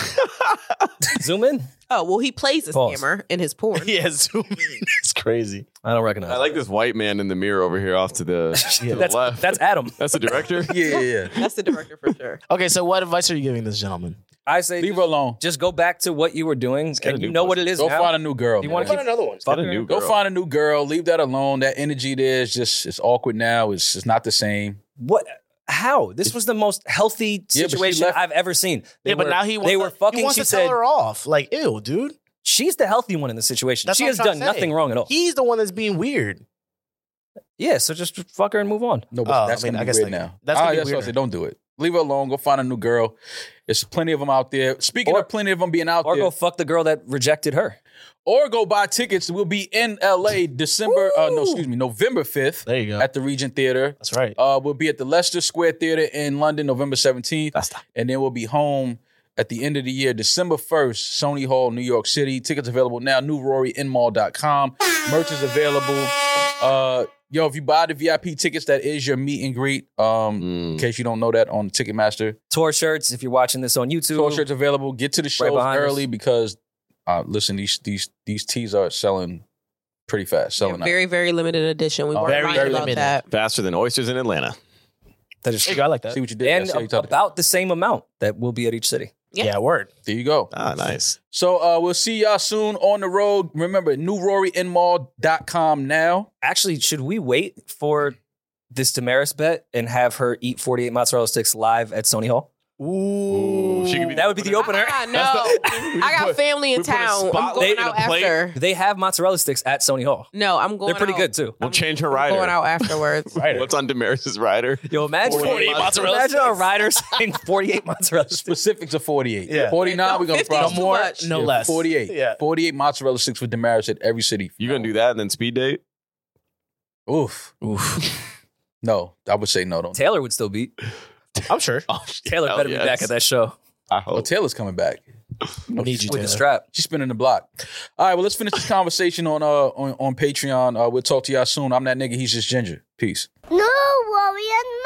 S1: Zoom in.
S8: Oh, well, he plays a
S4: Pause.
S8: scammer in his porn.
S3: (laughs)
S1: (laughs)
S3: yeah, zoom in. It's crazy.
S1: I don't recognize.
S4: I like this white man in the mirror over here, off to the, to the
S1: That's-
S4: left.
S1: That's
S4: (laughs)
S1: Adam.
S4: That's the director.
S2: yeah, yeah.
S8: That's the director for sure.
S3: Okay, so what advice are you giving this gentleman?
S1: I say
S2: leave her alone.
S1: Just go back to what you were doing, and you know what it is.
S2: Go
S1: now.
S2: find a new girl.
S1: You
S2: man.
S1: want to keep
S11: another one.
S1: fucking her?
S2: Go find a new girl. Leave that alone. That energy there is just it's awkward now. It's it's not the same.
S1: What? How? This was the most healthy
S2: Yeah, but she
S1: situation
S2: left-
S1: I've ever seen. They
S3: yeah, but
S1: were-
S3: now he wants
S1: they
S3: to,
S1: were fucking.
S3: he wants
S1: she
S3: to
S1: said
S3: tell her off. Like, ew, dude.
S1: she's the healthy one in the situation.
S3: That's
S1: she
S3: what
S1: has
S3: I'm trying
S1: done
S3: to say.
S1: nothing wrong at all.
S3: He's the one that's being weird.
S1: yeah, so just fuck her and move on.
S2: No,
S3: Oh,
S2: but
S3: I
S2: that's
S3: mean, I
S2: gonna be
S3: guess
S2: weird
S3: they-
S2: now.
S3: that's gonna
S2: Ah,
S3: be
S2: what I
S3: weirder.
S2: said. Don't do it. Leave her alone. Go find a new girl. There's plenty of them out there. Speaking
S1: Or-
S2: of plenty of them being out
S1: Or
S2: there,
S1: go fuck the girl that rejected her.
S2: or go buy tickets. We'll be in LA December. Uh, no, excuse me, November fifth
S3: There you go.
S2: at the Regent Theater.
S3: That's right.
S2: Uh, we'll be at the Leicester Square Theater in London, November 17th. And then we'll be home at the end of the year, December 1st, Sony Hall, New York City. Tickets available now, newroryinmall.com. Merch is available. Uh, yo, if you buy the VIP tickets, that is your meet and greet.
S4: Hmm.
S2: Um, In case you don't know that, on Ticketmaster.
S1: Tour shirts. If you're watching this on YouTube,
S2: Tour shirts available. Get to the shows
S1: behind us.
S2: early because, uh, listen, these these these tees are selling pretty fast.
S8: They're
S2: Selling out.
S8: very, very limited edition. We
S2: Oh,
S8: were
S2: very,
S8: right
S3: very
S8: about
S3: limited.
S8: that.
S4: Faster than oysters in Atlanta.
S1: that is
S3: There you go. I like that.
S2: See what you did. there?
S1: and
S2: See how you
S1: a-
S2: talked-
S1: about the same amount that will be at each city.
S8: Yeah.
S3: Yeah, word.
S2: there you go.
S4: Ah, nice.
S2: So uh, we'll see y'all soon on the road. Remember, newroryinmall.com now.
S1: Actually, should we wait for this Damaris bet and have her eat 48 mozzarella sticks live at Sony Hall?
S4: Ooh, she could be
S1: That would be the opener.
S8: Ah, no. (laughs) I got family
S4: (laughs)
S8: in
S4: we put a
S8: town. I'm
S4: spotlight
S8: going
S4: and a
S8: out
S4: plate.
S8: after.
S1: They have mozzarella sticks at Sony Hall.
S8: No, I'm going
S1: They're pretty
S8: out.
S1: good too.
S4: We'll change her
S8: I'm
S4: rider.
S8: going out
S4: (laughs)
S8: afterwards.
S4: What's on Damaris's rider?
S1: Yo, imagine
S4: 48
S3: mozzarella
S1: Imagine a rider saying 48 mozzarella sticks.
S2: Specifics of 48.
S3: Yeah.
S2: 49,
S8: No,
S2: we're going to
S8: 50 's
S2: probably
S8: too
S3: More,
S8: much.
S3: no less.
S2: 48.
S3: Yeah.
S2: 48 mozzarella sticks with Damaris at every city.
S4: You gonna do that and then speed date?
S2: Oof. No, I would say no. Don't.
S1: Taylor would still beat.
S3: I'm sure.
S1: Taylor
S4: Hell
S1: better
S4: yes.
S1: be back at that show
S4: I
S2: Oh,
S4: hope.
S2: Taylor's coming back.
S3: I need you,
S1: with the
S3: Taylor.
S1: strap.
S2: She's spinning the block. All right, well, let's finish this conversation on uh on, on Patreon. Uh, we'll talk to y'all soon. I'm that nigga. He's just Ginger. Peace.
S5: No worry and